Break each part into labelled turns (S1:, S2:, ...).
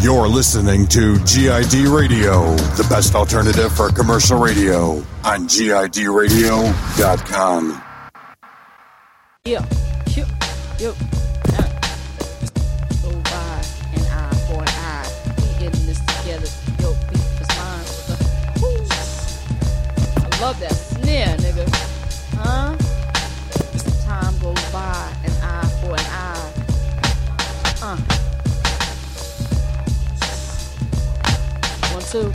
S1: You're listening to GID Radio, the best alternative for commercial radio on GIDradio.com.
S2: Yeah. Yo, yo. Uh. So wide and eye for an eye. We in this together. Yo, beat is mine. Woo. I love that snare, nigga. Huh? Time goes by, an eye for an eye. Uh. One, two.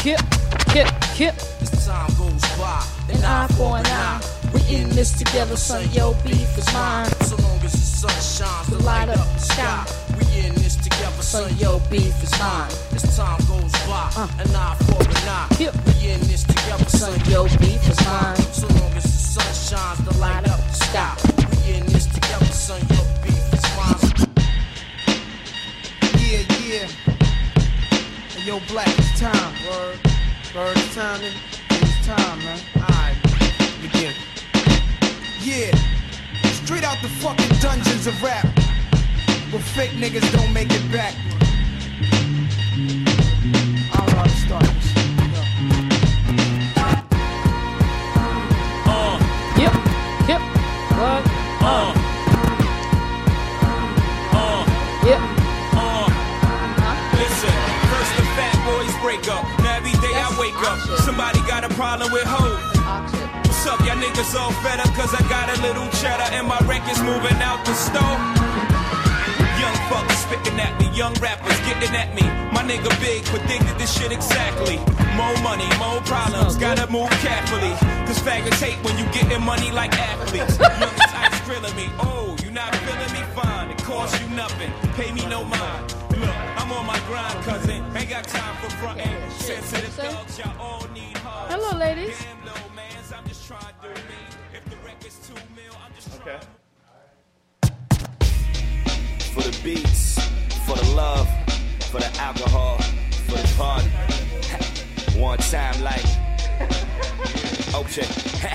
S2: Kip, kip, kip.
S3: As time goes by,
S2: An eye for an eye. We in this together, son. Yo, beef is mine.
S3: So long as the sun shines, the light up the sky. We in this together,
S2: Son,
S3: son.
S2: yo, beef is mine. Uh.
S3: As time goes by, an eye for an eye.
S2: Yep.
S3: We in this together, son.
S2: Son, yo, beef is mine.
S3: So long as the sun shines, the light up the sky. We in this together, son. Your beef is mine.
S4: Yeah, yeah. And yo, black, it's time. Word. Word, it's time. man. It's time, man. Alright, begin. Yeah. Straight out the fucking dungeons of rap. Where fake niggas don't make it back. I don't know how to start this.
S2: Uh, Yep, yep, what?
S3: Uh, uh.
S2: Yep,
S3: Listen, first the fat boys break up. Now every day I
S2: That's
S3: wake up,
S2: awesome.
S3: somebody got a problem with hoes. What's up, y'all niggas all fed up? Cause I got a little cheddar and my record's moving out the store. Young fuckers spitting at me, young rappers getting at me. My nigga Big predicted this shit exactly. More money, more problems, gotta move carefully. Cause faggots hate when you getting money like athletes. Young types grilling me, oh, you not feeling me fine. It costs you nothing, pay me no mind. Look, I'm on my grind, cousin. Ain't got time for frontin'. Sensitive thugs, y'all all need hugs.
S2: Hello, ladies.
S3: Damn, little mans, I'm just trying to do me. If the record's two mil, I'm just trying
S5: Okay.
S6: for the beats, for the love, for the alcohol, for the party. One time, like. Okay,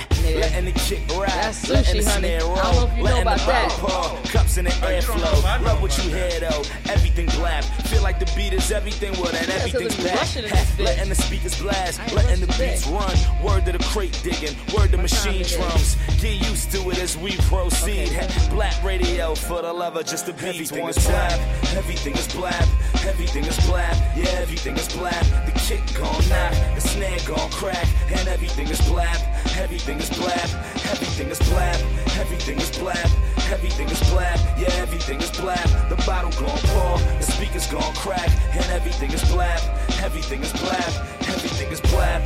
S6: letting the kick ride,
S2: That's
S6: letting
S2: sushi,
S6: the
S2: honey.
S6: snare roll,
S2: I don't know if you know
S6: letting
S2: about
S6: the body
S2: that.
S6: pour, cups in the
S3: I
S6: airflow.
S3: know
S6: Love what
S3: about
S6: you
S3: that.
S6: hear though, everything black. Feel like the beat is everything, well then
S2: Yeah, 'cause
S6: everything's
S2: it's
S6: back.
S2: Russian in this bitch.
S6: Letting the speakers blast,
S2: I ain't
S6: letting the
S2: Russian
S6: beats
S2: bitch.
S6: run. Word to the crate digging, word to
S2: time
S6: machine
S2: it is?
S6: drums. Get used to it as we proceed.
S2: Okay.
S6: Black radio for the lover, just the beats. Everything is blab, everything is blab, everything is blab, yeah, everything is blab. The kick gon' knock, the snare gon' crack, and everything is blab, everything is blab, everything is blab, everything is blab, everything is blab, yeah, everything is blab. The bottle gon' pour, the speakers gon' crack, and everything is blab, everything is blab, everything is blab.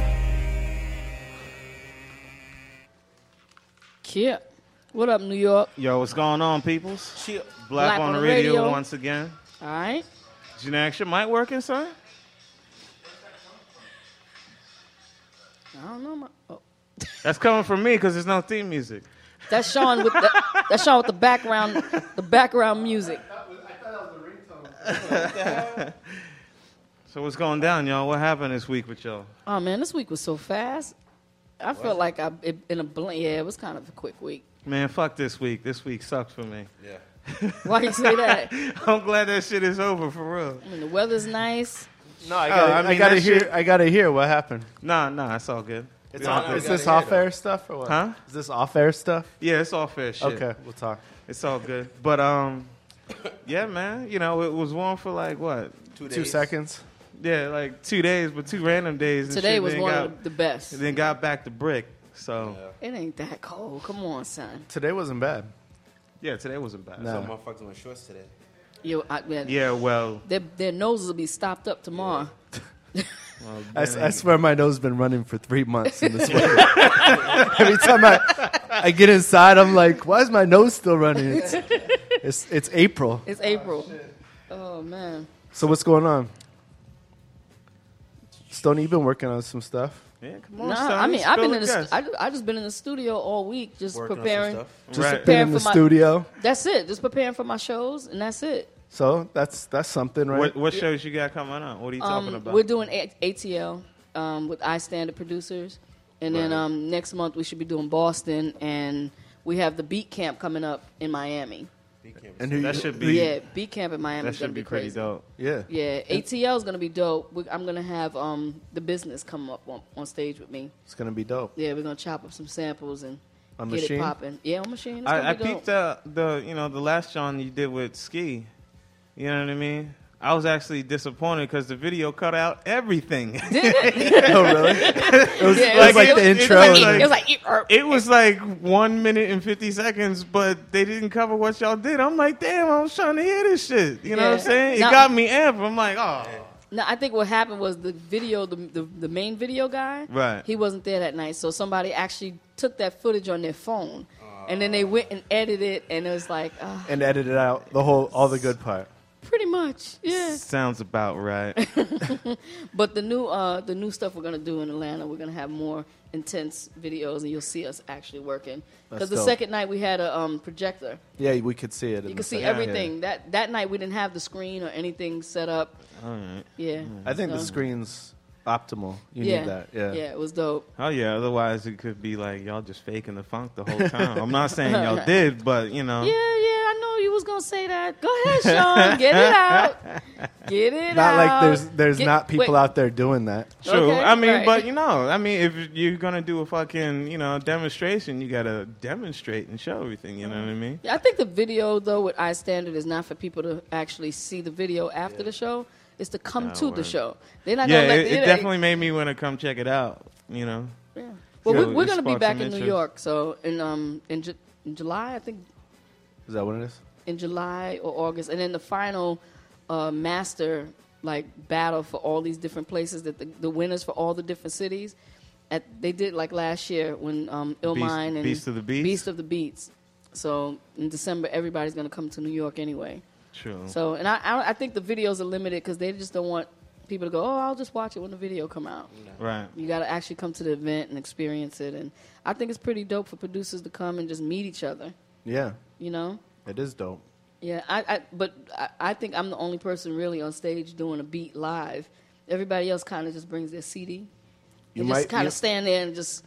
S2: Kip. What up, New York?
S5: Yo, what's going on, peoples? Black,
S2: Black
S5: on
S2: on
S5: the
S2: the
S5: radio,
S2: radio.
S5: once again.
S2: All right.
S5: Genetic your mic working, son?
S2: I don't know. My, oh.
S5: That's coming from me because there's no theme music.
S2: That's Sean with the, that's Sean with the background the background music.
S5: So what's going down, y'all? What happened this week with y'all?
S2: Oh man, this week was so fast. I felt like I it, in a blink. Yeah, it was kind of a quick week.
S5: Man, fuck this week. This week sucks for me.
S2: Why you say that? I
S5: I'm glad that shit is over for real.
S2: mean, the weather's nice.
S7: No, I gotta,
S5: Oh, I
S7: I
S5: mean,
S7: gotta
S5: that
S7: hear.
S5: shit-
S7: I gotta hear what happened.
S5: Nah, nah, it's all good.
S7: It's
S5: We don't
S7: on,
S5: have
S7: is
S5: to-
S7: this off air stuff or what?
S5: Huh?
S7: Is this off air stuff?
S5: yeah, it's all fair shit.
S7: Okay, we'll talk.
S5: It's all good. But um, yeah, man. You know, it was warm for like what?
S7: Two, seconds.
S5: Yeah, like two days, but two random days. and
S2: Today
S5: shit,
S2: was
S5: then
S2: one
S5: got-
S2: of the best.
S5: then got back to brick. So
S2: It ain't that cold. Come on, son.
S7: Today wasn't bad.
S5: yeah, today wasn't bad.
S7: No.
S8: Motherfuckers on shorts today.
S2: Yo, I, man,
S5: Yeah, well,
S2: their, their noses will be stopped up tomorrow.
S7: I, s- I swear my nose has been running for three months in this weather. Every time I, I get inside, I'm like, why is my nose still running? It's, it's, it's April.
S2: It's April. Oh, man.
S7: So what's going on? Stoney, you've been working on some stuff.
S5: yeah, come on,
S2: Nah,
S5: son,
S2: I mean, I've been in the
S5: spill
S2: stu- I, ju- I just been in the studio all week, just
S8: Working
S2: preparing.
S8: on some stuff.
S5: the guts. right.
S7: Been
S2: Prepare
S7: in the
S2: for my-
S7: studio.
S2: That's it. Just preparing for my shows, and that's it.
S7: So that's that's something, right?
S5: What, what shows you got coming up? What are you talking
S2: Um,
S5: about?
S2: we're doing A- ATL um, with I Standard Producers, and then um, next month we should be doing Boston, and we have the Beat Camp coming up in Miami.
S7: And who
S5: That
S7: you-
S5: should
S7: who
S5: be-
S7: you-
S2: Yeah, B camp in Miami
S5: That
S2: is gonna
S5: should
S2: be,
S5: be pretty
S2: crazy.
S5: dope.
S7: yeah.
S2: Yeah, ATL is gonna be dope. We, I'm gonna have um the business come up on, on stage with me.
S7: It's gonna be dope.
S2: Yeah, we're gonna chop up some samples and
S7: On
S2: get
S7: machine?
S2: it popping. Yeah, on machine. It's gonna
S5: I, I
S2: be dope.
S5: peeped the the you know the last John you did with Ski. You know what I mean? I was actually disappointed because the video cut out everything.
S7: oh really? It was,
S2: Yeah,
S7: it was like
S2: it was-
S7: the
S5: it was
S7: intro.
S5: like-
S2: It
S7: like-
S2: was like, eep, erp.
S5: it was like one minute and fifty seconds, but they didn't cover what y'all did. I'm like, damn, I was trying to hear this shit. You know what I'm
S2: Yeah.
S5: saying? It
S2: No.
S5: got me amped. I'm like, oh,
S2: No, I think what happened was the video, the, the the main video guy,
S5: Right.
S2: He wasn't there that night, so somebody actually took that footage on their phone, and then they went and edited it, and it was like, uh,
S7: and edited out the whole all the good part.
S2: pretty much, yeah.
S5: sounds about right.
S2: But the new uh, the new stuff we're gonna do in Atlanta, we're gonna have more intense videos, and you'll see us actually working.
S7: That's
S2: Because the
S7: dope.
S2: second night we had a um, projector,
S7: Yeah, we could see it. in
S2: you
S7: the
S2: could see
S7: second.
S2: everything. That that night we didn't have the screen or anything set up. All right. Yeah.
S7: I think the
S2: So,
S7: screen's optimal. You
S2: yeah,
S7: need that. Yeah.
S2: Yeah, it was dope.
S5: Oh yeah, otherwise it could be like y'all just faking the funk the whole time. I'm not saying y'all did, but you know.
S2: Yeah, yeah, I know you was gonna say that. Go ahead, Sean, get it out, get it
S7: Not
S2: out.
S7: like there's there's
S2: Get-
S7: not people
S2: wait,
S7: out there doing that.
S5: True.
S2: Okay,
S5: I mean,
S2: right.
S5: but you know, I mean, if you're gonna do a fucking, you know, demonstration, you gotta demonstrate and show everything. You know what I mean?
S2: Yeah, I think the video though with iStandard is not for people to actually see the video after the show. It's to come to the
S5: word.
S2: show. They're not
S5: Yeah,
S2: gonna let
S5: it,
S2: the,
S5: it definitely made me want to come check it out. You know,
S2: Yeah. Well,
S5: Yeah,
S2: we, we're
S5: it
S2: gonna be
S5: sparked
S2: back
S5: some
S2: in New
S5: interest.
S2: York, so in um in, Ju- in July, I think
S7: Is that what it is?
S2: in July or August, and then the final uh, master like battle for all these different places that the, the winners for all the different cities. At, they did like last year when um, Illmind and
S5: Beast of the Beats?
S2: Beast of the Beats. So in December, everybody's gonna come to New York anyway.
S5: true.
S2: So and I I, I think the videos are limited because they just don't want people to go. Oh, I'll just watch it when the video come out.
S5: right.
S2: You got to actually come to the event and experience it. And I think it's pretty dope for producers to come and just meet each other.
S7: Yeah.
S2: You know?
S7: It is dope.
S2: Yeah. I, I but I, I think I'm the only person really on stage doing a beat live. Everybody else kind of just brings their CD.
S7: You
S2: You and
S7: might-
S2: just kind
S7: you-
S2: of stand there and just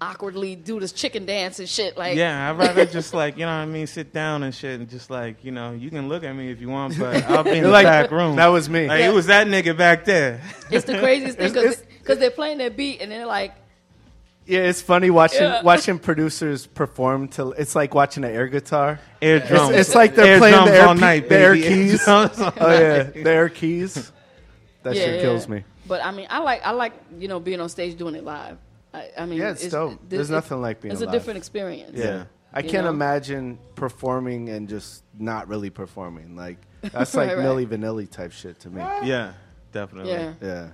S2: awkwardly do this chicken dance and shit. Like,
S5: Yeah, I'd rather just like you know what I mean, sit down and shit, and just like you know, you can look at me if you want, but I'll be in the
S7: like,
S5: back room.
S7: That was me.
S5: like it was that nigga back there.
S2: it's the craziest thing
S7: It's- it's-
S2: because they're playing their beat and they're like,
S7: yeah, it's funny watching
S2: Yeah.
S7: watching producers perform to it's like watching an air guitar.
S5: Air drums.
S7: It's, it's like they're
S5: air
S7: playing
S5: drums
S7: the air,
S5: all
S7: pe-
S5: night,
S7: the air
S5: baby.
S7: keys. oh
S5: drums all
S7: yeah, the air keys. That
S2: yeah,
S7: shit kills
S2: yeah.
S7: me.
S2: But I mean, I like I like you know being on stage doing it live. I, I mean,
S7: Yeah, it's dope. There's nothing like being
S2: It's
S7: live.
S2: a different experience.
S7: Yeah. I
S2: You
S7: can't
S2: know?
S7: imagine performing and just not really performing. Like that's like
S2: Right, right.
S7: Milli Vanilli type shit to me.
S5: yeah, definitely.
S2: Yeah.
S7: Yeah.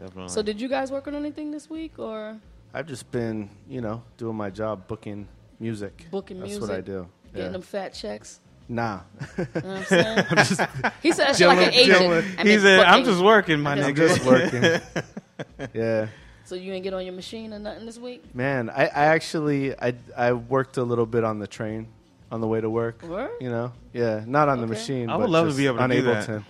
S5: definitely.
S2: So did you guys work on anything this week or
S7: I've just been, you know, doing my job booking music.
S2: booking
S7: that's
S2: music?
S7: what I do.
S2: Getting
S7: Yeah.
S2: them fat checks.
S7: Nah.
S2: You know what I'm saying? he said that shit like an agent.
S5: Dylan,
S2: I
S5: he
S2: mean,
S5: said, "I'm
S2: booking.
S5: just working, my
S2: I'm
S5: nigga."
S7: Just working. yeah.
S2: So you ain't get on your machine or nothing this week?
S7: Man, I, I actually I I worked a little bit on the train on the way to work.
S2: Word?
S7: You know? Yeah. Not on the
S2: Okay.
S7: machine.
S5: I would
S7: but
S5: love to
S7: just
S5: be able to do
S7: unable
S5: that.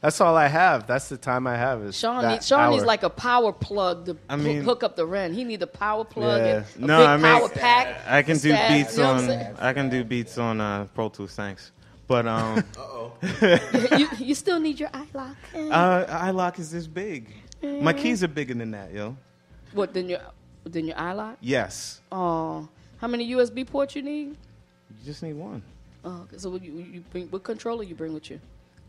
S7: That's all I have. That's the time I have. Is
S2: Sean,
S7: that
S2: needs, Sean needs
S7: hour.
S2: like a power plug to
S5: I
S2: hoo-
S5: mean-
S2: hook up the rent. He need a power plug
S7: Yeah.
S2: and a
S5: No,
S2: big
S5: I mean,
S2: power pack.
S5: I can do
S2: Staff,
S5: beats
S2: you know what
S5: on.
S2: I'm saying?
S5: I can do beats on uh, Pro Tools. Thanks, but um,
S2: you, you still need your eye lock.
S5: uh, iLock is this big. My keys are bigger than that, yo.
S2: What then your then your eye lock?
S5: Yes,
S2: Oh, how many USB ports you need?
S5: you just need one.
S2: Oh, okay. so what you, you bring, what controller you bring with you?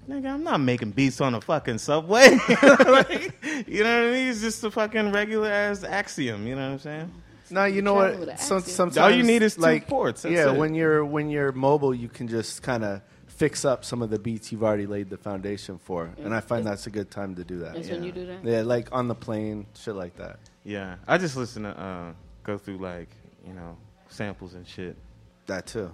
S5: Nigga, I'm not making beats on a fucking subway. Like, you know what I mean? It's just a fucking regular ass axiom. You know what I'm saying?
S7: No, you know
S2: travel with an
S7: what? Some,
S2: accent.
S7: sometimes
S5: All you need is two
S7: like,
S5: ports, that's
S7: yeah,
S5: it.
S7: when you're when you're mobile, you can just kind of fix up some of the beats you've already laid the foundation for, and I find that's a good time to do that.
S2: That's when you do that.
S7: Yeah, like on the plane, shit like that.
S5: Yeah, I just listen to uh, go through like you know samples and shit.
S7: That too.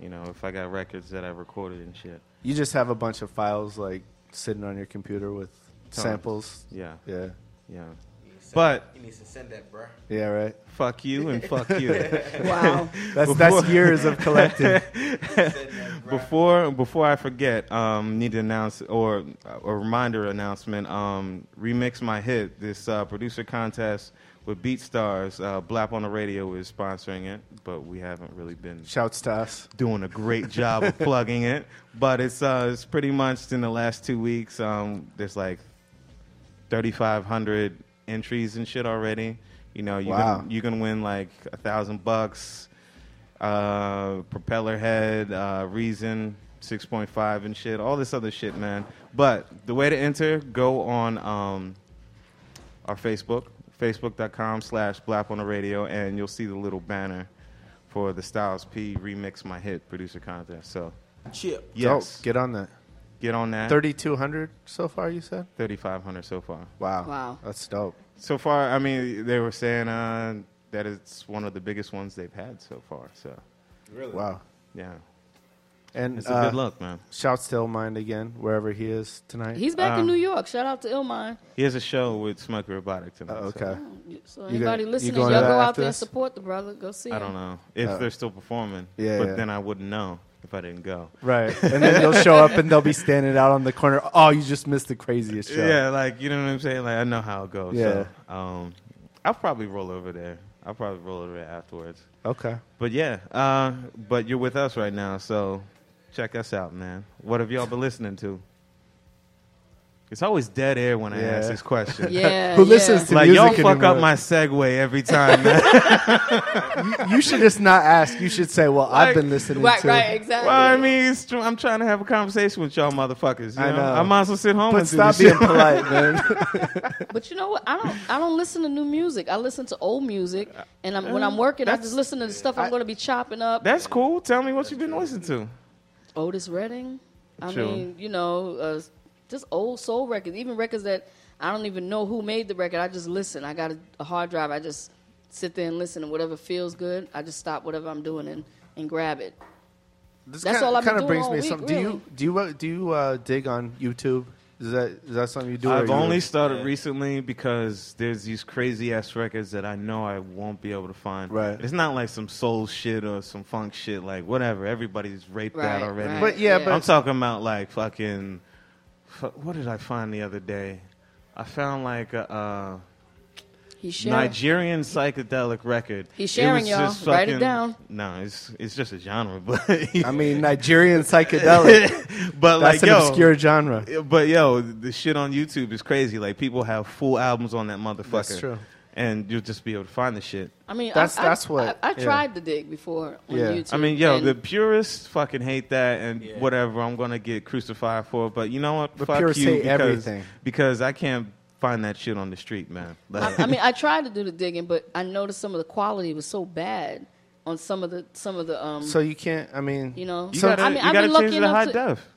S5: You know, if I got records that I recorded and shit.
S7: You just have a bunch of files like sitting on your computer with
S5: Tons.
S7: samples.
S5: Yeah,
S7: Yeah,
S5: yeah. But
S9: You need to send that, bruh.
S7: yeah, right.
S5: fuck you and fuck you.
S2: Wow.
S7: That's that's years of collecting.
S5: Before before I forget, um, need to announce or a reminder announcement. Um, remix my hit. This uh, producer contest with BeatStars. Uh, Blap on the Radio is sponsoring it, but we haven't really been
S7: Shouts to us.
S5: doing a great job of plugging it. But it's uh, it's pretty much in the last two weeks. Um, there's like 3,500 entries and shit already. You know, you
S7: Wow.
S5: can you can win like a thousand bucks, uh, propeller head, uh, reason. 6.5 and shit, all this other shit, man. But the way to enter, go on um, our Facebook, facebook.com slash blap on the radio, and you'll see the little banner for the Styles P Remix My Hit Producer Contest. So,
S10: Chip.
S5: yes,
S7: Dope.
S5: get,
S7: Get on that.
S5: on that.
S7: 3,200 so far, you said?
S5: 3,500 so far.
S7: Wow.
S2: Wow.
S7: That's dope.
S5: So far, I mean, they were saying uh, that it's one of the biggest ones they've had so far. So,
S7: Wow.
S5: yeah.
S7: And
S5: It's a
S7: uh,
S5: good look, man.
S7: shouts to Illmind again, wherever he is tonight.
S2: He's back in
S5: Uh,
S2: New York. Shout out to Illmind.
S5: He has a show with Smug Robotic tonight.
S7: Oh,
S5: so
S7: okay.
S2: So
S7: You
S2: anybody
S7: go- you
S2: listening, y'all
S7: going
S2: go
S7: to that
S2: out
S7: after
S2: there and
S7: this? Oh.
S2: support the brother. Go see
S5: I
S2: him.
S5: don't know if they're still performing.
S7: Yeah,
S5: But
S7: yeah.
S5: then I wouldn't know if I didn't go.
S7: Right. And then they'll show up and they'll be standing out on the corner. Oh, you just missed the craziest show.
S5: Yeah, like you know what I'm saying. Like I know how it goes.
S7: Yeah.
S5: So, um, I'll probably roll over there. I'll probably roll over there afterwards.
S7: Okay.
S5: But yeah, uh, but you're with us right now, so check us out, man. What have y'all been listening to? It's always dead air when I
S7: Yeah.
S5: ask this question.
S2: Yeah.
S7: Who
S2: yeah.
S7: listens to
S5: Like
S7: music
S5: y'all fuck
S7: anymore?
S5: up my segue every time, man.
S7: You should just not ask. You should say, "Well, I've
S5: Like-
S7: been listening
S2: Right,
S7: to."
S2: right, exactly.
S5: well, I mean, it's tr- I'm trying to have a conversation with y'all motherfuckers. You
S7: I know.
S5: I might as well sit home
S7: But
S5: and do
S7: stop
S5: this
S7: being
S5: shit.
S7: polite, man.
S2: But you know what? I don't. I don't listen to new music. I listen to old music, and I'm, when I'm working, I
S5: that's-
S2: just listen to the stuff I'm going to be chopping up.
S5: That's cool. Tell me what you've been listening to.
S2: Otis Redding. I
S5: True.
S2: mean, you know, uh, just old soul records, even records that I don't even know who made the record. I just listen. I got a, a hard drive. I just sit there and listen, and whatever feels good, I just stop whatever I'm doing and, and grab it.
S7: This
S2: That's
S7: kinda,
S2: all I've been
S7: kinda
S2: doing
S7: brings
S2: all
S7: me
S2: week,
S7: some. Do
S2: really.
S7: you do you uh, do you uh, dig on YouTube? Is that is that something you do? or
S5: I've
S7: you-
S5: only started recently because there's these crazy ass records that I know I won't be able to find.
S7: Right.
S5: It's not like some soul shit or some funk shit, like whatever. Everybody's raped
S2: Right.
S5: that already.
S2: right,
S7: But yeah, but-
S5: I'm talking about like fucking. fu- What did I find the other day? I found like a. Uh,
S2: he's sharing.
S5: Nigerian psychedelic record.
S2: He's sharing,
S5: It was
S2: y'all.
S5: just
S2: Write it down.
S5: No, it's it's just a genre, but
S7: I mean, Nigerian psychedelic.
S5: but like
S7: That's an
S5: yo,
S7: obscure genre.
S5: yeah, But yo, the shit on YouTube is crazy. Like people have full albums on that motherfucker.
S7: That's true.
S5: And you'll just be able to find the shit.
S2: I mean,
S7: That's-
S2: I,
S7: that's
S2: I,
S7: what-
S2: I, I
S7: yeah.
S2: tried to dig before on
S7: Yeah.
S2: YouTube.
S5: I mean, yo,
S2: and
S5: the purists fucking hate that and whatever. I'm gonna get crucified for it, but you know what?
S7: The
S5: Fuck
S7: purists
S5: you
S7: hate
S5: because,
S7: everything.
S5: because I can't find that shit on the street, man.
S2: I, I mean, I tried to do the digging, but I noticed some of the quality was so bad on some of the some of the um.
S7: So you can't. I mean,
S2: you know,
S5: you
S2: so
S5: gotta,
S2: I mean,
S5: you
S2: I've
S5: gotta change
S2: been lucky
S5: it to
S2: enough
S5: high
S2: to,
S5: def.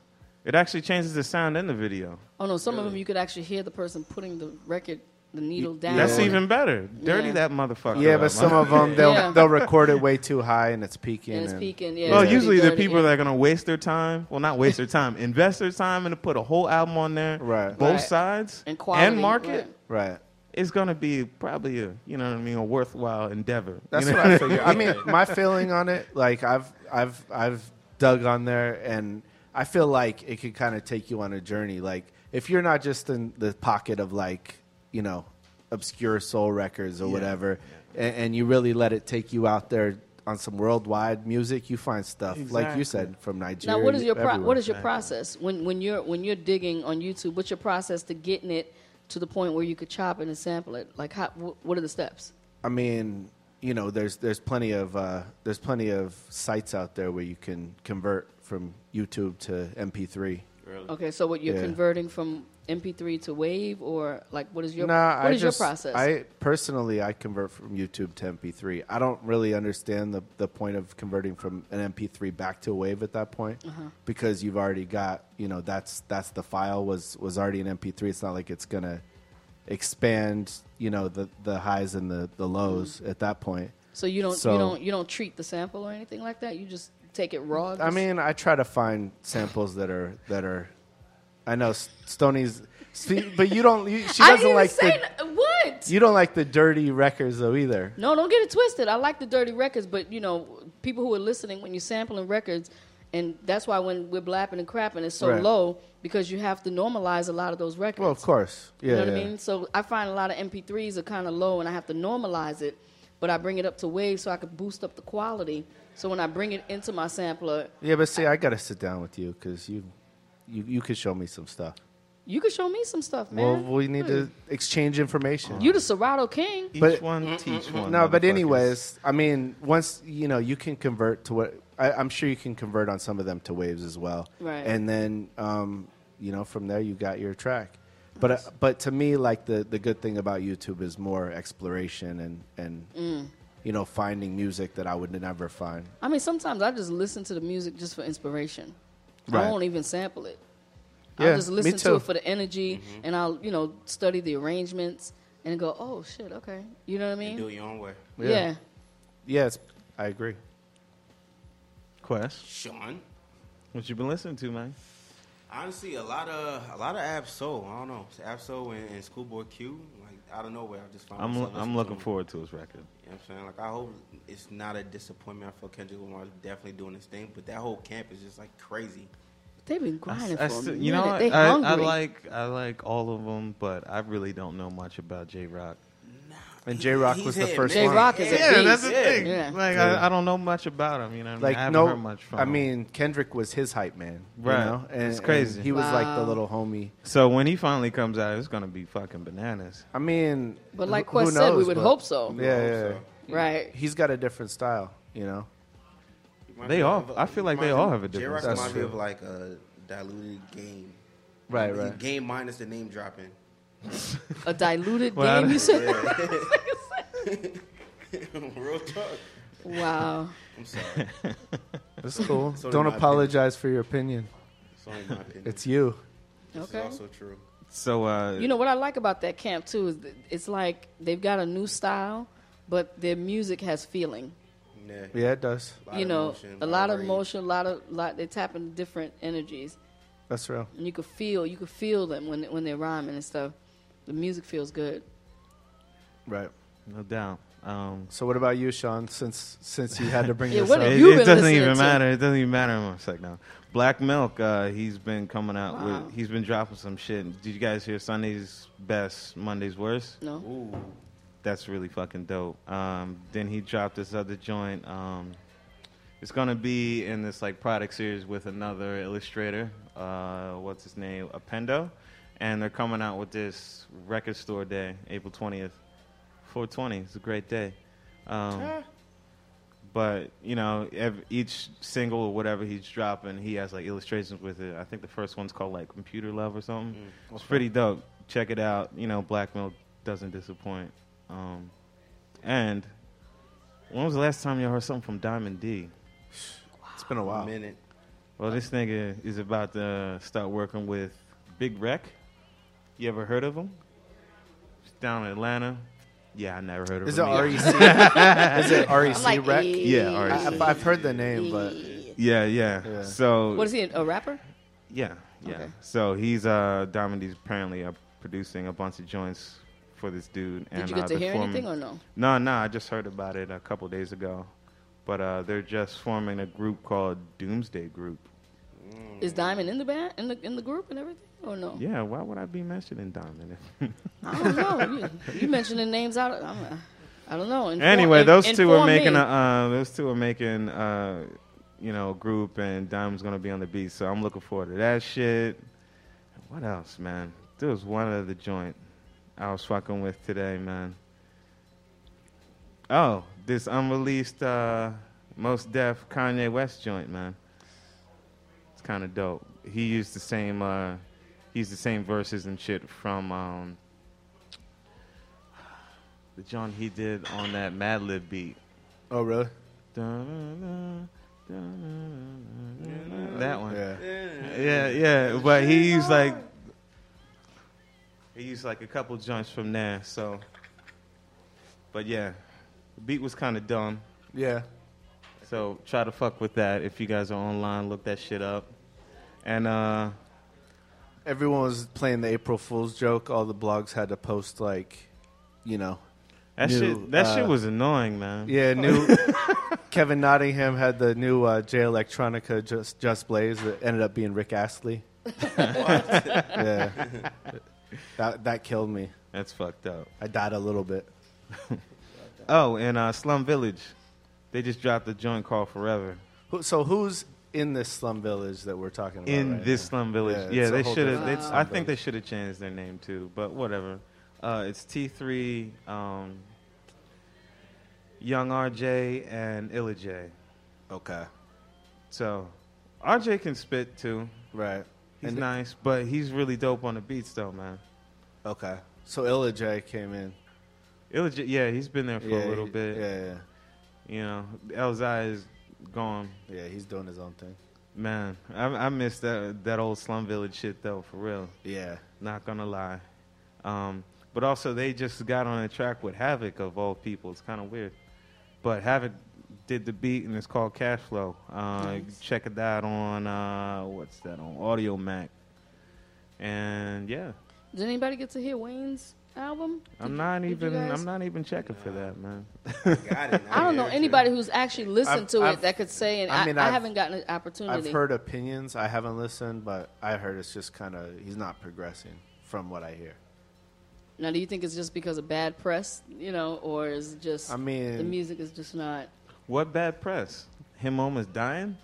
S5: It actually changes the sound in the video.
S2: Oh no, some of them you could actually hear the person putting the record, the needle down.
S5: That's even better. Dirty
S2: Yeah.
S5: that motherfucker.
S7: Yeah,
S5: up, man.
S7: but some of them they'll
S2: Yeah.
S7: they'll record it way too high and it's peaking.
S2: And it's peaking, yeah.
S5: Well,
S2: it's
S5: usually the
S2: dirty,
S5: people
S2: yeah.
S5: that are gonna waste their time, well, not waste their time, invest their time and put a whole album on there,
S7: Right.
S5: Both
S2: Right.
S5: sides
S2: And quality,
S5: market,
S2: right.
S7: Right.
S5: it's gonna be probably a you know what I mean a worthwhile endeavor. You
S7: That's
S5: know?
S7: what I figure. I mean, my feeling on it, like I've I've I've dug on there, and I feel like it could kind of take you on a journey. Like if you're not just in the pocket of like you know obscure soul records or whatever, and, and you really let it take you out there on some worldwide music, you find stuff like you
S5: Exactly.
S7: said from Nigeria.
S2: Now, what is your pro-
S7: everywhere.
S2: what is your process when when you're when you're digging on YouTube? What's your process to getting it to the point where you could chop it and sample it? Like, how, wh- what are the steps?
S7: I mean, you know, there's there's plenty of uh, there's plenty of sites out there where you can convert from YouTube to MP3.
S2: Okay, so what you're
S7: Yeah.
S2: converting from MP3 to Wave, or like, what is your
S7: Nah,
S2: what
S7: I
S2: is
S7: just,
S2: your process?
S7: I personally I convert from YouTube to MP3. I don't really understand the, the point of converting from an MP3 back to a wave at that point
S2: Uh-huh.
S7: because you've already got you know that's that's the file was was already an MP3. It's not like it's gonna expand you know the the highs and the the lows at that point.
S2: Mm-hmm. so you don't
S7: so-
S2: you don't you don't treat the sample or anything like that. You just take it raw.
S7: I
S2: just-
S7: mean, I try to find samples that are that are. I know S- Stoney's, see, but you don't. You, she
S2: I didn't
S7: doesn't
S2: even
S7: like
S2: say
S7: the.
S2: n- what.
S7: You don't like the dirty records though either.
S2: No, don't get it twisted. I like the dirty records, but you know, people who are listening when you're sampling records, and that's why when we're blapping and crapping, it's so
S7: Right.
S2: low because you have to normalize a lot of those records.
S7: Well, of course. Yeah.
S2: you know what
S7: yeah.
S2: I mean? So I find a lot of MP3s are kind of low, and I have to normalize it, but I bring it up to wave so I could boost up the quality. So when I bring it into my sampler,
S7: Yeah, but see, I gotta sit down with you because you, you, you could show me some stuff.
S2: you can show me some stuff,
S7: Well,
S2: man. Hmm.
S7: we need to exchange information.
S2: You the Serato King?
S5: Each
S7: But-
S5: one teach one.
S7: no, but
S5: motherfuckers.
S7: anyways, I mean, once you know, you can convert to what I, I'm sure you can convert on some of them to waves as well.
S2: Right.
S7: And then, um, you know, from there you got your track. But uh, but to me, like the the good thing about YouTube is more exploration and and
S2: Mm.
S7: you know finding music that I would never find.
S2: I mean, sometimes I just listen to the music just for inspiration.
S7: Right.
S2: I won't even sample it.
S7: Yeah,
S2: I'll just
S7: me
S2: listen
S7: too.
S2: to it for the energy,
S9: Mm-hmm.
S2: and I'll you know study the arrangements and go, oh shit, okay, you know what I mean?
S9: Do it your own way.
S2: yeah.
S7: Yes, I agree.
S5: Quest,
S9: Sean.
S5: what you been listening to, man?
S9: Honestly, a lot of a lot of Absol. I don't know. Absol and, and Schoolboy Q. Like out of nowhere, I just found.
S5: I'm
S9: myself listening
S5: I'm
S9: to
S5: looking
S9: them.
S5: forward to his record.
S9: You know what I'm saying? Like I hope it's not a disappointment. I feel Kendrick Lamar is definitely doing his thing, but that whole camp is just like crazy.
S2: They've been grinding
S5: I
S2: for a
S5: still-
S2: minute.
S5: you know,
S2: they
S5: what? I,
S2: hungry.
S5: I like I like all of them, but I really don't know much about J Rock.
S7: And J Rock
S9: He's
S7: was the
S9: hit,
S7: first
S9: man.
S2: J
S7: one.
S2: Rock is a
S9: Yeah,
S2: beast.
S9: that's the
S5: thing.
S2: Yeah.
S5: Like I, I don't know much about him. You know, what I mean?
S7: like
S5: I haven't
S7: no,
S5: heard much from.
S7: I
S5: him.
S7: mean, Kendrick was his hype man. you
S5: Right.
S7: know? and,
S5: It's crazy.
S7: and he was like the
S2: Wow.
S7: little homie.
S5: so when he finally comes out, it's gonna be fucking bananas.
S7: I mean,
S2: But like
S7: wh- who
S2: Quest said, we
S7: knows,
S2: would
S7: but-
S2: hope so.
S7: Yeah, yeah, yeah.
S2: right?
S7: he's got a different style. You know,
S9: Reminds
S5: They
S9: me
S5: all-
S9: of-
S5: I feel like they
S9: reminds
S5: all
S9: me-
S5: have a
S9: J-Rock
S5: difference.
S9: reminds
S7: That's
S9: me
S7: true.
S9: of like a diluted game.
S7: right,
S9: The Game minus the name dropping.
S2: A diluted
S5: Well, I
S2: game, you said.
S9: Real talk.
S2: Wow.
S9: I'm sorry.
S7: That's cool.
S9: So
S7: Don't
S9: in my
S7: apologize for your opinion.
S9: It's only my opinion.
S7: It's you.
S9: This
S2: Okay.
S9: is also true.
S5: So uh,
S2: You know what I like about that camp too is that it's like they've got a new style, but their music has feeling.
S9: Yeah.
S7: Yeah, it does.
S9: Lot
S2: you
S9: of
S2: know,
S9: emotion,
S2: a lot of
S9: rage.
S2: emotion, a lot of lot. They tap into different energies,
S7: That's real.
S2: and you can feel you can feel them when when they're rhyming and stuff. The music feels good.
S7: Right.
S5: no doubt. Um,
S7: So, what about you, Sean? Since since you had to bring
S2: Yeah,
S7: this
S2: what
S7: up,
S2: have
S5: it,
S2: you
S5: it
S2: been
S5: doesn't
S2: listening
S5: even
S2: to?
S5: matter. It doesn't even matter. I'm like now. Black Milk. Uh, he's been coming out
S2: Wow.
S5: with. He's been dropping some shit. Did you guys hear Sunday's best, Monday's worst?
S2: No,
S9: Ooh.
S5: That's really fucking dope. Um, then he dropped this other joint. Um, it's gonna be in this like product series with another illustrator. Uh, what's his name? Appendo, and they're coming out with this record store day, April twentieth, four twenty. It's a great day. Um, but you know, ev- each single or whatever he's dropping, he has like illustrations with it. I think the first one's called like Computer Love or something. It's pretty dope. Check it out. You know, Black Milk doesn't disappoint. Um, and when was the last time you heard something from Diamond D?
S7: it's been a
S9: A
S7: while.
S9: minute.
S5: Well, this nigga is about to start working with Big Rec. You ever heard of him? He's down in Atlanta. Yeah, I never heard of
S7: Is it
S5: him. either.
S7: REC? is it
S2: I'm
S7: REC
S2: like, E.
S7: Rec?
S5: Yeah, E all right.
S7: I- I've, I've heard the name, but
S5: Yeah, yeah.
S7: Yeah.
S5: So
S2: What is he? A rapper?
S5: Yeah, yeah.
S2: Okay.
S5: So he's uh, Diamond. He's apparently uh, producing a bunch of joints for this dude.
S2: Did
S5: and,
S2: you get
S5: uh,
S2: to
S5: they're
S2: hear
S5: forming-
S2: anything or no?
S5: No, no. I just heard about it a couple days ago, but uh, they're just forming a group called Doomsday Group.
S2: Is Diamond in the band in the in the group and everything or no?
S5: Yeah, why would I be mentioning Diamond?
S2: I don't know. You, you mentioning names out. Of, I'm, uh, I don't know. Inform-
S5: anyway,
S2: in-
S5: those two are
S2: inform
S5: making
S2: me.
S5: a, uh, those two are making uh, you know a group, and Diamond's gonna be on the beat. So I'm looking forward to that shit. What else, man? There was one other joint I was fucking with today, man. Oh, this unreleased uh, Most Def Kanye West joint, man. It's kind of dope. He used the same uh, he used the same verses and shit from um, the joint he did on that Madlib beat.
S7: oh really?
S5: That one.
S7: Yeah.
S5: Yeah, yeah. But he used like he used like a couple joints from there. So, but yeah, the beat was kind of dumb.
S7: Yeah.
S5: So try to fuck with that if you guys are online. Look that shit up. And uh,
S7: Everyone was playing the April Fool's joke. All the blogs had to post like, you know,
S5: that
S7: New,
S5: shit that
S7: uh,
S5: shit was annoying, man.
S7: yeah, new Kevin Nottingham had the new uh, J Electronica just just blaze that ended up being Rick Astley. yeah, that that killed me.
S5: That's fucked up.
S7: I died a little bit.
S5: Oh, and uh, Slum Village, they just dropped a joint called Forever.
S7: Who, so who's in this slum village that we're talking about?
S5: in
S7: right
S5: this
S7: now?
S5: slum village.
S7: Yeah,
S5: Yeah,
S7: it's a
S5: they
S7: whole
S5: should have.
S7: different
S5: It's.
S7: slum
S5: I think they
S7: village.
S5: should have changed their name too, but whatever. Uh, it's T three, um, Young RJ, and Illa J.
S7: Okay,
S5: So RJ can spit too.
S7: right.
S5: He's
S7: And-
S5: nice, but he's really dope on the beats though, man.
S7: Okay, so Illa J came in
S5: Illa J, yeah, he's been there for
S7: Yeah,
S5: a little
S7: he-
S5: bit.
S7: Yeah,
S5: You know, Elzai is gone.
S7: yeah, yeah. He's doing his own thing.
S5: Man, I, I miss that that old slum village shit though, for real.
S7: Yeah.
S5: Not gonna lie. Um, but also, they just got on a track with Havoc of all people. It's kind of weird, but Havoc did the beat and it's called Cash Flow. Uh, Check it out on uh, what's that on Audio Mac. And yeah,
S2: Did anybody get to hear Wayne's album? Did
S5: I'm
S2: you-
S5: not
S2: did you
S5: even
S2: guys-
S5: I'm not even checking for that, man.
S9: Got it.
S2: I don't know
S9: hear it.
S2: anybody who's actually listened
S7: I've-
S2: to
S7: I've-
S2: it that could say, and
S7: I
S2: I,
S7: mean,
S2: I
S7: I've-
S2: haven't gotten an opportunity.
S7: I've heard opinions. I haven't listened, but I heard it's just kind of he's not progressing from what I hear.
S2: Now, do you think it's just because of bad press, you know, or is it just
S7: I mean-
S2: the music is just not
S5: What bad press? Him almost dying.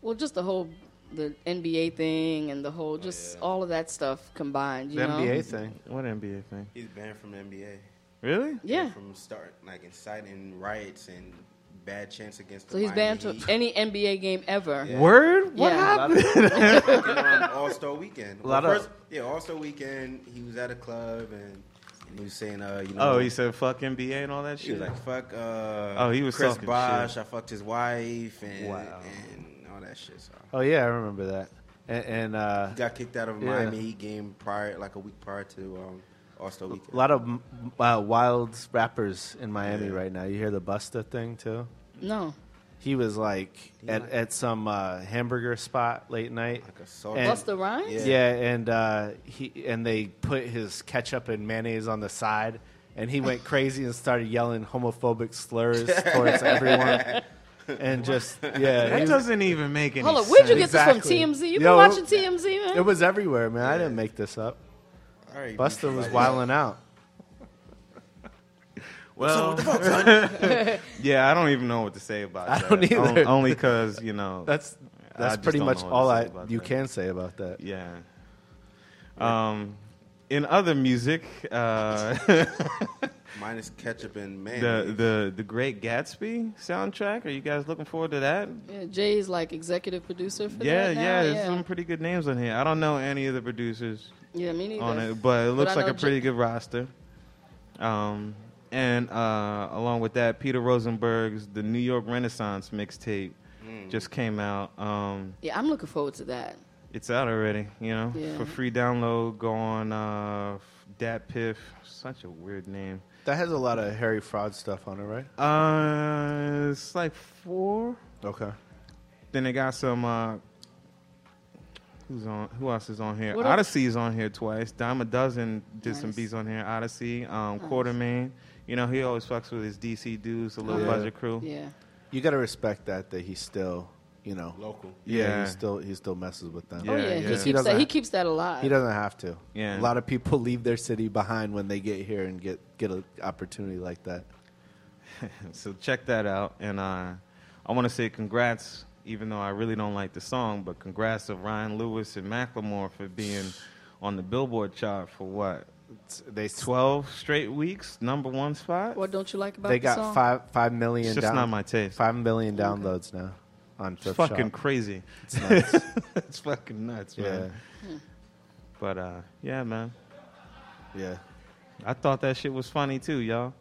S2: well, just the whole the NBA thing and the
S9: Oh,
S2: whole just all of that stuff combined, you
S7: The
S2: know?
S7: NBA thing.
S5: What NBA thing?
S9: He's banned from the NBA.
S5: Really?
S2: Yeah,
S9: From start like inciting riots and bad chants against.
S2: so
S9: the
S2: he's banned
S9: Miami
S2: from
S9: Heat.
S2: any NBA game ever.
S9: Yeah.
S5: Word? What
S2: Yeah.
S5: happened?
S9: All Star Weekend.
S7: A lot
S9: Well,
S7: of-
S9: first, yeah, All Star Weekend. He was at a club and, and he was saying, uh, you know,
S5: Oh, he said fuck NBA and all that
S9: she
S5: shit.
S9: was like, fuck. Uh,
S5: Oh, he was
S9: Chris
S5: talking
S9: Bosh.
S5: shit.
S9: I fucked his wife and
S5: Wow.
S9: and all that shit. So
S7: Oh yeah, I remember that. And, and uh,
S9: he got kicked out of a
S7: Yeah.
S9: Miami Heat game prior, like a week prior to um, All Star Weekend.
S7: a lot of mm, uh, wild rappers in Miami right now. You hear the Busta thing too.
S2: No,
S7: He was like at, at some uh, hamburger spot late night.
S9: Like a salt-
S7: And-
S2: Busta Rhymes.
S9: Yeah.
S7: Yeah, and uh, he and they put his ketchup and mayonnaise on the side, and he went crazy and started yelling homophobic slurs towards everyone, and just yeah, he
S5: that
S7: was-
S5: doesn't even make any
S2: Hold on,
S5: sense.
S2: where'd you get this
S7: Exactly.
S2: from? TMZ? You've
S7: Yo,
S2: been watching
S7: it-
S2: TMZ, man.
S7: it was everywhere, man. I didn't make this up.
S9: All right,
S7: Buster
S9: beat
S7: was
S9: somebody up.
S7: wilding out.
S5: Well, yeah, I don't even know what to say about
S7: I
S5: that.
S7: don't either.
S5: On- only because you know
S7: That's
S5: I
S7: that's
S5: just
S7: pretty
S5: don't
S7: much
S5: know what to
S7: all
S5: say
S7: I
S5: about
S7: you
S5: that.
S7: can say about that.
S5: Yeah. Um, in other music, uh,
S9: Minus ketchup and man.
S5: the the the Great Gatsby soundtrack. Are you guys looking forward to that?
S2: Yeah, Jay's like executive producer for
S5: yeah,
S2: that now.
S5: yeah. There's
S2: yeah,
S5: some pretty good names on here. I don't know any of the producers
S2: yeah, me neither.
S5: on it, but it looks
S2: I
S5: like
S2: know
S5: a pretty
S2: Jay-
S5: good roster. Um, and uh, along with that, Peter Rosenberg's the New York Renaissance mixtape
S2: Mm.
S5: just came out. Um,
S2: Yeah, I'm looking forward to that.
S5: It's out already, you know,
S2: Yeah.
S5: for free download. Go on uh, Dat Piff, such a weird name.
S7: That has a lot of Harry Fraud stuff on it, right?
S5: Uh, it's like four.
S7: Okay.
S5: Then they got some. Uh, who's on? Who else is on here?
S2: What else?
S5: Odyssey's on here twice. Dime a dozen did some
S2: Nice.
S5: beats on here. Odyssey, um, Quartermain. You know, he always fucks with his DC dudes, the little
S7: Yeah.
S5: budget crew.
S2: Yeah.
S7: You got to respect that that he's still, you know,
S9: local.
S5: Yeah.
S7: he still he still messes with them.
S2: Oh
S5: Yeah,
S2: yeah,
S5: yeah.
S2: he
S5: 'Cause
S2: keeps
S7: he
S2: that.
S7: doesn't-
S2: He keeps that alive.
S7: He doesn't have to.
S5: Yeah.
S7: A lot of people leave their city behind when they get here and get get an opportunity like that.
S5: So check that out. And uh, I want to say congrats, even though I really don't like the song, but congrats to Ryan Lewis and Macklemore for being on the Billboard chart for what
S7: It's- they s-
S5: 12 straight weeks, number one spot.
S2: What don't you like about
S7: they
S2: the
S7: got
S2: song?
S7: five five million.
S5: It's just
S7: down-
S5: not my taste.
S7: Five million downloads now on
S5: It's
S7: Thrift
S5: fucking
S7: Shop.
S5: crazy.
S7: It's nuts.
S5: it's fucking nuts,
S7: yeah,
S5: man. But uh, yeah, man.
S7: yeah.
S5: I thought that shit was funny too, y'all.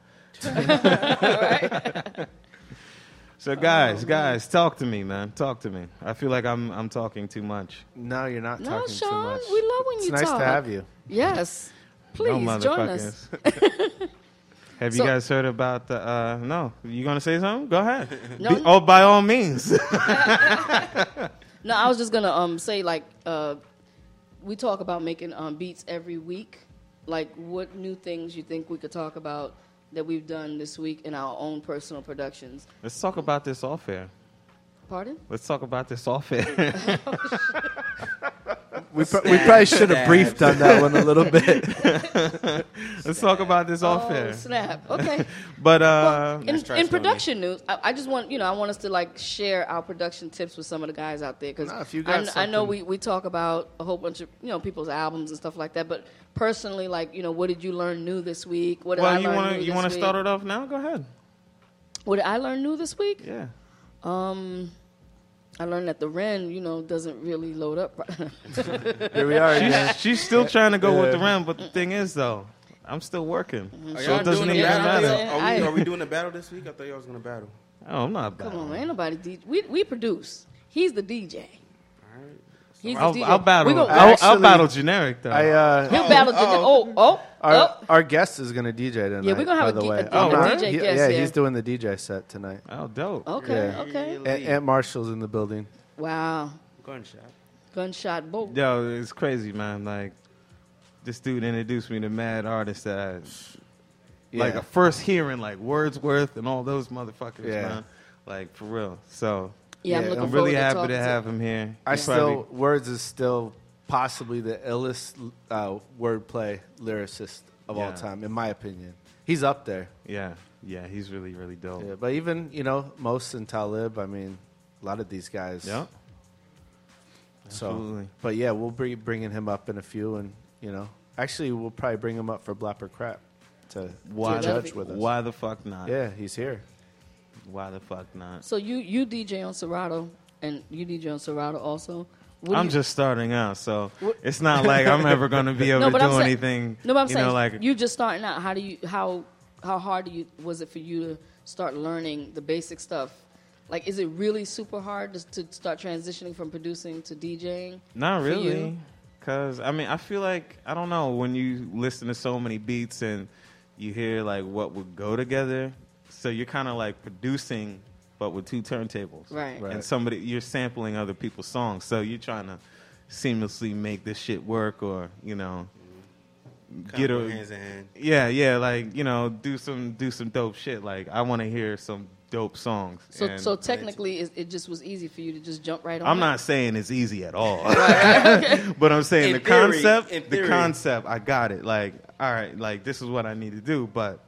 S5: so
S7: Oh,
S5: guys, guys, talk to me, man. Talk to me. I feel like I'm I'm talking too much.
S7: No, you're not
S2: No,
S7: talking too
S2: Sean,
S7: much.
S2: we love when
S7: it's
S2: you
S7: nice
S2: talk.
S7: to have you.
S2: Yes. Please
S5: no
S2: join us.
S5: motherfuckers. Have you
S2: So-
S5: guys heard about the? Uh, no, you gonna say something? Go ahead.
S2: No.
S5: Be- oh, by all means.
S2: No, I was just gonna um say like uh, we talk about making um beats every week. Like, what new things you think we could talk about that we've done this week in our own personal productions.
S5: Let's talk about this off air.
S2: Pardon?
S5: Let's talk about this off air.
S7: We, pro- we probably should have
S9: Stab.
S7: briefed on that one a little bit.
S5: Let's talk about this off
S2: Oh
S5: air.
S2: snap! Okay.
S5: But
S2: Well,
S5: uh,
S2: in,
S9: try,
S2: in
S9: Stoney.
S2: production news, I, I just want you know I want us to like share our production tips with some of the guys out there because
S7: Nah, if you got
S2: I, kn- I know
S7: something-
S2: we, we talk about a whole bunch of you know people's albums and stuff like that, but personally, like you know, what did you learn new this week? What did I
S5: well, you
S2: learn
S5: want
S2: new
S5: to you
S2: this
S5: want to
S2: week?
S5: start it off now? Go ahead.
S2: What did I learn new this week? Um,
S5: Yeah.
S2: I learned that the Ren, you know, doesn't really load up.
S7: Here we are again.
S5: She's, she's still trying to go with the rim, but the thing is though, I'm still working,
S2: Mm-hmm.
S9: Are
S5: so
S9: y'all
S5: it doesn't
S9: doing
S5: even
S9: the battle?
S5: matter.
S9: Are
S2: I-
S9: we, are we doing the battle this week? I thought y'all was gonna battle.
S5: Oh, I'm not.
S2: Come
S5: battling.
S2: on, ain't nobody. D- we we produce. He's the DJ. He's the
S5: I'll,
S2: DJ.
S5: I'll battle.
S2: We gon-
S5: I'll, I'll
S7: Actually,
S5: battle generic though.
S7: I, uh,
S2: He'll battle. Oh, oh,
S7: our,
S2: oh.
S7: our guest is going to DJ tonight.
S2: Yeah, we're gonna have
S7: by
S2: a
S7: the
S2: ge-
S7: way.
S2: a-
S5: a
S7: I'm not-
S2: DJ
S7: he-
S2: guest,
S7: Yeah,
S2: yeah.
S7: he's doing the DJ set tonight.
S5: oh, dope.
S2: Okay,
S7: Yeah.
S2: okay.
S7: A- Aunt Marshall's in the building.
S2: Wow.
S9: Gunshot.
S2: Gunshot bolt.
S5: Yo, it's crazy, man. Like this dude introduced me to mad artists that,
S7: Yeah.
S5: like, a first hearing like Wordsworth and all those motherfuckers,
S7: Yeah.
S5: man. Like for real. So
S2: Yeah, I'm
S7: Yeah,
S2: looking
S5: I'm
S2: forward
S5: really
S2: to
S5: happy
S2: talking
S5: to have him here.
S7: I
S5: He's probably-
S7: still words is still possibly the illest uh, wordplay lyricist of all
S5: Yeah.
S7: time, in my opinion. He's up there.
S5: yeah, yeah. He's really, really dope.
S7: Yeah, but even you know most and Talib, I mean, a lot of these guys.
S5: Yeah.
S7: So,
S5: absolutely.
S7: but yeah, we'll be bringing him up in a few, and you know, actually, we'll probably bring him up for Blapper Crap to,
S5: Why
S7: to
S2: the-
S7: judge with us.
S5: Why the fuck not?
S7: Yeah, he's here.
S5: Why the fuck not?
S2: So you you DJ on Serato and you DJ on Serato also. What do
S5: I'm
S2: you-
S5: just starting out, so
S2: What-
S5: it's not like I'm ever going to be able to do
S2: saying-
S5: anything.
S2: No, but I'm
S5: you
S2: saying
S5: know, like
S2: you just starting out. How do you how how hard do you was it for you to start learning the basic stuff? Like, is it really super hard to, to start transitioning from producing to DJing?
S5: Not
S2: for
S5: really.
S2: you?
S5: Cause I mean, I feel like I don't know when you listen to so many beats and you hear like what would go together. So you're kind of like producing, but with two turntables,
S2: Right. Right.
S5: And somebody you're sampling other people's songs, so you're trying to seamlessly make this shit work, or you know, get
S9: Combo
S5: a
S9: hands in hand.
S5: yeah, yeah, like you know, do some do some dope shit. Like I want to hear some dope songs.
S2: So
S5: and
S2: so technically, it, it just was easy for you to just jump right on.
S5: I'm
S2: it?
S5: not saying it's easy at all. but I'm saying
S9: In
S5: the
S9: theory, in
S5: concept, the
S9: theory.
S5: concept, I got it. Like, all right, like this is what I need to do, but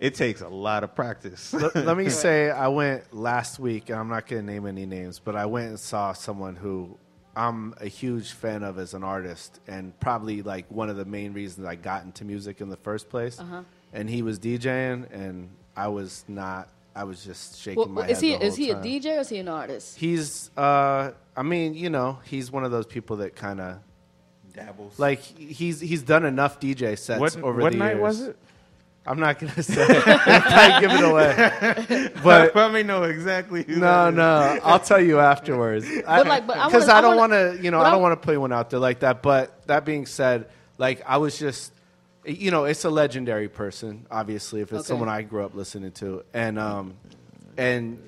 S5: it takes a lot of practice.
S7: Let, let me say, I went last week, and I'm not going to name any names, but I went and saw someone who I'm a huge fan of as an artist, and probably like one of the main reasons I got into music in the first place.
S2: Uh-huh.
S7: And he was DJing, and I was not. I was just shaking
S2: Well,
S7: my
S2: well, is
S7: head.
S2: he
S7: the
S2: is
S7: whole
S2: he a
S7: time.
S2: DJ or is he an artist?
S7: He's, uh, I mean, you know, he's one of those people that kind of
S9: Dabbles.
S7: like he's he's done enough DJ sets
S5: what
S7: over
S5: what
S7: the
S5: night
S7: years.
S5: was it?
S7: I'm not gonna say. I give it away, but
S5: Let me know exactly. Who that
S7: no,
S5: is.
S7: no, I'll tell you afterwards.
S2: But, like, but I wanna-
S7: because I,
S2: I
S7: don't want
S2: wanna-
S7: to, you know,
S2: but
S7: I
S2: I-
S7: don't want to put one out there like that. But that being said, like I was just, you know, it's a legendary person, obviously, if it's
S2: Okay.
S7: someone I grew up listening to, and um, and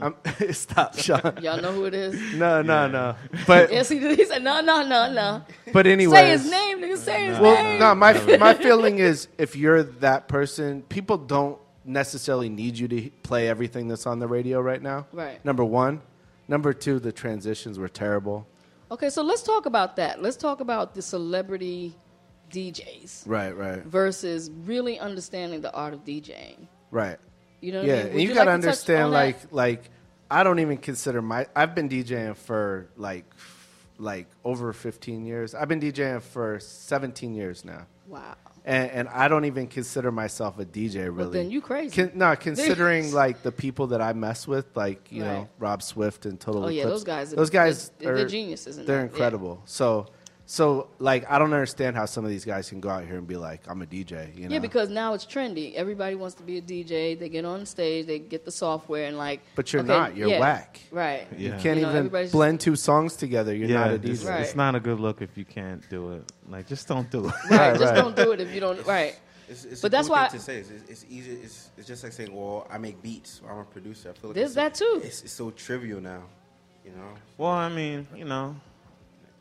S7: I'm stop, Sean.
S2: Y'all know who it is.
S7: No, no, no. But
S2: yes, he did. He said no, no, no, no.
S7: but anyway,
S2: Say his name, nigga. Say his
S7: Well,
S2: name.
S7: no, my my feeling is if you're that person, people don't necessarily need you to play everything that's on the radio right now.
S2: Right.
S7: Number one, number two, the transitions were terrible.
S2: Okay, so let's talk about that. Let's talk about the celebrity DJs
S7: Right, right,
S2: versus really understanding the art of DJing.
S7: right.
S2: You know what
S7: yeah,
S2: I mean?
S7: and
S2: Would
S7: you,
S2: you
S7: gotta
S2: like to touch on
S7: understand,
S2: that?
S7: like, like I don't even consider my. I've been DJing for like, f- like over fifteen years. I've been DJing for seventeen years now.
S2: Wow.
S7: and, and I don't even consider myself a DJ really.
S2: then you crazy.
S7: Con- no, considering like the people that I mess with, like you know
S2: Right.
S7: Rob Swift and Total
S2: Oh, yeah,
S7: Eclipse,
S2: those guys are-
S7: those guys,
S2: they're-
S7: are,
S2: they're geniuses in
S7: They're
S2: that, yeah.
S7: incredible. So, so like I don't understand how some of these guys can go out here and be like, I'm a DJ. You know?
S2: Yeah, because now it's trendy. Everybody wants to be a DJ. They get on stage, they get the software, and like.
S7: But you're
S2: okay,
S7: not. You're
S2: yeah,
S7: whack.
S2: Right.
S5: Yeah.
S7: you can't
S2: You know,
S7: even
S2: everybody's-
S7: blend two songs together. You're
S5: Yeah,
S7: not a
S5: it's,
S7: DJ.
S2: Right.
S5: it's not a good look if you can't do it. Like, just don't do it.
S2: Right,
S7: Right,
S2: just
S7: right.
S2: don't do it if you don't. Right.
S9: It's, it's
S2: But
S9: a
S2: that's
S9: cool
S2: why-
S9: thing to say. It's, it's, it's easy. It's, it's just like saying, "Well, I make beats. Or I'm a producer." I feel like
S2: There's that
S9: it's-
S2: too.
S9: It's, it's so trivial now, you know.
S5: well, I mean, you know,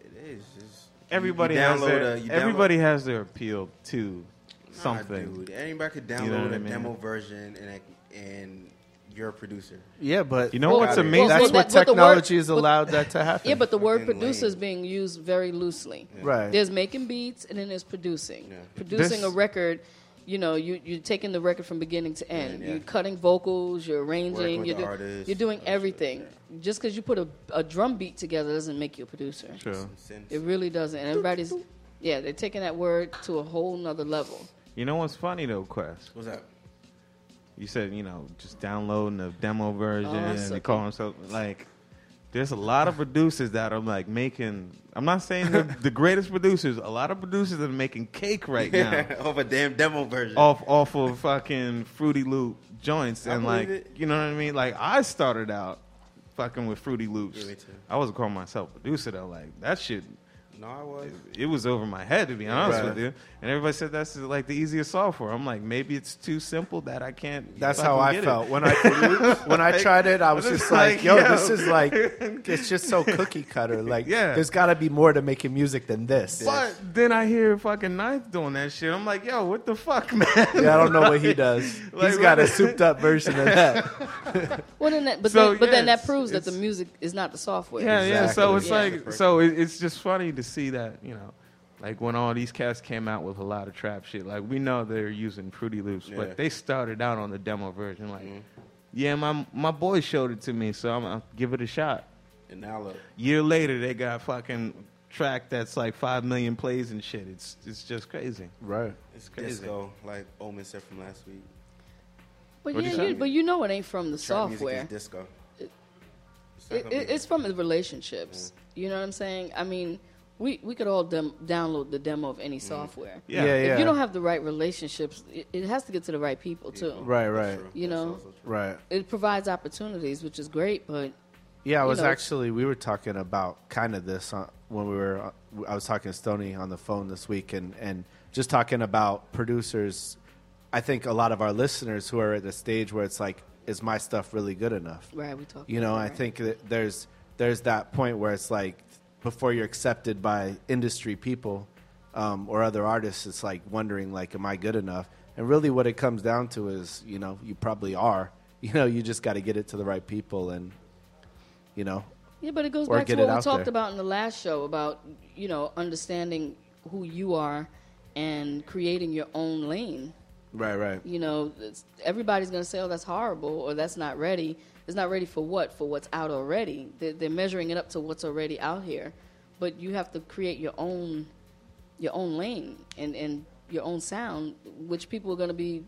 S9: It is. It's, you- you
S5: everybody has
S9: download
S5: their
S9: a- you download-
S5: everybody has their appeal to something.
S9: Dude, anybody could download
S5: what I
S9: a
S5: mean?
S9: demo version and I- and you're a producer.
S7: Yeah, but
S5: You know Well, what's well, amazing?
S7: That's
S5: well,
S7: what
S2: that- what the word-
S7: technology has
S2: what-
S7: allowed that to happen.
S2: Yeah, but the word
S9: Fucking lame.
S2: producer is being used very loosely.
S7: Right.
S2: There's making beats and then there's producing.
S9: Yeah.
S2: Producing
S5: This-
S2: a record, you know, you you're taking the record from beginning to end.
S9: Yeah, yeah.
S2: You're cutting vocals, you're
S9: Working
S2: arranging,
S9: with
S2: you're,
S9: the Oh,
S2: do-
S9: artist,
S2: you're doing
S9: all that shit,
S2: everything. Just because you put a, a drum beat together doesn't make you a producer.
S5: Sure.
S9: Since-
S2: It really doesn't. And everybody's, yeah, they're taking that word to a whole nother level.
S5: You know what's funny though, Quest?
S9: What's up?
S5: You said you know just downloading the demo version
S2: Oh,
S5: and
S2: that's
S5: they
S2: okay.
S5: call themselves like. There's a lot of producers that are like making. I'm not saying the, the greatest producers. A lot of producers are making cake right now.
S9: Of a damn demo version.
S5: off off of fucking Fruity Loop joints
S9: I
S5: and like
S9: believe it.
S5: you know what I mean. Like I started out fucking with Fruity Loops.
S9: Yeah, me too.
S5: I wasn't calling myself a producer though. Like that shit,
S9: No, I was.
S5: it was over my head to be honest
S7: Right.
S5: with you. And everybody said that's like the easiest software. I'm like maybe it's too simple that I can't.
S7: That's
S5: fucking
S7: how I
S5: get it.
S7: felt when I when I tried it. I was
S5: was
S7: just like,
S5: like,
S7: "Yo,
S5: yo.
S7: this is like, it's just so cookie cutter. Like,
S5: Yeah.
S7: there's got to be more to making music than this."
S5: But then I hear fucking Ninth doing that shit. I'm like, yo, what the fuck, man?
S7: Yeah, I don't know what he does.
S5: Like,
S7: He's got a
S5: what-
S7: souped up version of that.
S2: Well, then that, but,
S5: So,
S2: then, but then
S5: yes,
S2: that proves that the
S5: it's-
S2: music is not the software.
S5: Yeah, yeah. So
S7: Exactly.
S5: it's
S2: Yeah.
S5: like, so it, it's just funny to see that, you know, like when all these cats came out with a lot of trap shit. Like we know they're using Fruity Loops,
S9: Yeah. Mm-hmm.
S5: but they started out on the demo version. Like, yeah, my my boy showed it to me, so I'm gonna give it a shot.
S9: And now look.
S5: Year later, they got fucking track that's like five million plays and shit. It's it's just crazy.
S7: right.
S9: It's
S5: crazy.
S9: Disco, like Omen said from last week.
S2: But
S5: What'd you
S2: yeah,
S5: say?
S2: you, but you know it ain't from the
S9: Trap music
S2: software.
S9: is disco.
S2: It, it, it's from the relationships.
S9: Mm-hmm.
S2: You know what I'm saying? I mean, we, we could all dem- download the demo of
S9: Mm-hmm.
S2: any software.
S5: Yeah.
S7: Yeah,
S2: If you don't have the right relationships, it, it has to get to the right people too.
S7: Right, right,
S2: You know,
S7: right.
S2: it provides opportunities, which is great. But
S7: Yeah, I was
S2: know.
S7: actually we were talking about kind of this on, when we were uh, I was talking to Stoney on the phone this week and and just talking about producers. I think a lot of our listeners who are at the stage where it's like, is my stuff really good enough?
S2: right, we talked.
S7: You know,
S2: about
S7: I
S2: that.
S7: think that there's there's that point where it's like before you're accepted by industry people um, or other artists, it's like wondering like, am I good enough? And really, what it comes down to is, you know, you probably are. You know, you just got to get it to the right people, and you know,
S2: Yeah, but it goes
S7: Or
S2: back to
S7: get it
S2: what we
S7: out
S2: talked
S7: there.
S2: about in the last show about you know understanding who you are and creating your own lane.
S7: right, right,
S2: You know, it's- everybody's going to say, "Oh, that's horrible," or "That's not ready." It's not ready for what? For what's out already. They're, they're measuring it up to what's already out here, but you have to create your own your own lane and and your own sound, which people are going to be.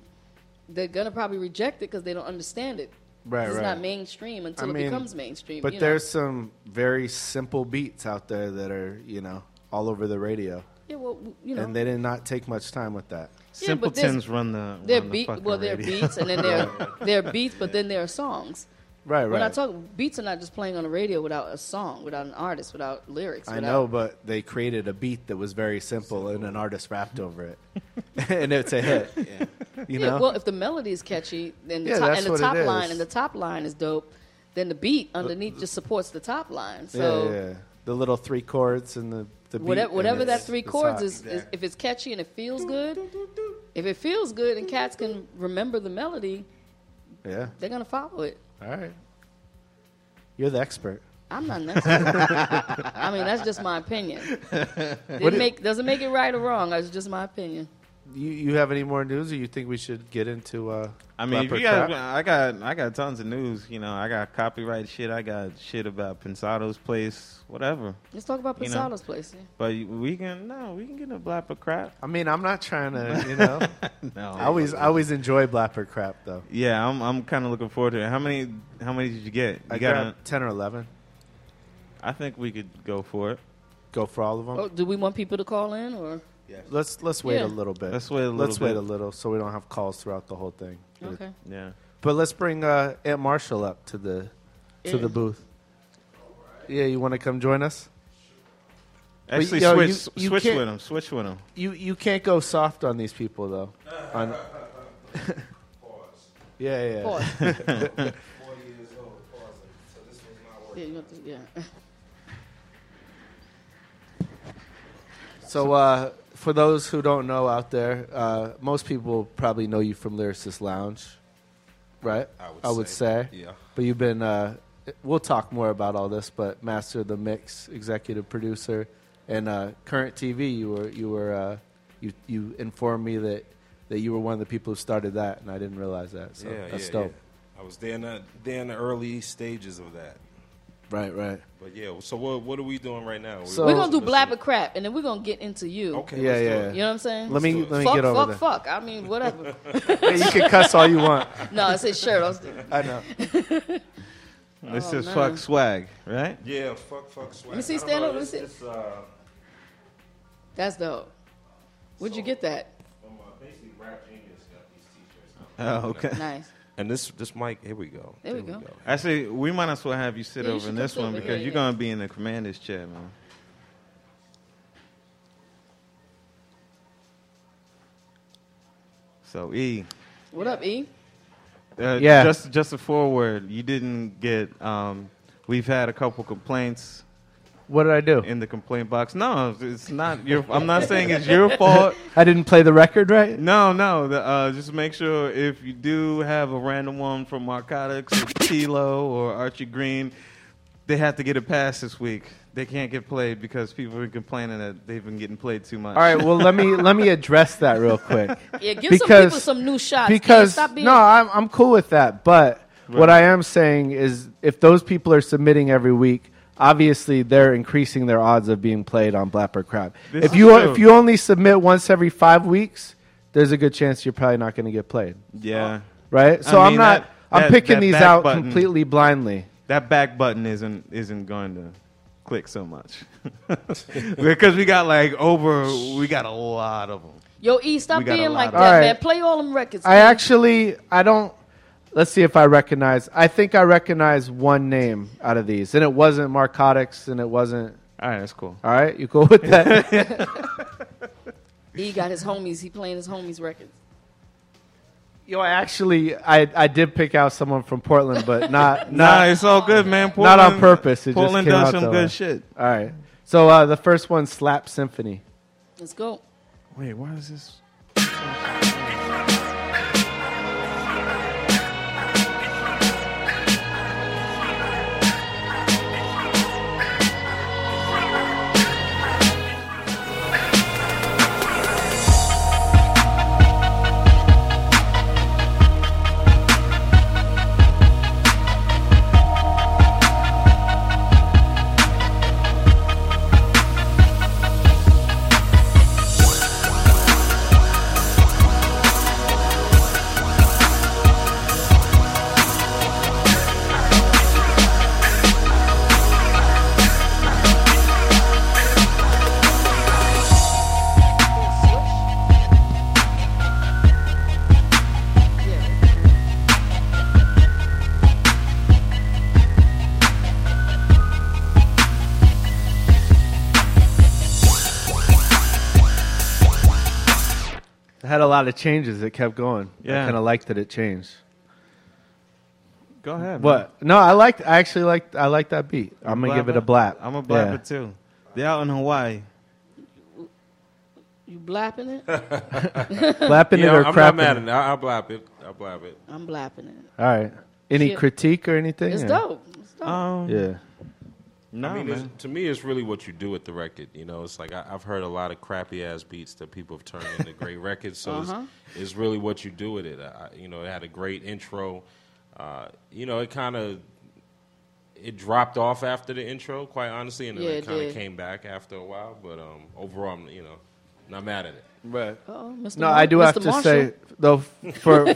S2: They're going to probably reject it because they don't understand it. 'Cause
S7: Right,
S2: It's
S7: right.
S2: not mainstream until
S7: I
S2: it
S7: mean,
S2: becomes mainstream.
S7: But
S2: you know?
S7: there's some very simple beats out there that are, you know, all over the radio,
S2: yeah, well, you know,
S7: and they did not take much time with that.
S2: Yeah, but there's-
S5: Simpletons run the
S2: They're
S5: run the
S2: beat.
S5: fucking
S2: Well, they're
S5: radio.
S2: beats, and then they're they're beats, but then there are songs.
S7: Right, right.
S2: We're not talking beats are not just playing on the radio without a song, without an artist, without lyrics.
S7: I
S2: without,
S7: know, but they created a beat that was very simple, and an artist rapped over it, and it's a hit. You
S2: Yeah,
S7: know,
S2: well, if the melody is catchy, then the
S7: Yeah,
S2: top,
S7: that's
S2: and the
S7: what it
S2: top line
S7: is. Uh,
S2: and the top line is dope. Then the beat underneath just supports the top line.
S7: yeah,
S2: So
S7: yeah. the little three chords and the the beat,
S2: whatever,
S7: and
S2: whatever
S7: it's-
S2: that three
S7: it's
S2: chords
S7: hot.
S2: is, is,
S9: Exactly.
S2: if it's catchy and it feels good, if it feels good and cats can remember the melody,
S7: Yeah,
S2: they're gonna follow it.
S7: all right. You're the expert.
S2: I'm not an expert. I mean, that's just my opinion. It make, doesn't make it right or wrong. That's just my opinion.
S7: You you have any more news, or you think we should get into? Uh,
S5: I mean, if
S7: rapper
S5: you guys,
S7: crap?
S5: I got I got tons of news. You know, I got copyright shit. I got shit about Pensado's place, whatever.
S2: Let's talk about
S5: You know?
S2: Posadas place.
S5: But we can no, we can get a blap of crap.
S7: I mean, I'm not trying to, you know.
S5: No,
S7: I always I always enjoy blapper crap though.
S5: yeah, I'm I'm kind of looking forward to it. How many how many did you get? You
S7: I
S5: got
S7: got,
S5: a-
S7: ten or eleven.
S5: I think we could go for it.
S7: Go for all of them.
S2: Oh, do we want people to call in or?
S9: Um, Yes.
S7: Let's let's wait
S2: Yeah.
S7: a little bit.
S5: Let's wait a little
S7: Let's wait
S5: bit.
S7: a little so we don't have calls throughout the whole thing.
S2: Okay.
S5: Yeah,
S7: But let's bring uh, Aunt Marshall up to the to
S2: Yeah.
S7: the booth. Yeah, you want to come join us?
S5: actually,
S7: yo,
S5: switch
S7: you- you
S5: switch
S7: can't-
S5: with him. Switch with him.
S7: You you can't go soft on these people though. On yeah, yeah, yeah.
S2: Pause.
S9: Forty years old, pausing. So this was my
S2: yeah, you have to, yeah.
S7: So uh, for those who don't know out there, uh, most people probably know you from Lyricist Lounge, right?
S9: I would
S7: say.
S9: say, yeah.
S7: But you've been. Uh, we'll talk more about all this, but master of the mix, executive producer, and uh, current TV. You were you were uh, you you informed me that that you were one of the people who started that, and I didn't realize that. So
S9: yeah,
S7: that's
S9: yeah,
S7: dope.
S9: yeah. I was there in the there in the early stages of that.
S7: Right, right.
S9: But yeah, so what what are we doing right now?
S7: So-
S2: We're gonna do blabber crap, and then we're gonna get into you.
S9: okay,
S7: yeah,
S9: let's do
S7: yeah.
S9: it.
S2: You know what I'm saying?
S7: Let me- let me
S2: fuck,
S7: get over
S2: fuck, fuck. I mean, whatever.
S7: Hey, you can cuss all you want.
S2: no, it's his shirt. I was
S7: I know.
S5: This
S2: Oh,
S5: is
S2: man.
S5: fuck swag, right?
S9: Yeah, fuck, fuck, swag.
S2: me see,
S9: I don't
S2: stand
S9: know,
S2: up, let me
S9: it's-
S2: see.
S9: it's, uh,
S2: That's dope. Where'd you get that?
S9: from, uh, basically Rap Genius got these t-shirts out.
S5: Oh, okay.
S2: Nice.
S9: And this this mic, here we go.
S2: There we go.
S5: Actually, we might as well have you sit
S2: Yeah, you
S5: over in
S2: should
S5: this
S2: sit
S5: one
S2: over
S5: because
S2: here,
S5: you're
S2: yeah.
S5: gonna be in the commander's chair, man. So E,
S2: What up, E?
S5: uh,
S7: Yeah.
S5: just just a foreword. You didn't get. Um, we've had a couple complaints
S7: What did I do?
S5: in the complaint box. No, it's not your. I'm not saying it's your fault.
S7: I didn't play the record right.
S5: No, no. The, uh, just make sure if you do have a random one from Narcotics or Tilo or Archie Green, they have to get a pass this week. They can't get played because people have been complaining that they've been getting played too much.
S7: All right. Well, let me let me address that real quick.
S2: Yeah, give some
S7: Because-
S2: people some new shots. E.
S7: because
S2: stop being
S7: no, I'm I'm cool with that. But what I am saying is, if those people are submitting every week, obviously they're increasing their odds of being played on Blapper Crab.
S5: This
S7: if
S5: is
S7: you
S5: true.
S7: if you only submit once every five weeks, there's a good chance you're probably not going to get played,
S5: Yeah.
S7: right? So
S5: I
S7: I'm
S5: mean,
S7: not.
S5: that-
S7: I'm
S5: that-
S7: picking
S5: that
S7: these
S5: back
S7: out
S5: button.
S7: completely blindly.
S5: That back button isn't isn't going to click so much because we got like over. We got a lot of them.
S2: yo E. Stop
S5: We got a
S2: being
S5: lot
S2: like
S5: of-
S2: that,
S7: All right.
S2: man. Play all them records. E.
S7: I
S2: man.
S7: actually, I don't. Let's see if I recognize. I think I recognize one name out of these, and it wasn't Narcotics, and it wasn't.
S5: All right, that's cool.
S7: All right, you cool with that?
S2: E got his homies. He playing his homies records.
S7: Yo, I actually, I, I did pick out someone from Portland, but not
S5: Nah,
S7: not.
S5: it's all good, man.
S7: Not on
S5: Portland-
S7: purpose, it just
S5: Portland
S7: came
S5: does
S7: out
S5: some
S7: that
S5: good
S7: way.
S5: shit.
S7: all right, so uh, the first one, Slap Symphony.
S2: Let's go.
S5: Wait, why is this?
S7: It had a lot of changes. It kept going. I
S5: Yeah.
S7: kind of liked that it changed.
S5: Go ahead. man.
S7: What? No, I liked. I actually liked. I liked that beat. I'm gonna give it a blap.
S5: I'm a
S7: Yeah.
S5: blapper too. They're out in Hawaii.
S2: You blapping it?
S7: Blapping it or
S9: I'm
S7: crapping.
S9: not mad
S7: it.
S9: at it. I- I'll blab it. I'll blab it.
S2: I'm blapping it.
S7: All right. Any
S2: Shit.
S7: critique or anything?
S2: It's
S7: or-
S2: dope. It's dope.
S5: Um,
S7: Yeah.
S5: no,
S9: I mean, it's,
S5: man.
S9: to me, it's really what you do with the record. You know, it's like I, I've heard a lot of crappy ass beats that people have turned into great records. So
S2: Uh-huh.
S9: it's, it's really what you do with it. I, I- you know, it had a great intro. Uh, you know, it kind of it dropped off after the intro, quite honestly, and then
S2: Yeah,
S9: it
S2: it
S9: kind
S2: did.
S9: of came back after a while. But um, overall, I'm you know not mad at it.
S7: Right.
S2: Uh-oh, Mr.
S7: No,
S2: Mar-
S7: I do
S2: Mr.
S7: have to
S2: Marshall.
S7: say though, for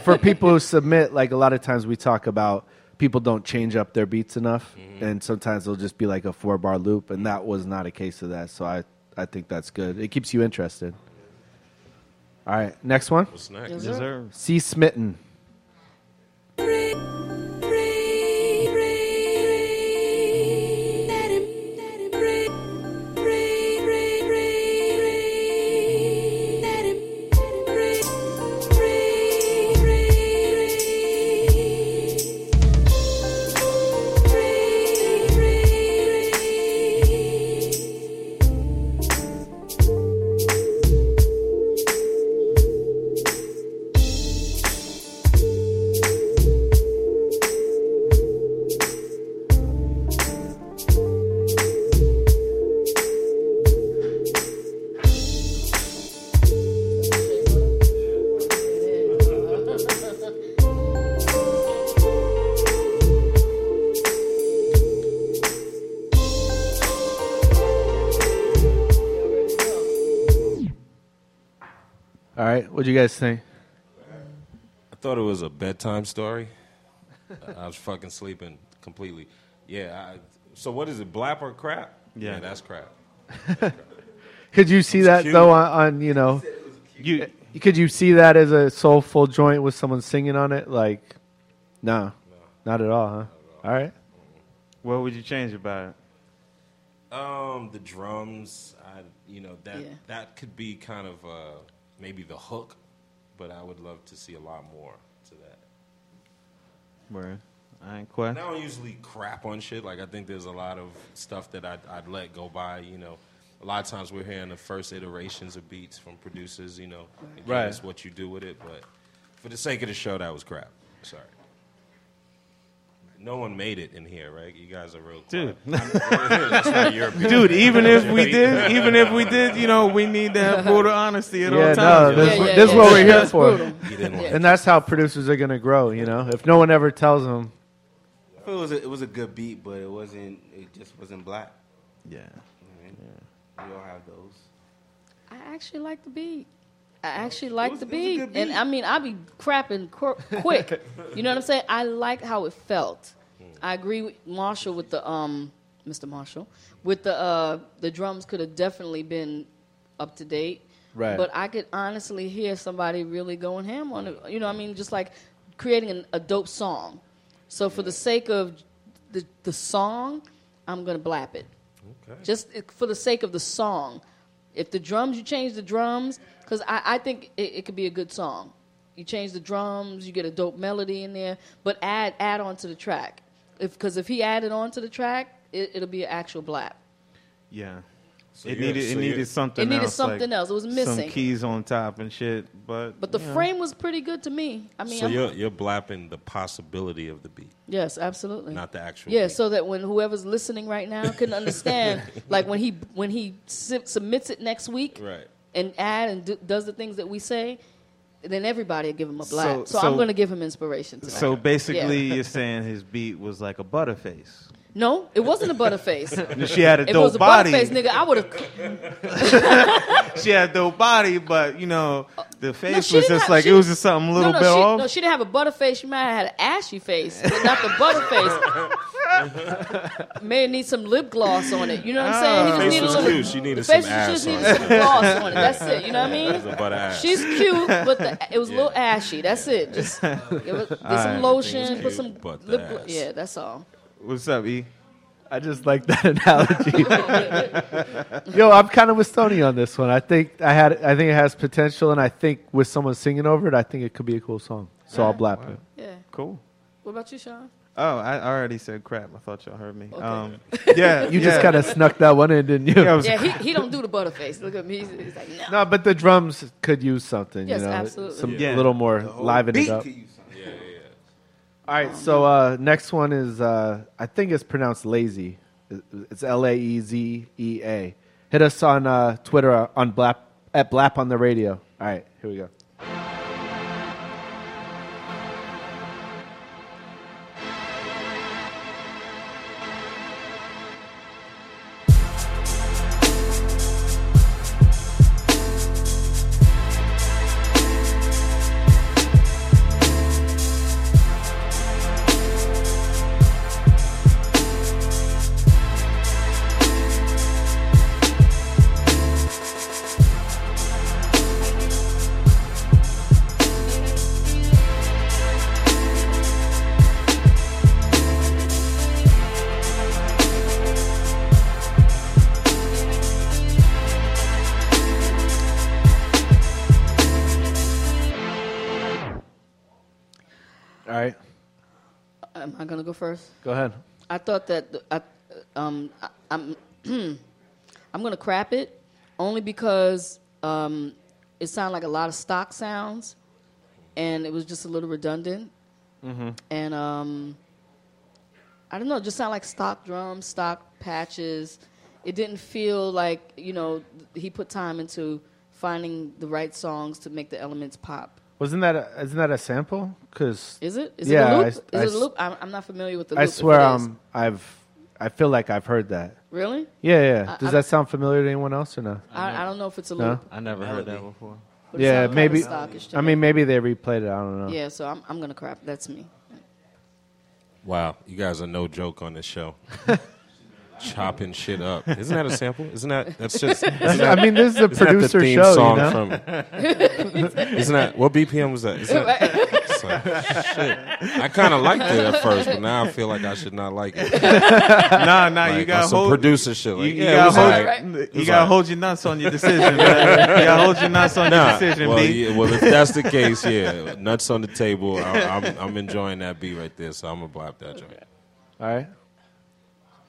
S7: for people who submit, like a lot of times we talk about people don't change up their beats enough,
S2: Mm-hmm.
S7: and sometimes it'll just be like a four bar loop, and that was not a case of that. So I I think that's good. It keeps you interested. All right, next one.
S9: What's next?
S2: Yes, sir.
S5: Deserves.
S7: C Smitten. All right, what do you guys think?
S9: I thought it was a bedtime story. I was fucking sleeping completely. Yeah. I, so what is it? Blap or crap?
S5: Yeah.
S9: that's crap.
S7: Could you see that
S9: cute.
S7: though on, on you know? eh,
S5: You
S7: Could you see that as a soulful joint with someone singing on it? Like, no, not at all, huh? All right,
S5: what would you change about it?
S9: Um, the drums. I you know that
S2: Yeah.
S9: that could be kind of uh, maybe the hook, but I would love to see a lot more to that.
S5: Where I ain't
S9: And
S5: quite.
S9: I don't usually crap on shit. Like I think there's a lot of stuff that I'd, I'd let go by. You know, a lot of times we're hearing the first iterations of beats from producers. You know, and
S7: Right.
S9: It's what you do with it. But for the sake of the show, that was crap. Sorry. No one made it in here, right? You guys are real quiet. That's not your opinion.
S5: Dude, even if we did, even if we did, you know, we need to have brutal honesty at
S7: Yeah,
S5: all times.
S7: no,
S5: yo.
S7: this- this is what we're here
S2: That's
S7: for.
S2: brutal.
S9: You didn't want
S7: and that's how producers are gonna grow. You know, if no one ever tells them,
S8: It was a, it was a good beat, but it wasn't. It just wasn't black.
S5: yeah.
S8: I mean, We all have those.
S2: I actually like the beat. I actually like
S8: was-
S2: the
S8: Oh, it was a
S2: beat.
S8: good
S2: and
S8: beat.
S2: I mean, I be crapping qu- quick. you know what I'm saying? I like how it felt.
S8: Hmm.
S2: I agree with Marshall with the um, Mr. Marshall with the uh, the drums could have definitely been up to date.
S7: Right.
S2: But I could honestly hear somebody really going ham on it. You know, what I mean, just like creating an, a dope song. So for the sake of the the song, I'm gonna blap it just for the sake of the song. If the drums, you change the drums, because I, I think it, it could be a good song. You change the drums, you get a dope melody in there, but add add on to the track. If because if he added on to the track, it, it'll be an actual blap.
S5: Yeah.
S9: So
S5: it
S9: you're-
S5: needed it
S9: so you're-
S5: needed something.
S2: It needed
S5: else, like
S2: something else. It was
S5: Some
S2: missing.
S5: keys on top and shit, but
S2: But the frame was pretty good to me. I mean,
S9: So
S2: I'm-
S9: you're you're blapping the possibility of the beat,
S2: yes, absolutely.
S9: not the actual.
S2: Yeah,
S9: beat.
S2: so that when whoever's listening right now couldn't understand, like when he when he sub- submits it next week,
S9: Right.
S2: and add and do, does the things that we say, then everybody will give him a
S5: So-
S2: black. So,
S5: so-
S2: I'm going to give him inspiration tonight.
S5: so basically, you're saying his beat was like a butterface.
S2: no, it wasn't a butterface.
S5: And She had a
S2: if it was
S5: dope
S2: a
S5: body.
S2: butterface, nigga, I would have.
S5: She had a dope body, but you know, the face
S2: No,
S5: was
S2: she didn't
S5: just
S2: have-
S5: like
S2: she
S5: it was
S2: didn't-
S5: just something a little
S2: no, no,
S5: bit
S2: she,
S5: off.
S2: No, she didn't have a butter face. She might have had an ashy face, but not the butter face. May need some lip gloss on it. You know what I'm saying? He just
S9: Ah,
S2: needed a
S9: face was
S2: little.
S9: cute. She needed
S2: the
S9: some
S2: face
S9: ass
S2: just
S9: on
S2: needed
S9: it.
S2: some gloss on it. That's it. You know what I mean?
S9: It's a butt ass.
S2: She's cute, but the, it was a little
S9: Yeah.
S2: ashy. That's it. Just give it, get some
S9: Everything's
S2: lotion, put
S9: cute,
S2: some
S9: but the
S2: lip. glo-
S9: ass.
S2: Yeah, that's all.
S5: What's up, E?
S7: I just like that analogy. Yo, I'm kind of with Sony on this one. I think I had, I think it has potential, and I think with someone singing over it, I think it could be a cool song. So I'll blap it.
S2: Yeah.
S5: Cool.
S2: What about you, Sean?
S5: Oh, I already said crap. I thought y'all heard me. Um, yeah,
S7: You just
S5: yeah.
S7: kind of snuck that one in, didn't you?
S5: Yeah, I was-
S2: Yeah, he, he don't do the butterface. Look at me. He's, he's like, no.
S7: no, but the drums could use something.
S2: Yes,
S7: you know,
S2: absolutely.
S7: Some,
S5: Yeah.
S7: a little more liven
S8: Beat
S7: it up.
S8: to you, son.
S9: yeah, yeah, yeah.
S7: All right, so uh, next one is uh, I think it's pronounced lazy. It's L A E Z E A. Hit us on uh, Twitter uh, on Blap at Blap on the radio. All right, here we go. All right,
S2: Am I gonna go first?
S7: go ahead.
S2: I thought that th- I, um, I, I'm I'm gonna crap it only because um, it sounded like a lot of stock sounds, and it was just a little redundant.
S5: Mm-hmm.
S2: And um, I don't know, it just sounded like stock drums, stock patches. It didn't feel like you know th- he put time into finding the right songs to make the elements pop.
S7: Wasn't that a, isn't that a sample? Because
S2: Is it? Is
S7: Yeah,
S2: it a loop?
S7: I-
S2: is
S7: I
S2: it
S7: s-
S2: a loop? I'm, I'm not familiar with the
S7: I
S2: loop. if
S7: swear
S2: it is.
S7: um, I've I feel like I've heard that.
S2: Really?
S7: Yeah, yeah.
S2: I-
S7: Does
S2: I-
S7: that sound familiar to anyone else or not?
S2: I, I don't know if it's a
S7: No?
S2: loop.
S5: I never heard that
S8: Melody.
S5: before.
S2: But it's
S7: yeah,
S2: not
S7: maybe.
S2: Comstock, it's
S7: I mean, maybe they replayed it. I don't know.
S2: Yeah, so I'm I'm gonna crap. That's me.
S9: Wow, you guys are no joke on this show. Chopping shit up. Isn't that a sample? Isn't that that's just? isn't that-
S7: I mean, this is a
S9: isn't that the
S7: producer
S9: theme
S7: show,
S9: song
S7: you know.
S9: from? Isn't that what BPM was that? Isn't that it's like, shit. I kind of liked it at first, but now I feel like I should not like it.
S5: Nah, nah,
S9: Like,
S5: you
S9: on
S5: got
S9: some
S5: hold.
S9: producer shit.
S5: You,
S9: Like,
S5: you
S9: yeah, it
S5: gotta
S9: was
S5: hold,
S9: like,
S5: you
S9: was
S5: gotta
S9: like-
S5: hold your nuts on your decision, man. you gotta hold your nuts on your decision,
S9: well,
S5: B.
S9: yeah, well, if that's the case, yeah, nuts on the table. I, I'm, I'm enjoying that beat right there, so I'm gonna blab that joint.
S7: All right,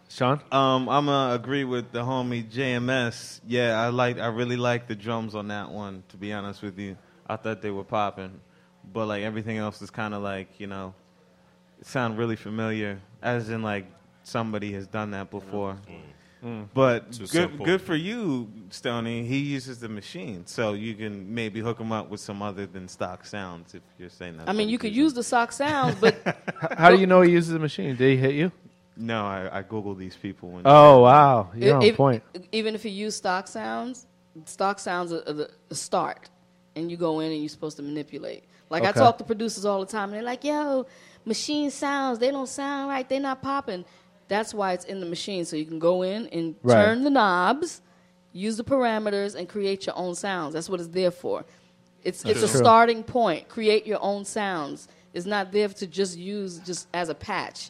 S7: Sean.
S5: Um, I'm gonna agree with the homie JMS. Yeah, I like, I really like the drums on that one. To be honest with you, I thought they were popping, but like everything else is kind of like you know, it sound really familiar, as in like somebody has done that before.
S7: Mm.
S5: But
S9: Mm. Too
S5: good,
S9: simple.
S5: good for you, Stony. He uses the machine, so you can maybe hook him up with some other than stock sounds if you're saying that.
S2: I mean, you could use the sock sounds, but
S7: How do you know he uses the machine? Did he hit you?
S5: No, I, I googled these people. And
S7: Oh wow, you're
S2: e-
S7: on
S2: e-
S7: point.
S2: even if you use stock sounds, stock sounds are the a start, and you go in and you're supposed to manipulate. Like I
S7: Okay.
S2: talk to producers all the time, and they're like, "Yo, machine sounds they don't sound right. They're not popping." That's why it's in the machine, so you can go in and
S7: Right.
S2: turn the knobs, use the parameters, and create your own sounds. That's what it's there for. It's it's a
S7: true.
S2: starting point. Create your own sounds. It's not there to just use just as a patch.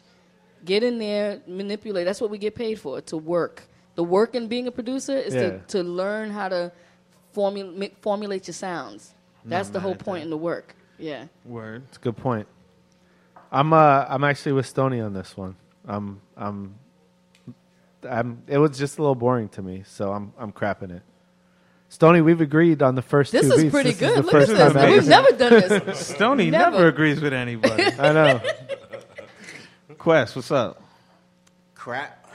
S2: Get in there, manipulate. That's what we get paid for to work. The work in being a producer is
S7: Yeah.
S2: to, to learn how to formula, make, formulate your sounds. That's the whole point in the work. Yeah.
S5: Word.
S7: It's a good point. I'm uh I'm actually with Stony on this one. I'm I'm I'm it was just a little boring to me, so I'm I'm crapping it. Stony, we've agreed on the first
S2: This
S7: two
S2: is
S7: beats.
S2: pretty
S7: this
S2: good.
S7: Is the
S2: Look
S7: first
S2: at
S7: time
S2: this. We've
S7: ever.
S2: never done this.
S5: Stony
S2: Never.
S5: never agrees with anybody.
S7: I know.
S5: Quest, what's up?
S8: Crap.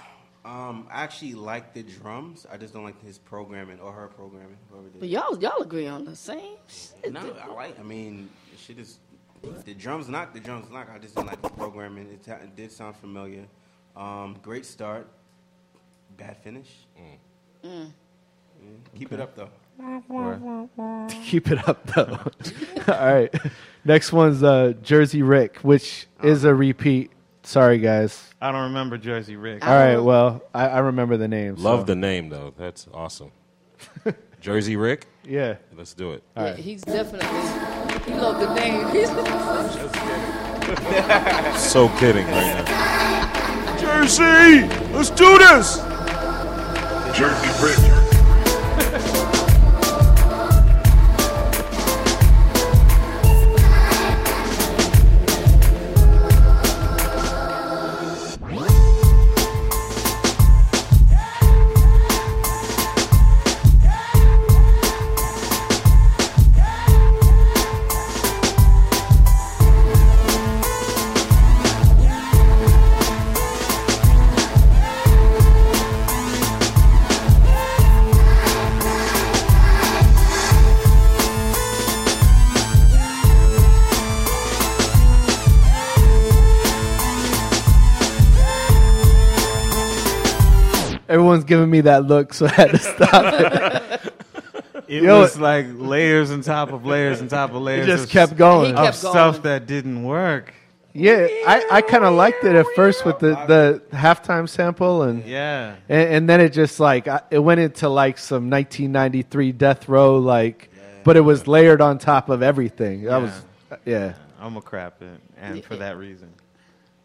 S8: Um, I actually like the drums. I just don't like his programming or her programming. Whoever did.
S2: But
S8: it.
S2: y'all, y'all agree on the same shit.
S8: No, I like. I mean, the shit is the drums knock. The drums knock. I just didn't like the programming. It, ta- it did sound familiar. Um, great start, bad finish.
S2: Mm.
S8: Yeah, Keep it up though.
S7: Keep it up though. All right. Next one's uh Jersey Rick, which is a repeat. Sorry guys.
S5: I don't remember Jersey Rick.
S7: All right, well, I, I remember the name.
S9: Love
S7: so-
S9: the name though. That's awesome. Jersey Rick,
S7: Yeah.
S9: let's do it.
S2: Yeah, He's definitely. He loved the name. He's
S9: So kidding right now. Jersey, let's do this.
S11: Jersey Rick.
S7: Everyone's giving me that look, so I had to stop it.
S5: It
S7: Yo,
S5: was like layers on top of layers on top of
S7: It
S5: layers.
S7: just
S5: of,
S7: kept going.
S5: of
S2: Kept
S5: stuff
S2: going.
S5: that didn't work.
S7: Yeah, I, I kind of liked it at first with the, the halftime sample, and,
S5: Yeah.
S7: and and then it just like I, it went into like some 1993 death row like, but it was layered on top of everything. That was yeah.
S5: I'm a crap it, and for that reason. E,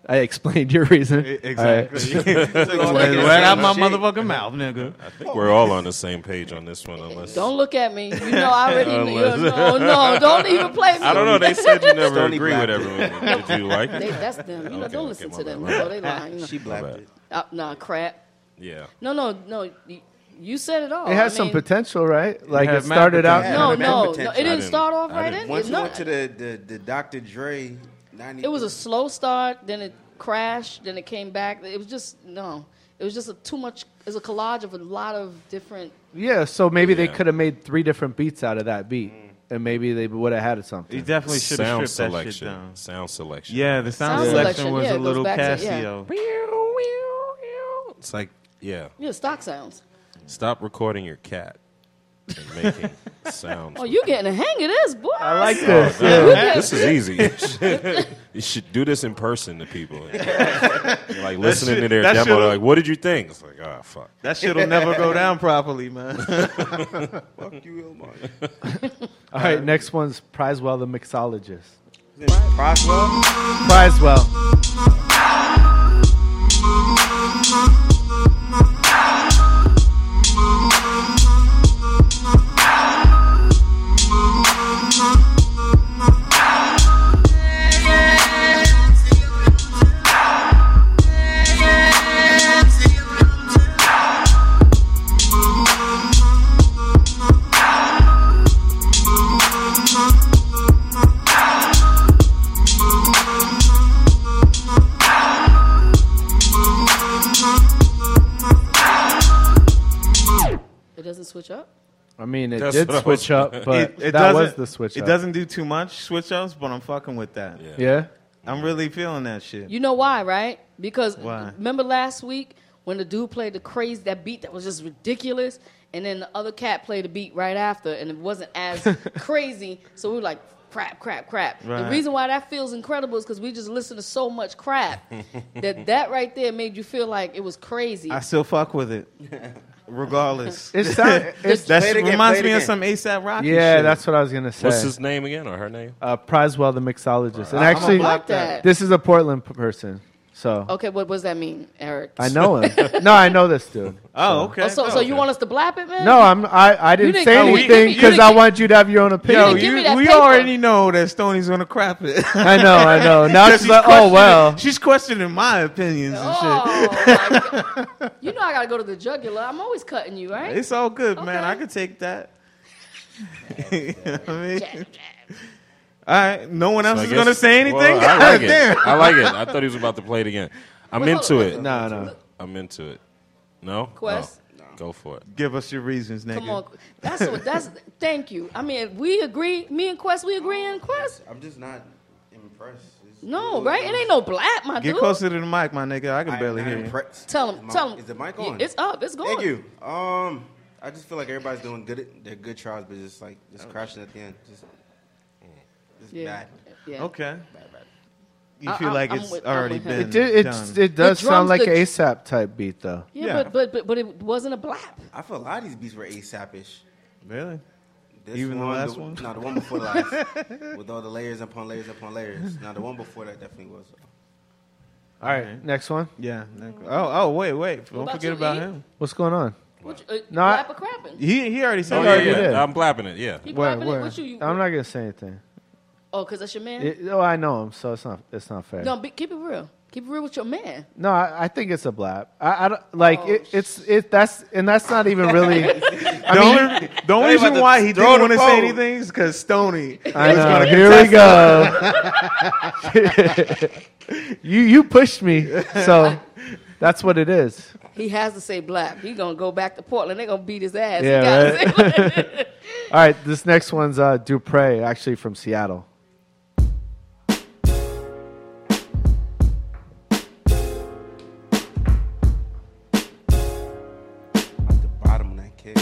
S7: I explained your reason.
S5: Exactly. Right out my motherfucking mouth, nigga.
S9: I think we're all on the same page on this one, unless
S2: Don't look at me. You know I already. know. no, no, don't even play me.
S9: Oh, I don't know. They said you never
S8: Stony
S9: agree with
S8: black.
S9: everyone. Did you like
S2: They,
S9: it?
S2: that's them. You know,
S9: Okay,
S2: don't
S9: okay,
S2: listen
S9: my
S2: to
S9: bad,
S2: them.
S9: my
S2: No, they lying. You know.
S8: She blabbed
S9: bad.
S8: it.
S2: Uh, nah, crap.
S9: Yeah.
S2: No, no, no. y- You said it all.
S7: it has
S2: I
S7: some
S2: mean,
S7: potential, right? Like
S5: had
S7: it
S5: mad
S7: started out.
S8: potential.
S2: No,
S8: Yeah,
S2: no, no.
S8: potential.
S2: It didn't
S9: didn't-
S2: start off
S9: I
S2: right.
S9: didn't-
S2: It,
S8: Once
S2: did
S8: you
S2: not.
S8: went to the the, the Dr. Dre, 90,
S2: it was a slow start. Then it crashed. Then it came back. It was just no. It was just a too much. It's a collage of a lot of different.
S7: Yeah, so maybe they
S9: Yeah.
S7: could have made three different beats out of that beat, and maybe they would have had
S5: Mm. He
S7: something.
S5: definitely should have
S9: Sound
S5: stripped that shit
S9: selection.
S5: down.
S9: Sound selection.
S5: Yeah, the sound,
S2: Sound
S5: selection,
S2: selection,
S5: was
S2: yeah, it
S5: a
S2: goes
S5: little
S2: back to- yeah.
S5: Casio.
S9: It's like yeah.
S2: You know, stock sounds.
S9: Stop recording your cat. and making sounds.
S2: Oh, you getting a hang of this, boy. I like
S9: this.
S2: Oh, yeah.
S9: Oh, This is easy. You should, you should do this in person to people. like listening to
S5: shit-
S9: their
S5: that
S9: demo,
S5: shit'll-
S9: they're like, "What did you think?" It's like, "Ah, fuck."
S5: That shit'll never go down properly, man.
S8: Fuck you, Omar.
S7: All right, next one's Prizewell the mixologist.
S8: Crosswell?
S7: Prizewell.
S2: It doesn't switch up.
S7: I mean, it
S9: That's
S7: did
S9: what I was-
S7: switch up,
S5: It-
S7: but
S5: it
S7: that
S5: doesn't-
S7: was the switch
S5: It
S7: up.
S5: doesn't do too much switch ups, but I'm fucking with that.
S9: Yeah.
S7: Yeah.
S5: I'm really feeling that shit.
S2: You know why, right? Because
S5: Why?
S2: remember last week when the dude played the crazy that beat that was just ridiculous, and then the other cat played the beat right after, and it wasn't as crazy. So we were like, crap, crap, crap. The
S5: Right.
S2: reason why that feels incredible is because we just listened to so much crap that that right there made you feel like it was crazy.
S5: I still fuck with it, regardless.
S7: It sound, it's,
S5: that
S8: Play it again,
S5: reminds
S8: play it
S5: me of
S8: again.
S5: some ASAP Rocky.
S7: yeah,
S5: shit.
S7: that's what I was gonna say.
S9: What's his name again or her name?
S7: uh, Prizewell the mixologist, and
S2: I
S7: actually,
S2: like that.
S7: this is a Portland p- person, so
S2: okay, what, what does that mean, Eric?
S7: I know him. no, I know this dude.
S5: Oh, okay.
S2: Oh, so, so you want us to blap it, man?
S7: No, I'm. I, I didn't
S2: didn't
S7: say
S2: give me- you
S7: anything
S2: didn't
S7: because I
S2: give-
S7: wanted you to have your own
S5: Yo,
S7: opinion.
S2: give
S5: you,
S2: me that
S5: we
S2: paper.
S5: already know that Stoney's gonna crap it.
S7: I know, I know. Now she's like, oh
S5: questioning-
S7: well.
S5: she's questioning my opinions and shit.
S2: Oh, my God. you know I gotta go to the jugular. I'm always cutting you, right?
S5: It's all good, man.
S2: Okay.
S5: I could take that. You know what I mean?
S2: Jab, jab.
S5: All right, no one else
S9: I
S5: is
S9: guess-
S5: gonna say anything.
S9: Well, I like it.
S5: Damn.
S9: I like it. I thought he was about to play it again. I'm
S2: Wait, hold
S9: into
S2: on,
S9: it.
S7: No, no.
S9: I'm into it. No.
S2: Quest?
S9: No. Go for it.
S5: Give us your reasons, nigga.
S2: Come on, that's what that's. Thank you. I mean, we agree. Me and Quest, we agree in Quest.
S8: I'm just not impressed. It's-
S2: No, right? It ain't no black, my
S5: Get
S2: dude.
S5: closer to the mic, my nigga. I can
S8: I'm
S5: barely
S8: not
S5: hear you.
S8: impressed.
S2: Tell him.
S8: Is my-
S2: tell him.
S8: Is the mic
S2: Yeah,
S8: on?
S2: it's up. It's going.
S8: Thank you. Um, I just feel like everybody's doing good. They're good tries, but just like
S5: Oh.
S8: just crashing at the end. Just, just
S2: Yeah.
S8: bad.
S2: yeah.
S5: Okay.
S8: Bad, bad.
S5: You
S2: I-
S5: feel
S2: I'm-
S5: like
S2: I'm
S5: it's
S2: with- I'm
S5: already
S2: with
S5: been
S2: him.
S7: It did, it's,
S5: done.
S7: it does
S2: The
S7: sound
S2: drums,
S7: like
S2: the-
S7: an ASAP type beat though.
S2: Yeah,
S5: Yeah.
S2: But, but but but it wasn't a black.
S8: I feel a lot of these beats were ASAP-ish.
S5: really?
S8: This
S5: Even the last
S8: the,
S5: one?
S8: No, the one before the last, with all the layers upon layers upon layers. Now the one before that definitely was.
S7: All right, next one.
S5: Yeah. nigga. Oh, oh, wait, wait. Don't
S2: about
S5: forget
S2: you,
S5: about
S2: E?
S5: him.
S7: What's going on?
S2: What you, uh,
S7: No, I-
S2: blap or crapping?
S5: He he already said
S9: Oh,
S5: that.
S9: yeah,
S7: already
S9: yeah.
S7: did.
S9: I'm blapping it. Yeah.
S2: He
S7: Where,
S2: blapping it.
S7: where?
S2: What you? you
S7: I'm not gonna say anything.
S2: Oh, cause that's your man.
S7: It, oh, I know him, so it's not it's not fair.
S2: no,
S7: No,
S2: be, keep it real. Keep it real with your man.
S7: I, I think it's a blab. I, I don't, like
S2: Oh,
S7: it, it's it that's and that's not even really.
S5: The only, the
S8: about
S5: only reason
S8: to
S5: why he
S8: throw
S5: didn't
S8: the
S5: want to
S8: phone.
S5: say anything is because Stony.
S7: I know. Here we go. you you pushed me, so that's what it is.
S2: He has to say black. He gonna go back to Portland. They gonna beat his ass. He
S7: Yeah,
S2: gotta
S7: right.
S2: say black.
S7: All right, this next one's uh, Dupre, actually from Seattle.
S8: At the bottom of that kick.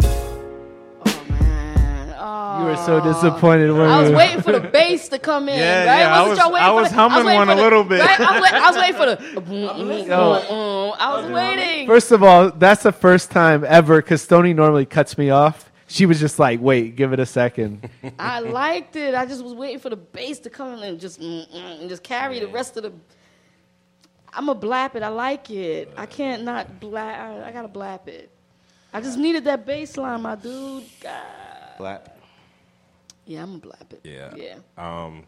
S2: oh man. Oh.
S7: You were so disappointed when
S2: I was
S7: you-
S2: waiting for the bass to come in.
S5: Yeah,
S2: right?
S5: yeah, I
S2: Wasn't
S5: was-
S2: y'all waiting
S5: I
S2: for
S5: was
S2: the-
S5: humming
S2: waiting
S5: one
S2: for
S5: a
S2: the-
S5: little bit.
S2: Right? I, was wait, I was waiting for the. I was waiting.
S7: First of all, that's the first time ever because Stony normally cuts me off. She was just like, "Wait, give it a second.
S2: I liked it. I just was waiting for the bass to come in and just mm, mm, and just carry the rest of the. I'm a blap it. I like it. I can't not blap. I, I gotta blap it. I just needed that bass line, my dude. God.
S8: Black.
S2: Yeah, I'm a blap it.
S9: Yeah.
S2: Yeah.
S9: Um,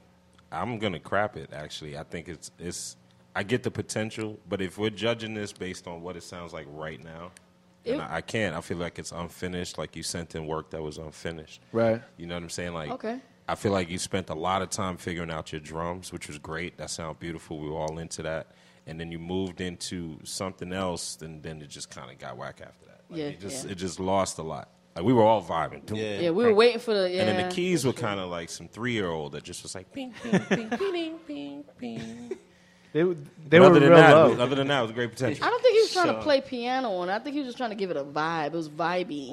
S9: I'm gonna crap it. Actually, I think it's it's I get the potential, but if we're judging this based on what it sounds like right now,
S2: It-
S9: and I, I can't. I feel like it's unfinished. Like you sent in work that was unfinished.
S7: Right.
S9: You know what I'm saying? Like,
S2: Okay.
S9: I feel like you spent a lot of time figuring out your drums, which was great. That sounded beautiful. We were all into that, and then you moved into something else, and then it just kind of got whack after that. Like,
S2: Yeah,
S9: It just
S2: yeah.
S9: it just lost a lot. Like we were all vibing. Doom,
S8: Yeah.
S2: Yeah, we were waiting for the. Yeah.
S9: and then the keys were kind of like some three year old that just was like ping, ping, ping, ping, ping, ping, ping.
S7: They, they
S9: But
S7: were
S9: other than
S7: real
S9: that,
S7: low.
S9: other than that, it was great potential.
S2: I don't think he was trying to play piano on. it. I think he was just trying to give it a vibe. It was vibey.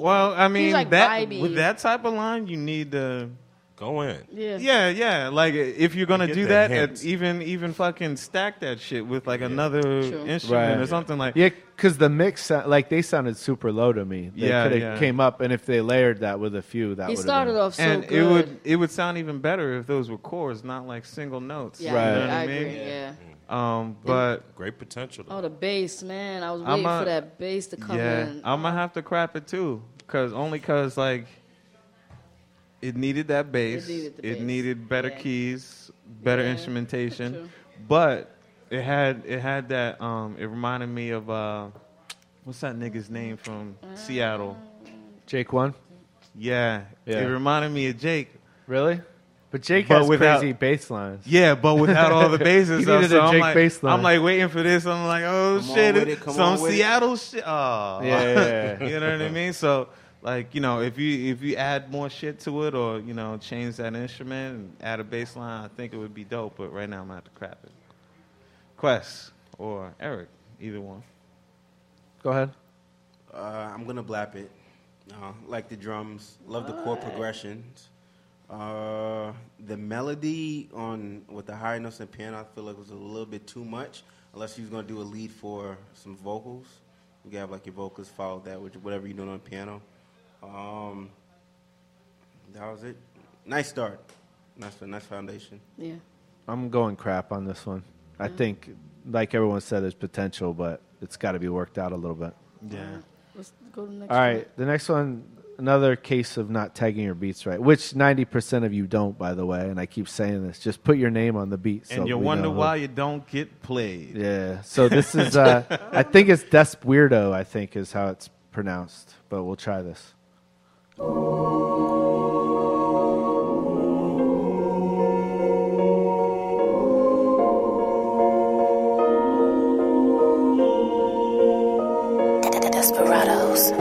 S5: Well, I mean,
S2: He's like
S5: that
S2: vibey.
S5: with that type of line, you need to.
S9: Go in.
S2: Yeah.
S5: Yeah, yeah. Like if you're gonna
S9: Get
S5: do
S9: the
S5: that,
S9: hint.
S5: uh, even even fucking stack that shit with like another instrument
S7: Right.
S5: or something like.
S7: Yeah, because the mix, sound, like they sounded super low to me. They
S5: Yeah,
S7: coulda
S5: yeah.
S7: came up, and if they layered that with a few, that
S2: He
S7: would
S2: started off so
S5: and
S2: good.
S5: it would it would sound even better if those were chords, not like single notes.
S2: yeah,
S7: Right.
S2: I,
S5: You
S2: agree,
S5: know what
S2: I
S5: I
S2: agree.
S5: mean?
S2: Yeah.
S5: Um, but
S9: Great potential.
S2: Oh, the bass, man! I was
S5: I'm
S2: waiting
S5: a-
S2: for that bass to come
S5: yeah,
S2: in.
S5: I'm gonna have to crap it too, cause only cause like it needed that bass.
S2: needed the bass.
S5: needed better
S2: Yeah.
S5: keys, better
S2: Yeah. True.
S5: instrumentation, but it had it had that. Um, it reminded me of uh, what's that nigga's name from Seattle?
S7: Jake one,
S5: Yeah,
S7: Yeah.
S5: it reminded me of Jake.
S7: really? But Jake
S5: But
S7: has
S5: without-
S7: crazy bass lines.
S5: Yeah, but without all the
S7: He
S5: bases, so
S7: needed a
S5: I'm
S7: Jake
S5: like,
S7: bass line.
S5: I'm like waiting for this. I'm like, oh
S8: Come on
S5: shit,
S8: with it, come
S5: some
S8: on with it.
S5: Seattle shit. Oh,
S7: Yeah, yeah, yeah.
S5: you know what I mean. So, like, you know, if you if you add more shit to it, or you know, change that instrument and add a bass line, I think it would be dope. But right now, I'm gonna have to crap it. Quest or Eric, either one.
S7: Go ahead.
S8: Uh, I'm gonna blap it. Uh, like the drums, love the chord progressions. Uh, the melody on with the higher notes and piano, I feel like was a little bit too much. Unless you was gonna do a lead for some vocals, you can have like your vocals follow that with whatever you're doing on piano. Um, that was it. Nice start. Nice, nice foundation.
S2: yeah.
S7: I'm going crap on this one. I think, like everyone said, there's potential, but it's got to be worked out a little bit.
S5: Yeah.
S2: Let's go to the next.
S7: All right, the next one, another case of not tagging your beats right, which 90% of you don't, by the way. And I keep saying this, just put your name on the beat. so
S5: And you
S7: we
S5: wonder
S7: know who-
S5: why you don't get played.
S7: Yeah. So this is, uh, I think it's Des Weirdo, I think is how it's pronounced, but we'll try this.
S12: Desperados.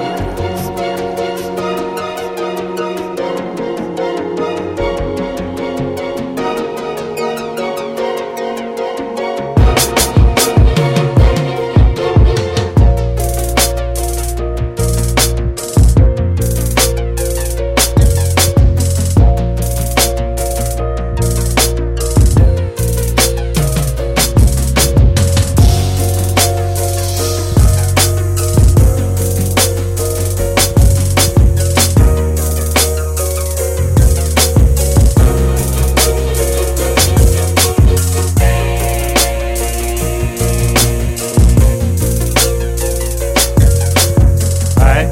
S7: All right.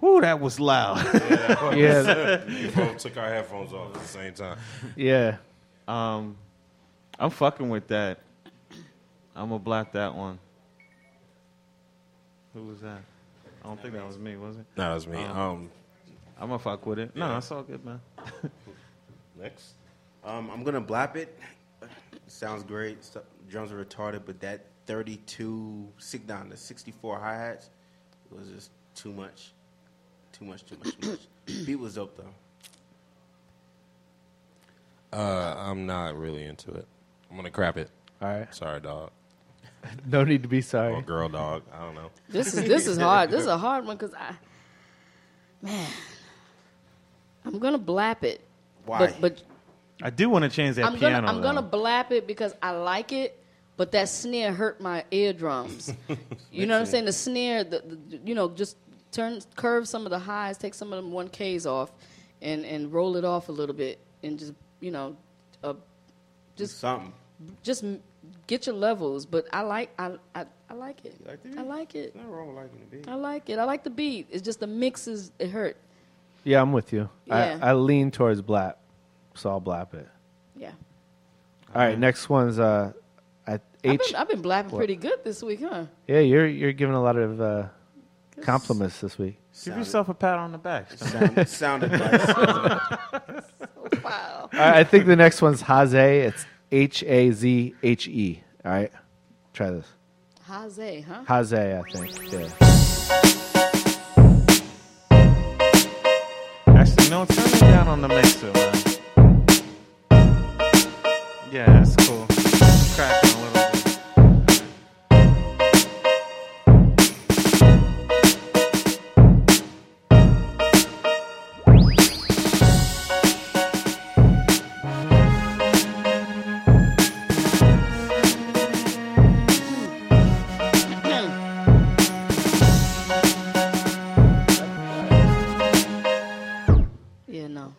S5: Whoo, that was loud.
S7: Yeah.
S9: We both took our headphones off at the same time.
S7: Yeah.
S5: um, I'm fucking with that. I'm gonna block that one. Who was that? I don't think that was me, was it?
S9: No, that was me. Um,
S5: I'm gonna fuck with it. No, that's all good, man.
S9: next.
S8: Um, I'm gonna blap it. Sounds great. So, drums are retarded, but that 32 sick down the 64 hi hats was just too much, too much, too much, too much. Beat was dope though.
S9: Uh, I'm not really into it. I'm gonna crap it.
S7: All right.
S9: Sorry, dog.
S7: No need to be
S9: Or
S7: sorry.
S9: Oh, girl, dog. I don't know.
S2: This is this is hard. This is a hard one because I, man, I'm gonna blap it.
S8: Why?
S2: But, but
S5: I do want to change that
S2: I'm gonna
S5: piano.
S2: I'm gonna
S5: though.
S2: blap it because I like it, but that snare hurt my eardrums. you know what I'm saying? The snare, the, the you know, just turn curve some of the highs, take some of them one Ks off, and and roll it off a little bit, and just you know, uh, just
S8: Something.
S2: just m- get your levels. But I like I I, I like it.
S8: like the
S2: I
S8: beat?
S2: like it.
S8: Nothing wrong with liking the beat.
S2: I like it. I like the beat. It's just the mix is it hurt.
S7: Yeah, I'm with you.
S2: Yeah.
S7: I, I lean towards blap, so I'll blap it.
S2: Yeah.
S7: All right, next one's uh, at
S2: I've
S7: H.
S2: been, I've been blapping pretty good this week, huh?
S7: yeah, you're you're giving a lot of uh, compliments this week.
S5: Give yourself a pat on the back.
S8: Sound, sounded nice.
S2: Wow.
S7: All right, I think the next one's Haze. It's H A Z H E. All right, try this.
S2: Jose, huh?
S7: Haze, I think. Yeah.
S5: Actually, no, turn it down on the mixer, man. Yeah, that's cool. Cracking a little bit.
S2: Yeah, no.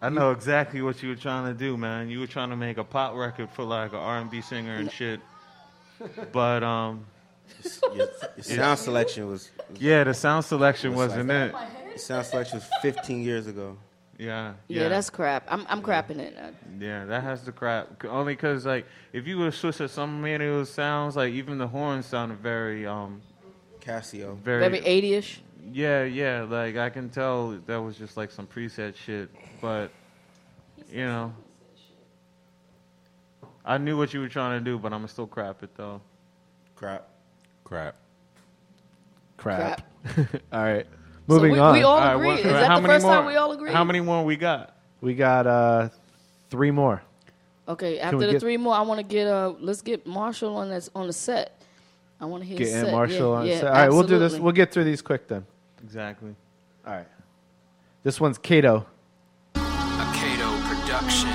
S5: I know exactly what you were trying to do, man. You were trying to make a pop record for like an R&B singer and shit. But um,
S8: your, your sound selection was
S5: yeah, the sound selection wasn't it.
S8: your sound selection was 15 years ago.
S5: Yeah,
S2: Yeah, that's crap. I'm I'm crapping it. Uh,
S5: Yeah, that has to crap. C- Only because like if you were to switch to some manual sounds, like even the horns sounded very um
S8: Casio.
S5: very,
S2: Maybe 80ish.
S5: yeah yeah. Like I can tell that was just like some preset shit, but you know. I knew what you were trying to do, but I'm gonna still crap it though.
S8: Crap.
S9: Crap.
S7: Crap.
S2: Crap.
S7: All right, moving
S2: we-
S7: on.
S2: we all-
S5: Alright,
S2: agree.
S5: what-
S2: Is that
S5: how
S2: the
S5: many
S2: first time
S5: more-
S2: we all agree?
S5: How many more we got?
S7: we got uh, three more.
S2: Okay,
S7: we
S2: after the
S7: get-
S2: three more, I want to get uh, let's get Marshall on that's on the set. I want to hear
S7: Get
S2: set.
S7: Aunt Marshall
S2: yeah,
S7: on.
S2: Yeah,
S7: set. All right, we'll do this.
S2: absolutely.
S7: We'll get through these quick then.
S5: Exactly.
S7: All right, this one's Kato.
S13: Akato Production.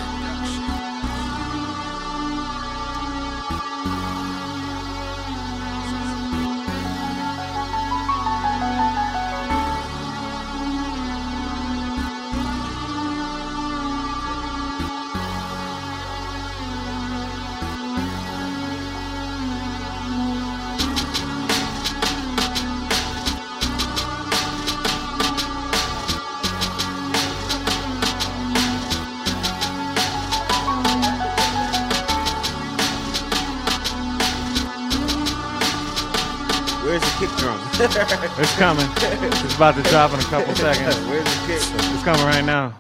S8: Where's the kick drum?
S5: It's coming. it's about to drop in a couple seconds.
S8: Where's the kick?
S5: It's coming right now.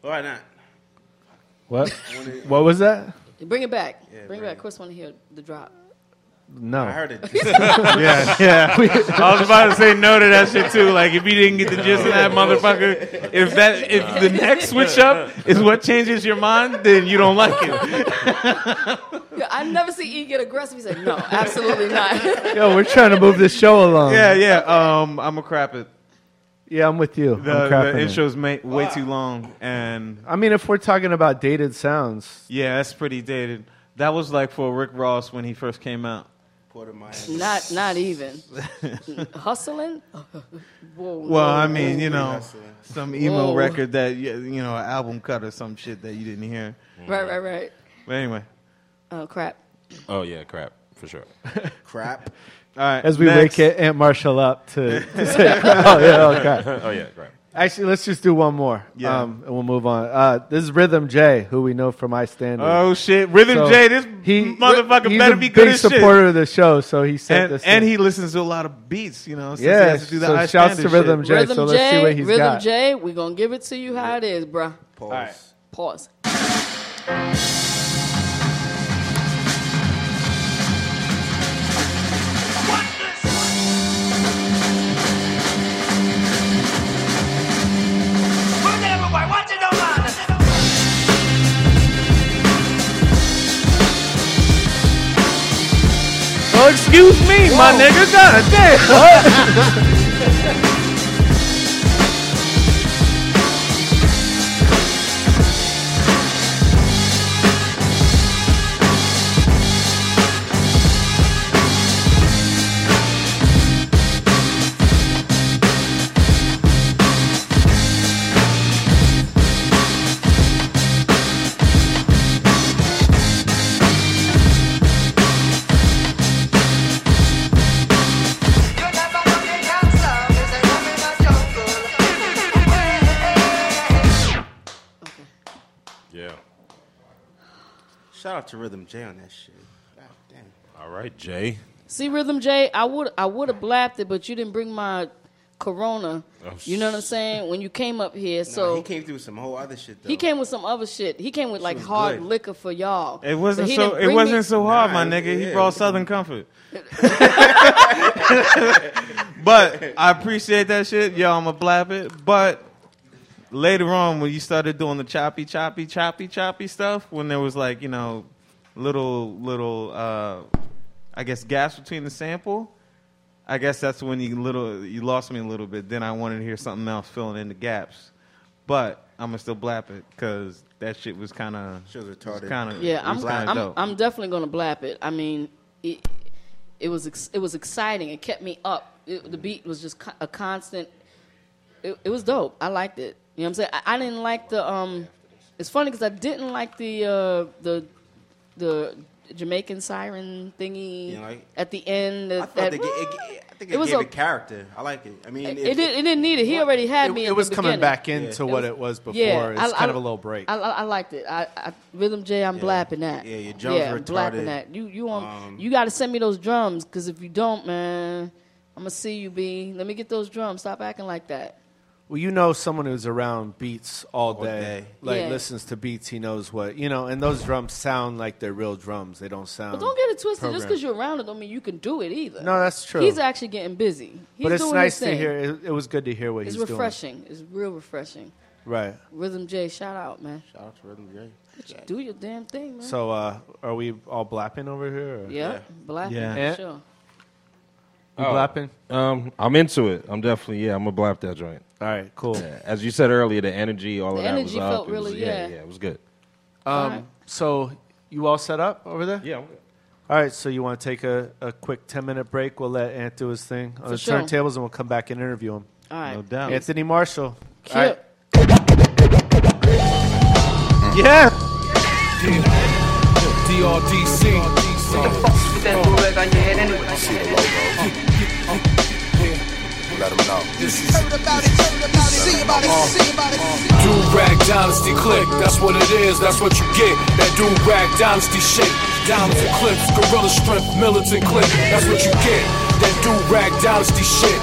S8: Why not?
S7: What? what was that?
S2: Bring it back. bring it back. Chris want to hear the drop.
S7: No.
S8: I heard it.
S5: Yeah, yeah. I was about to say no to that shit too. Like if you didn't get the gist of that motherfucker, if that if the next switch up is what changes your mind, then you don't like it.
S2: Yeah, I never see E get aggressive. He's like, no, absolutely not.
S7: Yo, we're trying to move this show along.
S5: Yeah, yeah. Um, I'm gonna crap it.
S7: Yeah, I'm with you. I'm
S5: The,
S7: crapping
S5: the
S7: it.
S5: intro's ma- way too long, and
S7: I mean, if we're talking about dated sounds,
S5: yeah, that's pretty dated. That was like for Rick Ross when he first came out.
S8: Porter Mine.
S2: not not even hustling. Whoa,
S5: Well, I mean, you know,
S8: hustling.
S5: some emo
S2: Whoa.
S5: record that you you know, an album cut or some shit that you didn't hear.
S2: right, right, right.
S5: But anyway,
S2: Oh crap.
S9: Oh yeah, crap for sure.
S8: Crap.
S5: all right.
S7: as we
S5: next.
S7: wake Aunt Marshall up to, to say, oh, yeah, oh, God.
S9: oh yeah, crap.
S7: Actually, let's just do one more.
S5: Yeah.
S7: Um, and we'll move on. Uh, this is Rhythm J, who we know from I Stand. With.
S5: Oh shit, Rhythm
S7: So
S5: J, this
S7: he-
S5: motherfucker
S7: he's
S5: better
S7: a
S5: be good
S7: big
S5: as shit.
S7: supporter of the show, so he sent
S5: and,
S7: this.
S5: and
S7: in.
S5: he listens to a lot of beats, you know. since he
S7: Yeah,
S5: has to do the
S7: so
S5: high
S7: shouts
S5: standard
S7: to Rhythm
S5: shit.
S7: J,
S2: Rhythm
S7: so let's
S2: J,
S7: see what he's
S2: Rhythm
S7: got.
S2: J, we gonna give it to you how it is, bruh.
S8: Pause.
S2: Pause.
S5: Oh, excuse me, my nigga. God damn.
S8: Shout out to Rhythm J on that shit. God damn.
S9: All right, Jay.
S2: See, Rhythm J, I would I would have blapped it, but you didn't bring my Corona.
S8: Oh,
S2: you know what I'm saying? When you came up here,
S8: Nah,
S2: so
S8: he came through with some whole other shit though.
S2: He came with some other shit. He came with like
S8: was
S2: hard
S8: good.
S2: liquor for y'all.
S5: It
S2: But
S5: wasn't
S2: he
S5: so.
S2: didn't
S5: It
S2: bring
S5: wasn't
S2: me-
S5: so hard, my
S8: Nah,
S5: nigga. He
S8: yeah.
S5: brought Southern Comfort. but I appreciate that shit. Yo, I'ma blab it. But later on, when you started doing the choppy, choppy, choppy, choppy stuff, when there was like you know, little, little, uh, I guess gaps between the sample. I guess that's when you little you lost me a little bit. Then I wanted to hear something else filling in the gaps. But I'ma still blap it because that shit was kind of
S8: retarded.
S5: Kind of
S2: Yeah, I'm I'm, I'm definitely gonna blap it. I mean, it it was ex- it was exciting. It kept me up. It, the beat was just co- a constant. It, it was dope. I liked it. You know what I'm saying? I, I didn't like the um. It's funny because I didn't like the uh, the the Jamaican siren thingy
S8: You didn't like it?
S2: at the end.
S8: I thought they ga- it, ga- I think it,
S2: was
S8: gave
S2: a-
S8: it character. I like it. I mean,
S2: It,
S8: if-
S2: it, did, it didn't need it. He already had
S8: It-
S2: me.
S8: it
S2: in the
S8: was coming
S2: beginning.
S8: back into
S7: what it was before. It's
S2: I-
S7: kind
S2: I-
S7: of a little break.
S2: I, I, I liked it. I, I Rhythm J, I'm blapping that.
S8: Yeah, your drums
S2: yeah,
S8: are
S2: I'm blapping
S8: retarded.
S2: that. You you on,
S8: Um,
S2: you got to send me those drums because if you don't, man, I'm gonna see you, B. Let me get those drums. Stop acting like that.
S7: Well, you know someone who's around beats all day,
S8: day.
S7: like
S2: Yeah.
S7: listens to beats. He knows what you know, and those drums sound like they're real drums. They don't sound.
S2: But don't get it twisted. Just
S7: programmed.
S2: because you're around it, don't mean you can do it either.
S7: Um, No, that's true.
S2: He's actually getting busy. He's
S7: but it's
S2: doing
S7: nice
S2: his
S7: to
S2: thing.
S7: hear. It, it was good to hear what
S2: It's
S7: he's
S2: refreshing. It's real refreshing.
S7: doing. Right.
S2: Rhythm J, shout out, man.
S8: Shout out to Rhythm J.
S2: Do your damn thing, man.
S7: So, uh, are we all blapping over here? Or?
S2: yeah, black
S7: Yeah.
S2: for
S7: Eh?
S2: sure.
S7: You
S9: Oh.
S7: blapping?
S9: Um, I'm into it. I'm definitely yeah. I'm gonna blap that joint.
S7: All right, cool.
S9: Yeah, As you said earlier, the energy, all
S2: The
S9: of that was
S2: energy
S9: up.
S2: felt
S9: It was-
S2: really- yeah.
S9: yeah, it was good.
S7: Um,
S2: right.
S7: So, you all set up over there?
S9: Yeah.
S7: All right, so you want to take a, a quick 10 minute break? We'll let Ant do his thing on
S2: For
S7: the
S2: sure.
S7: turntables and we'll come back and interview him.
S2: All right.
S5: no doubt.
S7: Anthony Marshall.
S2: Cute.
S7: All right. Yeah.
S14: DRDC.
S11: Let them know.
S14: Do rag dynasty click, that's what it is, that's what you get. That do rag dynasty shit. Diamonds and clips, gorilla strength, militant click, that's what you get. That do rag dynasty shit.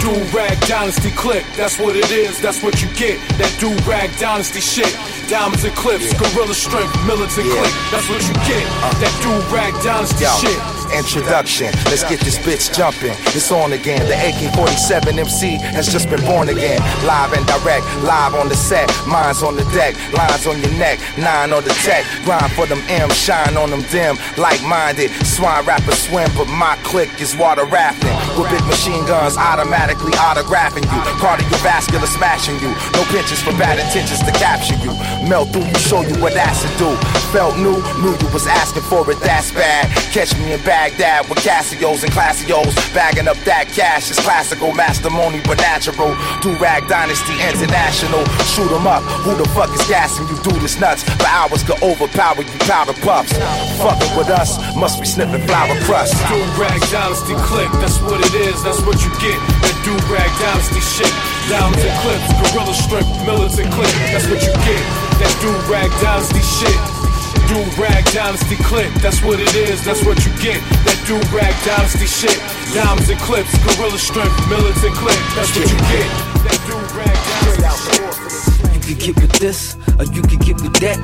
S14: Do rag dynasty click, that's what it is, that's what you get. That do rag dynasty shit. Diamonds and clips, gorilla strength, militant click, that's what you get. That do rag dynasty
S15: Yo,
S14: shit.
S15: introduction. Let's get this bitch jumping. It's on again. The AK-47 MC has just been born again. Live and direct, live on the set. Minds on the deck, lines on your neck, nine on the tech. Grind for them M, shine on them dim. Like-minded, swine rappers swim, but my clique is water rafting. With big machine guns automatically autographing you. Cardiovascular smashing you. No pitches for bad intentions to capture you. Melt through you, show you what acid do. Felt new, knew you was asking for it, that's bad. Catch me in Baghdad with Casios and Classios. Bagging up that cash is classical, mastermony but natural. Do Rag Dynasty International. Shoot 'em up, who the fuck is gassing you? Do this nuts, for hours could overpower you, powder puffs. Fucking with us, must be sniffing flower crust.
S14: Do rag dynasty click, that's what it is, that's what you get. That do rag dynasty shit. Diamonds and clips, gorilla strength, militant click, that's what you get. That do rag dynasty shit. Do rag dynasty click, that's what it is, that's what you get. That do rag dynasty shit. Diamonds and clips, gorilla strength, militant click, that's what you get. That do rag dynasty shit.
S16: You can get with this, or you can get with that.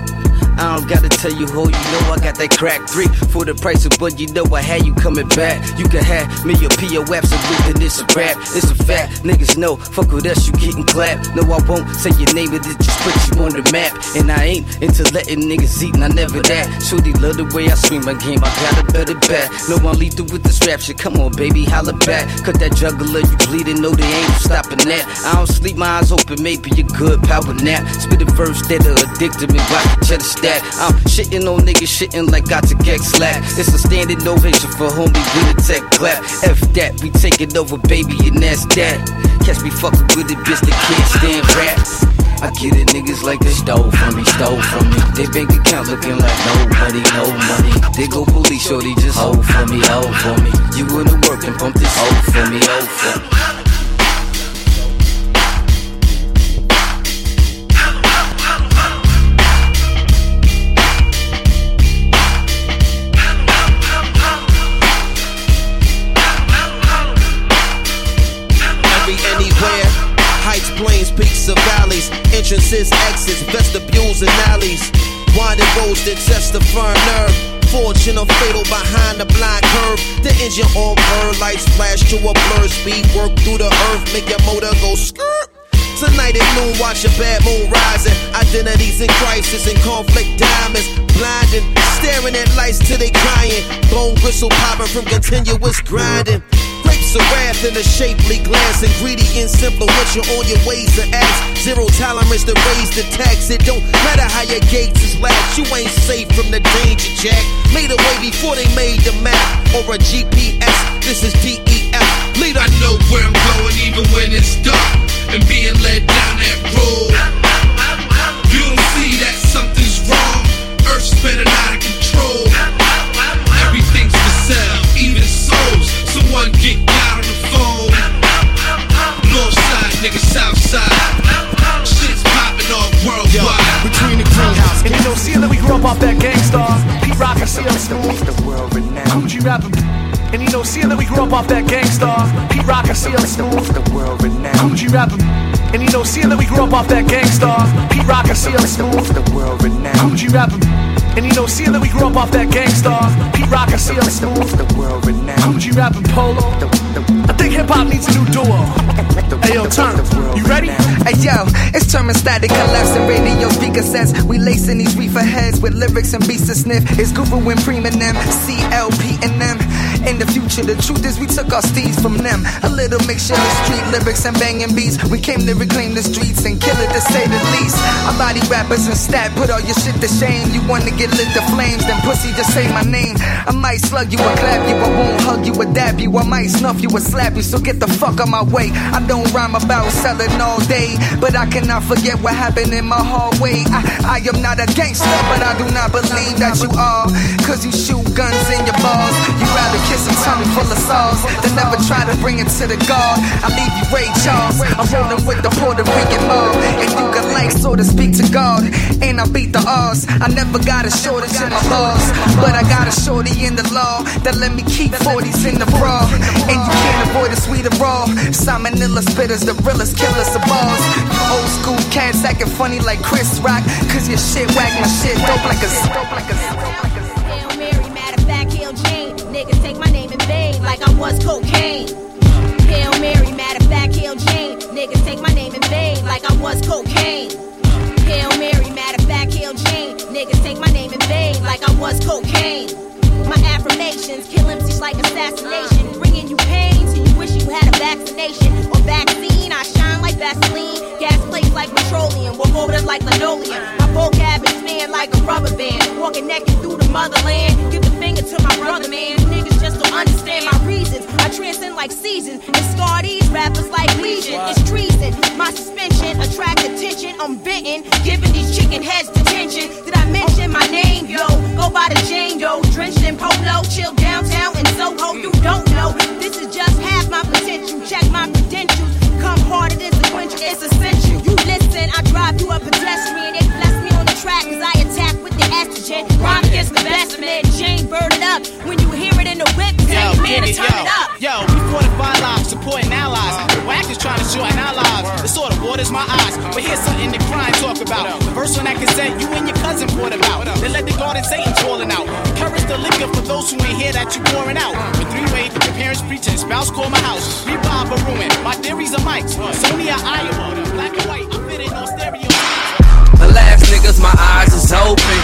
S16: I don't gotta tell you who, you know I got that crack three for the price of what you know I had you coming back. You can have me a P.O. absolute, and it's a rap, it's a fact. Niggas know, fuck with us, you getting clapped. No, I won't say your name, it just put you on the map. And I ain't into letting niggas eat, and I never that. Shooty love the way I swing my game, I got a better bet. No, I'm lethal with this rap shit, come on, baby, holla back. Cut that juggler, you bleeding, no, they ain't stopping that. I don't sleep, my eyes open, maybe a good power nap. Spit a verse that'll addict me, watch cheddar stack. I'm shitting on niggas, shitting like I took X slack. It's a standing ovation for homie with a tech clap. F that, we taking over, baby, and that's that. Catch me fucking with a bitch that can't stand rap. I get it, niggas like they stole from me, stole from me. They bank account looking like nobody, no money. They go police, shorty, just hold for me, hold for me. You in the work and pump this hold for me, hold for me.
S17: be anywhere. Heights, plains, peaks, or valleys, entrances, exits, vestibules, and alleys. Winding roads that test the firm nerve. Fortune or fatal behind the blind curve. The engine on bird lights flash to a blur. Speed work through the earth, make your motor go skirt. Tonight at noon, watch a bad moon rising. Identities in crisis and conflict diamonds. Blinding, staring at lights till they crying. Bone gristle popping from continuous grinding. Grapes of wrath in a shapely glass. Ingredients influential on your ways and acts. Zero tolerance to raise the tax. It don't matter how your gates is latched. You ain't safe from the danger, Jack. Made a way before they made the map or a GPS. This is DEF. Lead I know where I'm going even when it's dark and being led down that road. You don't see that something's wrong. Earth's spinning out of control. Everything's for sale, even souls. Someone get out on the phone. North side, nigga, south side. Shit's popping off worldwide.
S4: Between the greenhouse and you know, seeing that we grew up off that gangsta, Pete Rock and CL Smooth, Coochie rapping. And you know, seeing that we grew up off that gangsta, Pete Rock and CL Smooth, Coochie rapping. And you know, seeing that we grew up off that gangsta, Pete Rock and CL Smooth, Coochie rapping. And you know, seeing that we grew up off that gangsta, Pete Rock and CL Smooth, Coochie rapping Polo. I think hip hop needs a new duo. Hey yo, turn. You ready?
S18: Hey yo, it's thermostatic collapsing radio speaker sets. We lacing these reefer heads with lyrics and beats to sniff. It's Guru and Premium, CLP and them. In the future, the truth is we took our steeds from them. A little mixture of street lyrics and banging beats. We came to reclaim the streets and kill it to say the least. I body rappers and stat, put all your shit to shame. You wanna get lit to flames, then pussy just say my name. I might slug you or clap you, I won't hug you or dab you. I might snuff you or slap you, so get the fuck out my way. I don't rhyme about selling all day, but I cannot forget what happened in my hallway. I, I am not a gangster, but I do not believe that you are. Cause you shoot guns in your balls. You rather kiss a tummy full of sauce than never try to bring it to the guard. I leave you Ray Charles. I'm rolling with the Puerto Rican mob. And you can like, so to speak to God. And I beat the odds. I never got a shortage in my laws. But I got a shorty in the law that let me keep 40s in the bra. And you can't avoid a sweet of raw. Salmonella spitters, the realest killers of balls. You old school cats acting funny like Chris Rock. Cause your shit whack my shit dope like a. Dope like a
S19: Hail Mary, matter of fact, Hail Jane. Niggas take my name in vain, like I was cocaine. Hail Mary, matter of fact, Hail Jane. Niggas take my name in vain, like I was cocaine. Hail Mary, matter of fact, Hail Jane. Niggas take my name in vain, like I was cocaine. My affirmations kill MCs like assassination, bringing you pain till you wish you had a vaccination or vaccine. I shine like Vaseline, gas plates like petroleum, we're molded like linoleum. My vocab is thin like a rubber band, walking naked through the motherland. Give the finger to my brother, man. Niggas just don't understand my reasons. I transcend like seasons and scar these rappers like legion. It's treason. My suspension attract attention. I'm bitten, giving these chicken heads detention. Did I mention my name, yo? Go by the Jane, yo. Drenched in polo, chill downtown in Soho. You don't know. This is just half my potential. Check my credentials. Come harder than sequential. It's essential. You listen, I drive you a pedestrian. They bless me on the track as I attack with the estrogen. Rhyme gets the best man. Jane burn it up. When you hear it in the whip,
S20: Yo,
S19: say, man,
S20: get it,
S19: to turn
S20: yo.
S19: it up.
S20: Yo, we fortify lives, supporting allies. The whack is trying to shorten our lives. The sort of waters my eyes. But here's something the crime talk about. The first one I can say, you and your cousin poured about. They let the garden Satan calling out. Courage the liquor for those who ain't here that you pouring out.
S19: Uh.
S20: The three way, your parents preaching, spouse call my house. We rob a ruin. My theories are mics. Sony or Iowa, black and white. I'm fitting on stereo.
S16: The last niggas, my eyes is open.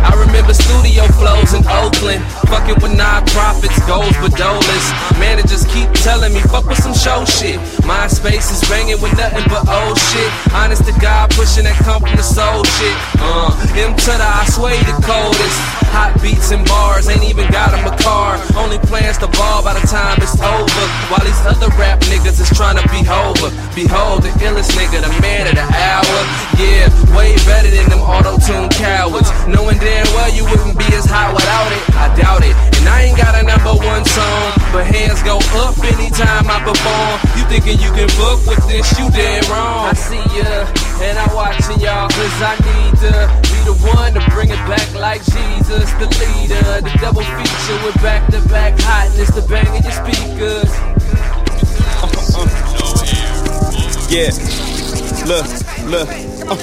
S16: I remember studio flows in Oakland. Fucking with non-profits, goals with dollars. Managers keep telling me, fuck with some show shit. My space is banging with nothing but old shit. Honest to God, pushing that come from the soul shit. Uh, M to the, I sway the coldest. Hot beats and bars, ain't even got him a car. Only plans to ball by the time it's over. While these other rap niggas is trying to be over. Behold the illest nigga, the man of the hour. Yeah, way better than them auto-tune cowards. Knowing damn well you wouldn't be as hot without it. I doubt it. And I ain't got a number one song, but hands go up anytime I perform. You thinking you can book with this? You dead wrong. I see ya, and I'm watching y'all, cause I need to be the one to bring it back like Jesus, the leader. The double feature with back to back hotness, the bang of your speakers.
S21: Yeah. Look, look. uh,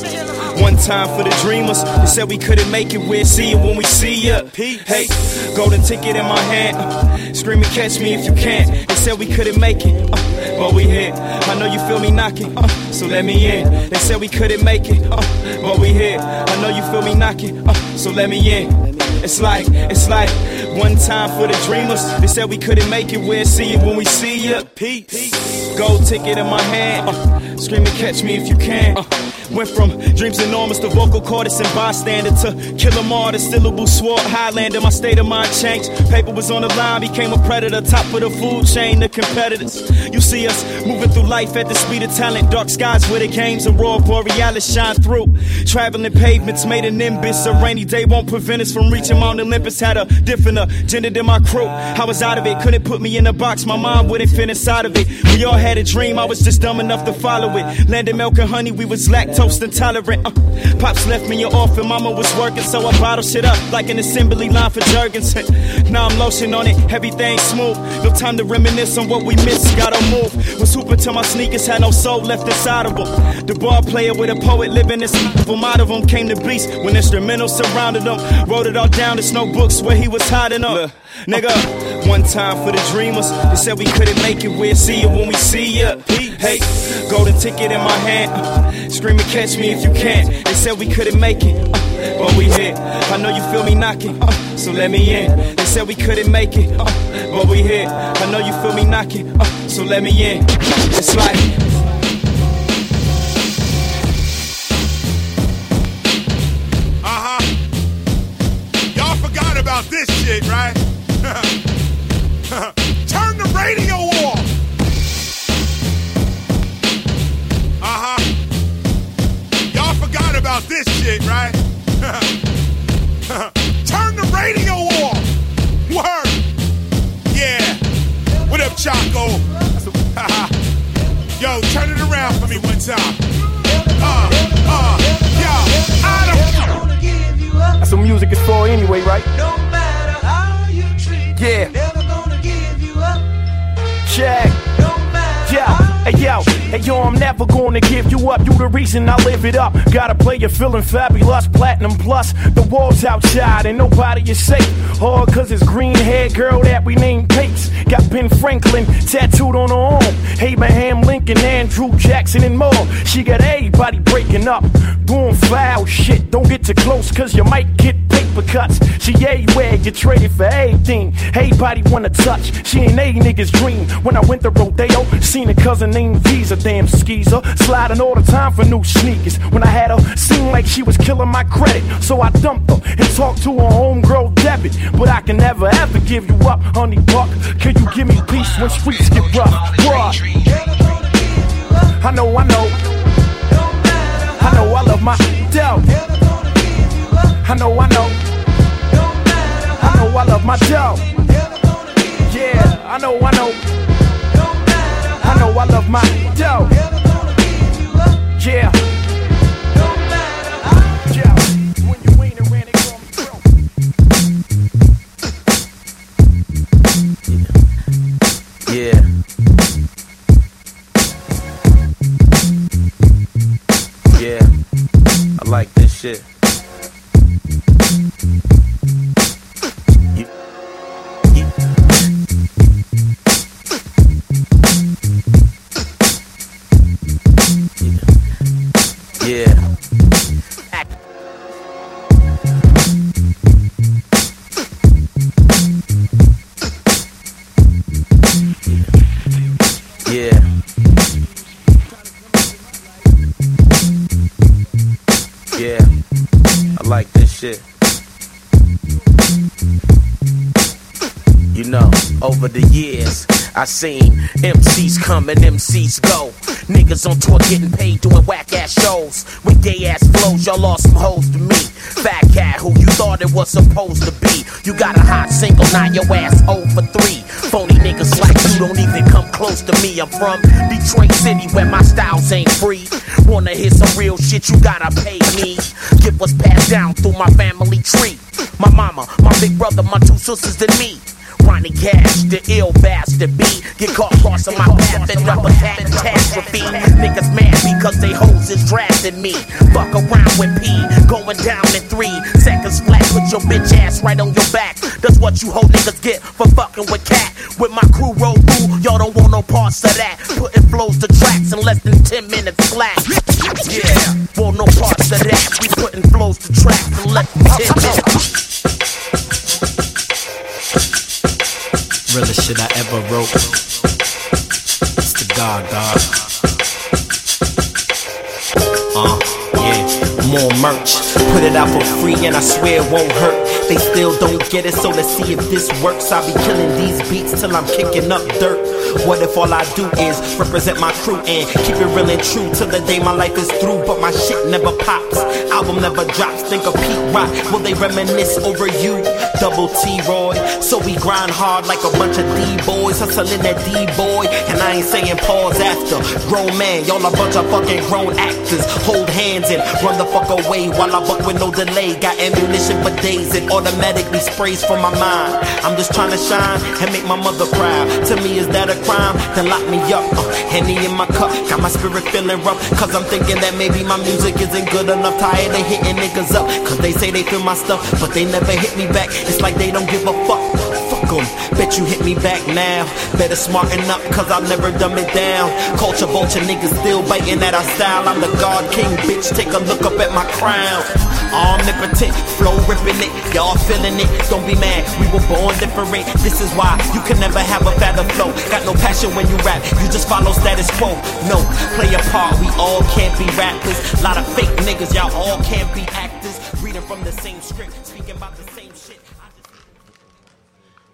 S21: one time for the dreamers. They said we couldn't make it. We'll see you when we see ya. Hey, golden ticket in my hand. uh, Screaming, catch me if you can. They said we couldn't make it. uh, but we here. I know you feel me knocking. uh, so let me in. They said we couldn't make it. uh, but we here. I know you feel me knocking. uh, so let me in. It's like, it's like one time for the dreamers. They said we couldn't make it. We'll see you when we see ya. Peace. Gold ticket in my hand. Uh, screaming, catch me if you can. Uh, went from dreams enormous to vocal cortis and bystander to kill 'em all. The syllable swore Highlander. My state of mind changed. Paper was on the line. Became a predator. Top of the food chain. The competitors. You see us moving through life at the speed of talent. Dark skies where the games and raw borealis shine through. Traveling pavements made an nimbus. A rainy day won't prevent us from reaching Mount Olympus. Had a different agenda than my crew. I was out of it, couldn't put me in a box. My mind wouldn't fit inside of it. We all had a dream, I was just dumb enough to follow it. Landed milk and honey, we was lactose intolerant. Uh, pops left me in orphan, mama was working, so I bottled shit up like an assembly line for Jergens. now I'm lotion on it, everything smooth. No time to reminisce on what we missed, gotta move. Was hooping till my sneakers had no soul left inside of them. The ball player with a poet living this album out of them came to beast when instrumentals surrounded them. Wrote it all down, there's no books where he was hiding up. Nigga, one time for the dreamers. They said we couldn't make it, we'll see you when we see ya. Hey, golden ticket in my hand. uh, Screaming, catch me if you can. They said we couldn't make it, uh, but we here. I know you feel me knocking, uh, so let me in. They said we couldn't make it, uh, but we here. I know you feel me knocking, uh, so let me in. It's like.
S1: Uh huh. Y'all forgot about this shit, right? Turn the radio off. Uh huh. Y'all forgot about this shit, right? Turn the radio off. Word. Yeah. What up, Chaco? That's a- Yo, turn it around for me one time. Uh, uh, yo, I don't.
S22: That's what music is for anyway, right?
S4: No matter how you treat me,
S22: Yeah.
S4: never gonna give you up.
S22: Check. Yeah. Hey yo, hey yo, I'm never gonna give you up. You the reason I live it up. Gotta play you feeling fabulous, platinum plus. The walls outside and nobody is safe. All cause it's green haired girl that we named Pace. Got Ben Franklin tattooed on her arm. Abraham Lincoln, Andrew Jackson, and more. She got everybody breaking up, doing foul shit. Don't get too close cause you might get paper cuts. She everywhere, you traded for everything. Everybody wanna touch. She ain't a nigga's dream. When I went to Rodeo, seen a cousin named Visa, damn skeezer. Sliding all the time for new sneakers. When I had her, seemed like she was killing my credit. So I dumped her and talked to her homegirl debit. But I can never ever give you up, honey buck. Can you give me peace when streets get rough? What? I know, I know. I know I love my doubt. I know, I know. I know I love my job. Yeah, I know, I know. I know I love my job. Yeah.
S20: Yeah. Yeah. I like this shit. Yeah. Yeah. Yeah. I like this shit. You know, over the years, I seen MCs come and MCs go. Niggas on tour getting paid doing whack ass shows. With gay ass flows, y'all lost some hoes to me. Fat cat who you thought it was supposed to be. You got a hot single, now your ass 0 for 3. Phony niggas like you don't even come close to me. I'm from Detroit City where my styles ain't free. Wanna hear some real shit, you gotta pay me. Get what's passed down through my family tree. My mama, my big brother, my two sisters, and me. Ronnie Cash, the ill bastard B. Get caught crossing my path and up a catastrophe. Niggas
S23: niggas mad because they hoes is drafting me. Fuck around with P, going down in three seconds flat. Put your bitch ass right on your back. That's what you hoe niggas get for fucking with cat. With my crew roll through, y'all don't want no parts of that. Putting flows to tracks in less than 10 minutes flat. Yeah, want no parts of that. We putting flows to tracks in less than 10 minutes.
S10: Realest shit I ever wrote. It's the dog, dog.
S23: Uh, yeah,
S10: more merch.
S23: Put it out for free and I swear it won't hurt. They still don't get it, so let's see if this works. I'll be killing these beats till I'm kicking up dirt. What if all I do is represent my crew and keep it real and true till the day my life is through? But my shit never pops, album never drops. Think of Pete Rock, will they reminisce over you? Double T Roy, so we grind hard like a bunch of D boys, hustling that D boy. And I ain't saying pause after. Grown man, y'all a bunch of fucking grown actors. Hold hands and run the fuck away while I buck with no delay. Got ammunition for days, it automatically sprays from my mind. I'm just trying to shine and make my mother proud. To me, is that a crime? Then lock me up. Uh, Henny in my cup, got my spirit feeling rough. Cause I'm thinking that maybe my music isn't good enough. Tired of hitting niggas up. Cause they say they feel my stuff, but they never hit me back. It's like they don't give a fuck. Fuck 'em. Bet you hit me back now. Better smarten up, cause I'll never dumb it down. Culture vulture niggas still biting at our style. I'm the God King, bitch. Take a look up at my crown. Omnipotent, flow ripping it. Y'all feeling it. Don't be mad, we were born different. This is why you can never have a fatter flow. Got no passion when you rap, you just follow status quo. No, play a part, we all can't be rappers. Lot of fake niggas, y'all all can't be actors. Reading from the same script, speaking about the same shit.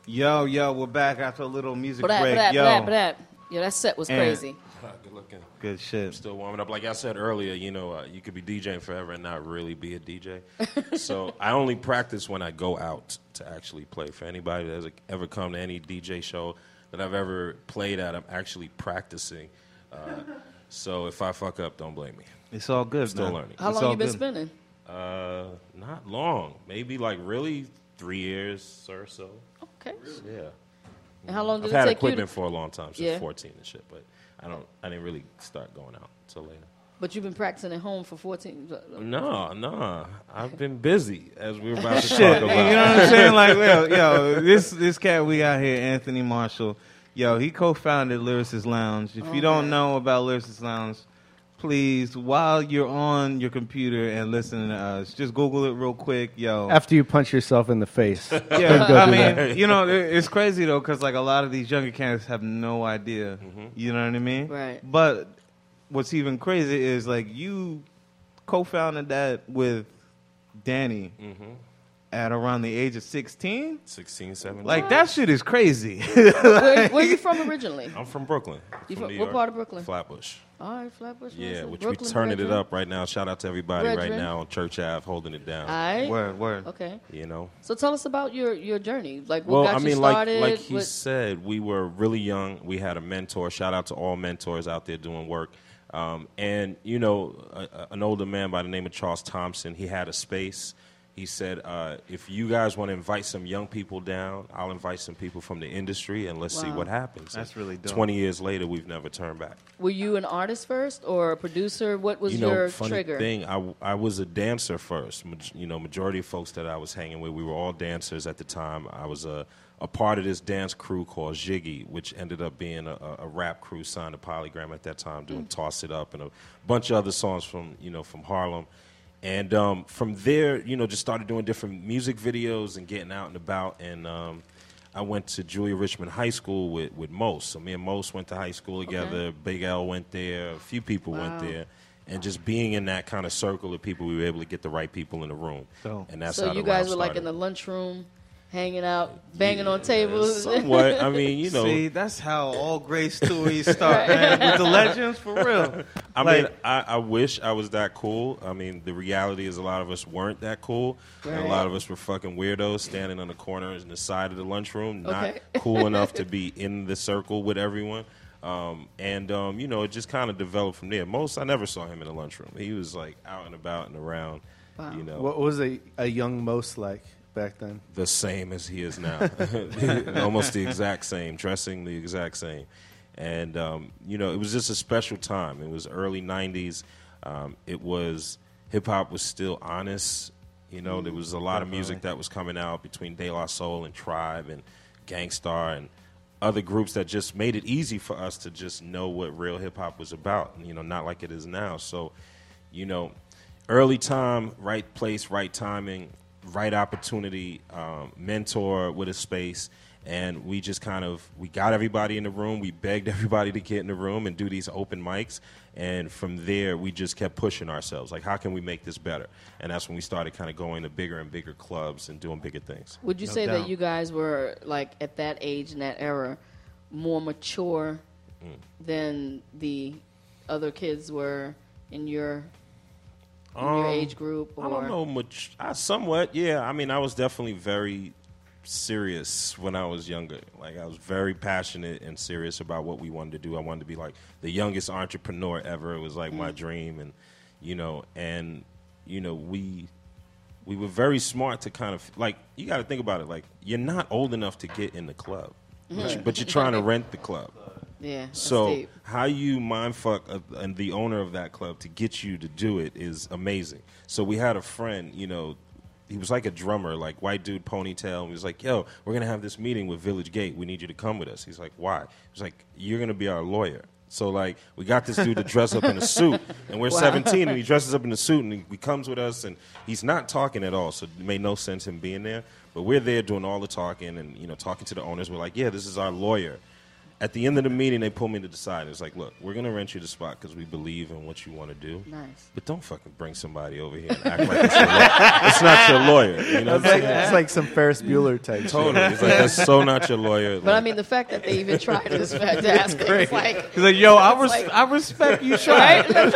S5: Yo, yo, we're back after a little music
S2: Blap,
S5: break.
S2: blap,
S5: yo,
S2: blap, blap. Yo, that set was
S5: And-
S2: crazy.
S9: Good looking.
S5: Good shit.
S9: Still warming up. Like I said earlier, you know, uh, you could be DJing forever and not really be a DJ. so I only practice when I go out to actually play. For anybody that has ever come to any DJ show that I've ever played at, I'm actually practicing. Uh, so if I fuck up, don't blame me.
S5: it's all good.
S9: Still
S5: man.
S9: learning.
S2: How
S9: It's
S2: long
S9: all
S2: you been
S9: good.
S2: spinning?
S9: Uh, not long. Maybe like really three years or so.
S2: Okay.
S9: Yeah.
S2: And how long did
S9: I've
S2: it
S9: had
S2: take you?
S9: equipment
S2: to-
S9: for a long time, since
S2: Yeah.
S9: 14 and shit. But I don't. I didn't really start going out until later.
S2: But you've been practicing at home for 14.
S9: No, no. I've been busy, as we were about to
S5: Shit,
S9: talk about.
S5: You know what I'm saying? Like, yo, yo, this this cat we got here, Anthony Marshall. Yo, he co-founded Lyricist Lounge. If you don't know about Lyricist Lounge, please, while you're on your computer and listening to us, just Google it real quick. Yo,
S7: After you punch yourself in the face. Then
S5: yeah,
S7: go
S5: I
S7: do
S5: mean,
S7: that.
S5: you know, it- it's crazy though, because like a lot of these younger cats have no idea.
S9: Mm-hmm.
S5: You know what I mean?
S2: Right.
S5: But what's even crazy is like you co-founded that with Danny
S9: Mm-hmm.
S5: at around the age of 16.
S9: 16, 17.
S5: Like that shit is crazy.
S2: where, where you from originally?
S9: I'm from Brooklyn.
S2: You
S9: from
S2: from-
S9: New
S2: what
S9: York.
S2: part of Brooklyn?
S9: Flatbush.
S2: All right, Flatbush.
S9: Yeah,
S2: Wilson,
S9: which
S2: Brooklyn,
S9: we turning it
S2: Brooklyn.
S9: up right now. Shout out to everybody
S2: Red
S9: right
S2: Red.
S9: now on Church Ave, holding it
S2: All
S9: down.
S2: right. Word,
S5: word.
S2: Okay.
S9: You know.
S2: So tell us about your, your journey. Like, what
S9: Well,
S2: got
S9: I
S2: you
S9: mean, like
S2: started?
S9: like he
S2: what-
S9: said, we were really young. We had a mentor. Shout out to all mentors out there doing work. Um, and you know, a, a- an older man by the name of Charles Thompson, he had a space. He said, uh, "If you guys want to invite some young people down, I'll invite some people from the industry, and let's see
S2: Wow.
S9: what happens."
S5: That's really dope.
S9: Twenty years later, we've never turned back.
S2: were you an artist first or a producer? What was
S9: you know,
S2: your
S9: funny
S2: trigger?
S9: thing. I, w- I was a dancer first. Maj- You know, majority of folks that I was hanging with, we were all dancers at the time. I was a, a part of this dance crew called Jiggy, which ended up being a, a- a rap crew signed to Polygram at that time,
S2: Mm.
S9: doing "Toss It Up" and a bunch of other songs from you know from Harlem. And um, from there, you know, just started doing different music videos and getting out and about. And um, I went to Julia Richmond High School with, with Mose. So me and Mose went to high school together. Big L went there. A few people
S2: Wow.
S9: went there. And just being in that kind of circle of people, we were able to get the right people in the room. And that's
S2: so
S9: how
S2: you
S9: the
S2: guys
S9: lounge
S2: were like in
S9: started.
S2: the lunchroom, hanging out, banging on tables.
S9: somewhat. I mean, you know-
S5: See, that's how all great stories start, man. With the legends, for real.
S9: I
S5: Like-
S9: mean, I, I wish I was that cool. I mean, the reality is a lot of us weren't that cool. And a
S5: Right.
S9: lot of us were fucking weirdos standing on the corners and the side of the lunchroom, not
S5: Okay.
S9: cool enough to be in the circle with everyone. Um, and, um, you know, it just kind of developed from there. Most, I never saw him in the lunchroom. He was like out and about and around, you know.
S7: What was a, a young most like back then?
S9: the same as he is now. Almost the exact same, dressing the exact same. and um, you know it was just a special time. It was early '90s. Um, it was hip hop was still honest. You know, there was a lot of music that was coming out between De La Soul and Tribe and Gangstar and other groups that just made it easy for us to just know what real hip hop was about. You know, not like it is now. So, you know, early time, right place, right timing, right opportunity, um, mentor with a space. And we just kind of we got everybody in the room. We begged everybody to get in the room and do these open mics. And from there, we just kept pushing ourselves. Like, how can we make this better? And that's when we started kind of going to bigger and bigger clubs and doing bigger things.
S2: Would you say that you guys were like at that age in that era more mature
S9: Mm.
S2: than the other kids were in your in your
S9: Um,
S2: age group? Or
S9: I don't know much. I somewhat, yeah. I mean, I was definitely very serious when I was younger. Like I was very passionate and serious about what we wanted to do. I wanted to be like the youngest entrepreneur ever. It was like my
S3: Mm.
S9: dream, and you know, and you know, we we were very smart to kind of like you got to think about it. Like you're not old enough to get in the club, but, you,
S2: Mhm.
S9: but you're trying to rent the club.
S2: Yeah, that's
S9: So
S2: deep.
S9: how you mindfuck a, and the owner of that club to get you to do it is amazing. So we had a friend, you know, he was like a drummer, like white dude ponytail. And he was like, "Yo, we're gonna have this meeting with Village Gate. We need you to come with us." He's like, "Why?" He's like, "You're gonna be our lawyer." So like, we got this dude to dress up in a suit, and we're
S3: Wow.
S9: 17, and he dresses up in a suit, and he, he comes with us, and he's not talking at all. So it made no sense him being there. But we're there doing all the talking, and you know, talking to the owners. We're like, "Yeah, this is our lawyer." At the end of the meeting, they pulled me to the side. It's like, look, we're gonna rent you the spot because we believe in what you want to do.
S2: Nice.
S9: But don't fucking bring somebody over here and act like it's, your lawyer. it's not your lawyer. You know, what
S7: It's like-
S9: I'm saying?
S7: it's like some Ferris Bueller type shit.
S9: Totally. It's like that's so not your lawyer.
S2: But I mean, the fact that they even tried is fantastic. It's like,
S3: He's like, yo, I, res-
S2: like-
S3: I respect you, Sean.
S2: Right?
S3: I, I
S2: Right?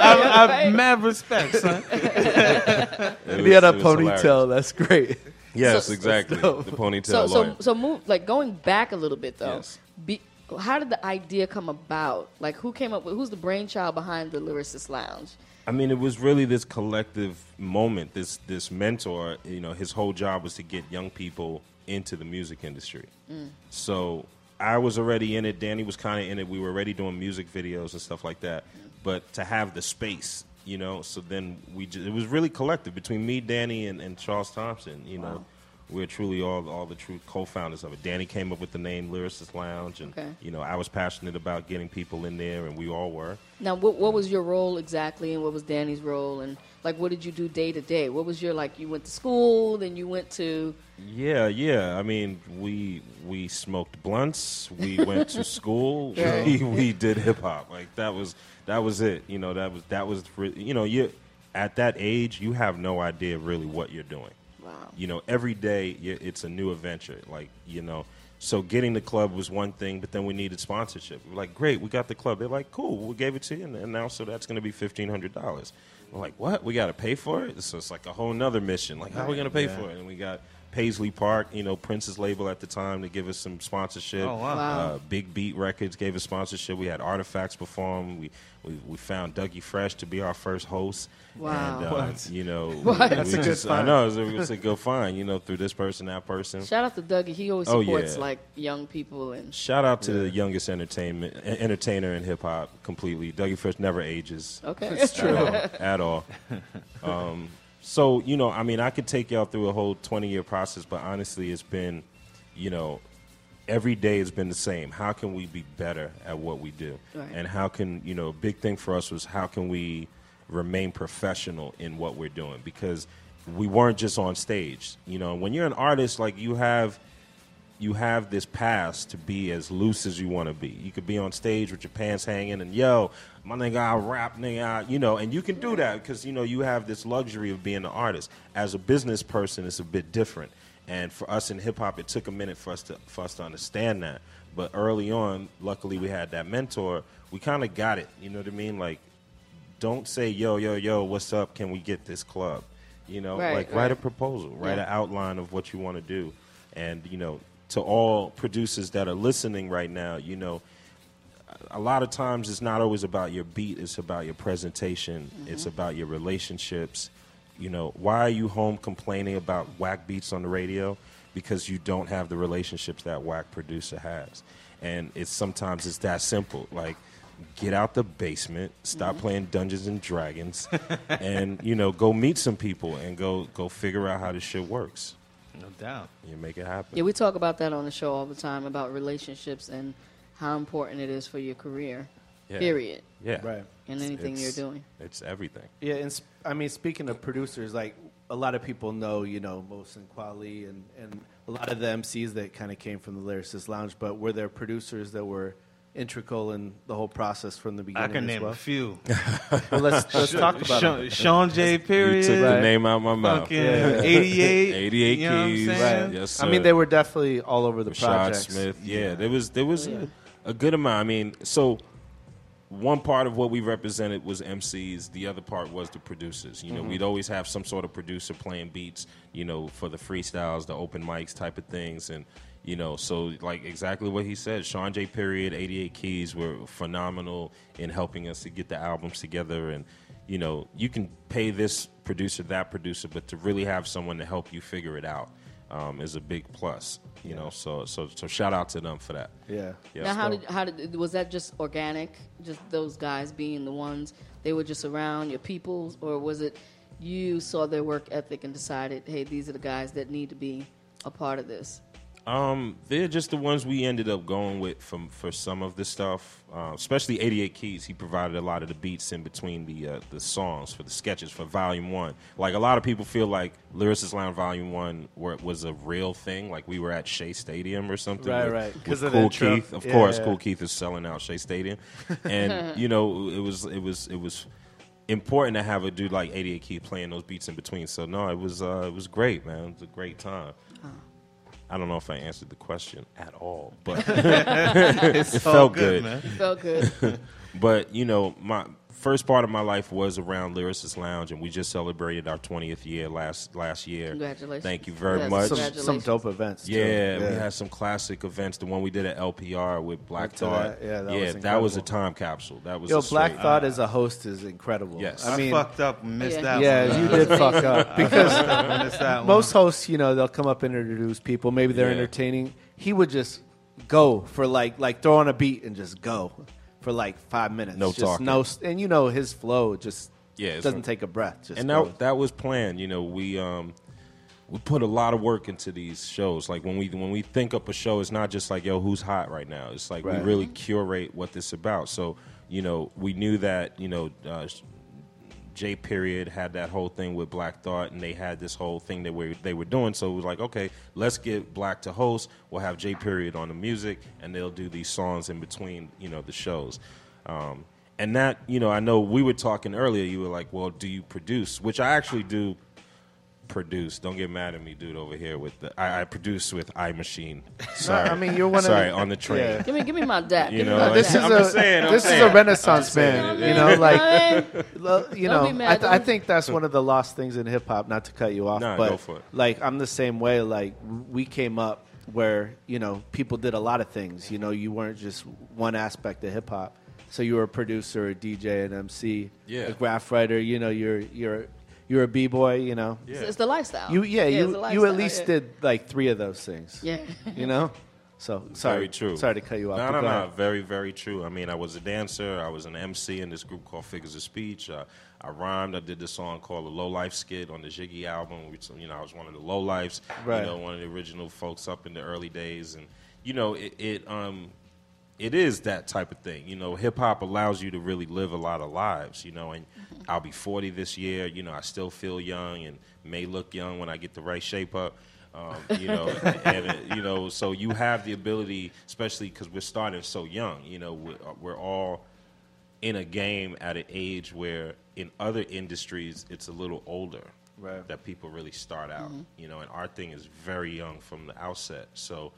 S3: have mad respect, son.
S9: It
S7: he had a
S9: was- it was
S7: ponytail.
S9: hilarious.
S7: That's great.
S9: Yes,
S7: So-
S9: exactly.
S7: so-
S9: The ponytail
S2: so,
S9: lawyer.
S2: so, so move like going back a little bit though.
S9: Yes.
S2: Be, how did the idea come about? Like, who came up with? Who's the brainchild behind the Lyricist Lounge?
S9: I mean, it was really this collective moment. This this mentor, you know, his whole job was to get young people into the music industry.
S3: Mm.
S9: So I was already in it. Danny was kind of in it. We were already doing music videos and stuff like that.
S3: Mm.
S9: But to have the space, you know, so then we ju- it was really collective between me, Danny, and, and Charles Thompson. You know,
S3: Wow.
S9: we're truly all all the true co-founders of it. Danny came up with the name Lyricist Lounge, and
S2: Okay.
S9: you know, I was passionate about getting people in there, and we all were.
S2: Now, what what was your role exactly, and what was Danny's role, and like, what did you do day to day? What was your like? You went to school, then you went to
S9: Yeah, yeah. I mean, we we smoked blunts. We went to school.
S2: Right.
S9: We, we did hip hop. Like that was that was it. You know, that was that was re- you know, you at that age, you have no idea really what you're doing.
S2: Wow.
S9: You know, every day y- it's a new adventure. Like you know, so getting the club was one thing, but then we needed sponsorship. We're like, great, we got the club. They're like, cool, we gave it to you, and, and now so that's going to be fifteen hundred dollars. We're like, what? We got to pay for it. So it's like a whole nother mission. Like, how are we going to pay
S3: Yeah.
S9: for it? And we got Paisley Park, you know, Prince's label at the time to give us some sponsorship.
S3: Oh, wow. Wow.
S9: Uh, Big Beat Records gave us sponsorship. We had Artifacts perform. We we, we found Dougie Fresh to be our first host.
S2: Wow.
S9: And, uh,
S2: What?
S9: You know,
S2: What? That's a good
S9: I
S2: find.
S9: know, it was, a, it was a good find, you know, through this person, that person.
S2: shout out to Dougie. He always
S9: Oh,
S2: supports
S9: yeah.
S2: like young people and
S9: Shout out to the youngest entertainment en- entertainer in hip hop completely. Dougie Fresh never ages.
S2: Okay.
S9: It's
S2: That's
S9: true
S2: true.
S9: at all. Um, so you know, I mean, I could take y'all through a whole twenty year process, but honestly, it's been, you know, every day has been the same. How can we be better at what we do?
S3: Right.
S9: And how can you know? A big thing for us was how can we remain professional in what we're doing because we weren't just on stage. You know, when you're an artist, like you have you have this pass to be as loose as you want to be. You could be on stage with your pants hanging and yo, my nigga, I rap, nigga, I, you know, and you can do that because you know you have this luxury of being an artist. As a business person, it's a bit different. And for us in hip hop, it took a minute for us to for us to understand that. But early on, luckily we had that mentor. We kind of got it. You know what I mean? Like, don't say yo, yo, yo, what's up? Can we get this club? You know,
S3: Right,
S9: like
S3: right.
S9: write a proposal, write
S3: Yeah.
S9: an outline of what you want to do. And, you know, to all producers that are listening right now, you know, a lot of times it's not always about your beat, it's about your presentation, it's
S2: Mm-hmm.
S9: about your relationships. You know, why are you home complaining about whack beats on the radio? Because you don't have the relationships that whack producer has. and it's sometimes it's that simple. Like, get out the basement, stop
S2: Mm-hmm.
S9: playing Dungeons and Dragons, and you know, go meet some people and go go figure out how this shit works.
S5: No doubt.
S9: You make it happen.
S2: Yeah, we talk about that on the show all the time about relationships and how important it is for your career.
S9: Yeah.
S2: Period.
S9: Yeah. Right.
S2: And anything
S7: It's-
S2: you're doing.
S9: It's everything.
S7: Yeah, and sp- I mean, speaking of producers, like a lot of people know, you know, Mohsen Quali and and a lot of the MCs that kind of came from the Lyricist Lounge, but were there producers that were integral in the whole process from the beginning?
S5: I can
S7: as
S5: name
S7: well?
S5: a few.
S7: well, let's let's
S5: Sha-
S7: talk about
S5: Sha-
S7: it.
S5: Sean J. Period.
S9: You took the name out my mouth.
S5: Fucking
S9: Yeah.
S5: 88.
S9: 88
S5: you know what I'm
S9: keys.
S5: saying?
S9: Right. Yes,
S7: I mean,
S9: sir.
S7: they were definitely all over the
S9: Rashad
S7: projects.
S9: Smith. Yeah, there was there was a, a good amount. I mean, so one part of what we represented was MCs. The other part was the producers. You know,
S8: Mhm.
S9: we'd always have some sort of producer playing beats. You know, for the freestyles, the open mics type of things, and you know, so like exactly what he said. Sean J. Period, 88 Keys were phenomenal in helping us to get the albums together and. You know, you can pay this producer, that producer, but to really have someone to help you figure it out um, is a big plus. You know, so so so shout out to them for that.
S7: Yeah.
S9: Yeah.
S2: Now, how did how did was that just organic? Just those guys being the ones they were just around your peoples, or was it you saw their work ethic and decided, hey, these are the guys that need to be a part of this?
S9: Um, they're just the ones we ended up going with from for some of the stuff, uh, especially 88 Keys. He provided a lot of the beats in between the uh, the songs for the sketches for Volume One. Like a lot of people feel like Lyricist Lounge Volume One were, was a real thing. Like we were at Shea Stadium or something.
S7: Right,
S9: with-
S7: right.
S9: with
S7: 'Cause of the
S9: Cool
S7: intro.
S9: Keith, of
S7: Yeah,
S9: course.
S7: yeah.
S9: Cool Keith is selling out Shea Stadium, and you know it was it was it was important to have a dude like 88 Keys playing those beats in between. So no, it was uh, it was great, man. It was a great time. I don't know if I answered the question at all, but it
S5: It's all
S9: felt
S5: good,
S9: good.
S5: man. It felt good.
S9: but you know, my first part of my life was around Lyricist Lounge, and we just celebrated our 20th year last last year.
S7: Congratulations.
S9: Thank you very
S7: Yes,
S9: much.
S7: Some- some congratulations. dope events, too.
S9: Yeah,
S7: Yeah.
S9: we had some classic events. The one we did at LPR with Black
S7: Went to
S9: Thought.
S7: that. Yeah, that was
S9: a
S7: incredible.
S9: time capsule. That was
S7: Yo,
S9: a
S7: Black
S9: straight- uh,
S7: Thought as a host is incredible.
S9: Yes.
S7: I
S9: I
S7: mean,
S5: fucked up and missed that
S7: yeah,
S5: one.
S7: you
S5: That was
S7: did fuck
S5: amazing.
S7: up
S5: I fucked up and missed that
S7: because
S5: one.
S7: most hosts, you know, they'll come up and introduce people. Maybe they're
S5: Yeah.
S7: entertaining. He would just go for like like throw on a beat and just go for like five minutes.
S9: No
S7: just
S9: talking.
S7: No, s- and you know his flow just
S9: yeah, it's-
S7: doesn't take a breath. Just
S9: and
S7: goes.
S9: that that was planned. You know, we um we put a lot of work into these shows. Like when we when we think up a show, it's not just like yo, who's hot right now. It's like
S8: Right.
S9: we really curate what this about. So you know, we knew that you know. Uh, J period had that whole thing with Black Thought, and they had this whole thing that were they were doing. So it was like, okay, let's get Black to host. We'll have J period on the music, and they'll do these songs in between, you know, the shows. Um, and that, you know, I know we were talking earlier. You were like, well, do you produce? Which I actually do produce. Don't get mad at me, dude, over here with the I, I produce with iMachine. Sorry,
S7: I mean, you're one of
S9: sorry
S7: the-
S9: on the train.
S7: yeah.
S2: Give me, give me my dap.
S9: You
S2: Give me
S9: know,
S2: my
S9: No,
S7: this
S2: dap.
S7: is a this is a renaissance band. You know, like lo- you
S2: Don't
S7: know,
S2: be mad,
S7: I, th- I
S2: don't-
S7: think that's one of the lost things in hip hop. Not to cut you off,
S9: Nah,
S7: but
S9: go for it.
S7: like I'm the same way. Like we came up where you know people did a lot of things. You know, you weren't just one aspect of hip hop. So you were a producer, a DJ, an MC,
S9: Yeah.
S7: a graph writer. You know, you're you're you're a b boy. You know,
S2: It's- it's the lifestyle.
S7: You yeah,
S2: Yeah,
S7: you
S2: it's the
S7: you
S2: lifestyle,
S7: at least
S2: yeah.
S7: did like three of those things.
S2: Yeah.
S7: you know. So sorry,
S9: very true.
S7: Sorry to cut you off.
S9: No,
S7: but
S9: no,
S7: go
S9: no.
S7: ahead.
S9: Very, very true. I mean, I was a dancer. I was an MC in this group called Figures of Speech. Uh, I rhymed. I did this song called the Low Life skit on the Ziggy album. Which, you know, I was one of the low lifes.
S8: Right.
S9: You know, one of the original folks up in the early days, and you know, it, it um, it is that type of thing. You know, hip hop allows you to really live a lot of lives, you know, and I'll be 40 this year. You know, I still feel young and may look young when I get the right shape up. Um, you know, and, it, you know, so you have the ability, especially because we're starting so young, you know, we're, uh, we're all in a game at an age where in other industries it's a little older
S7: Right.
S9: that people really start out
S8: Mhm.
S9: you know and our thing is very young from the outset so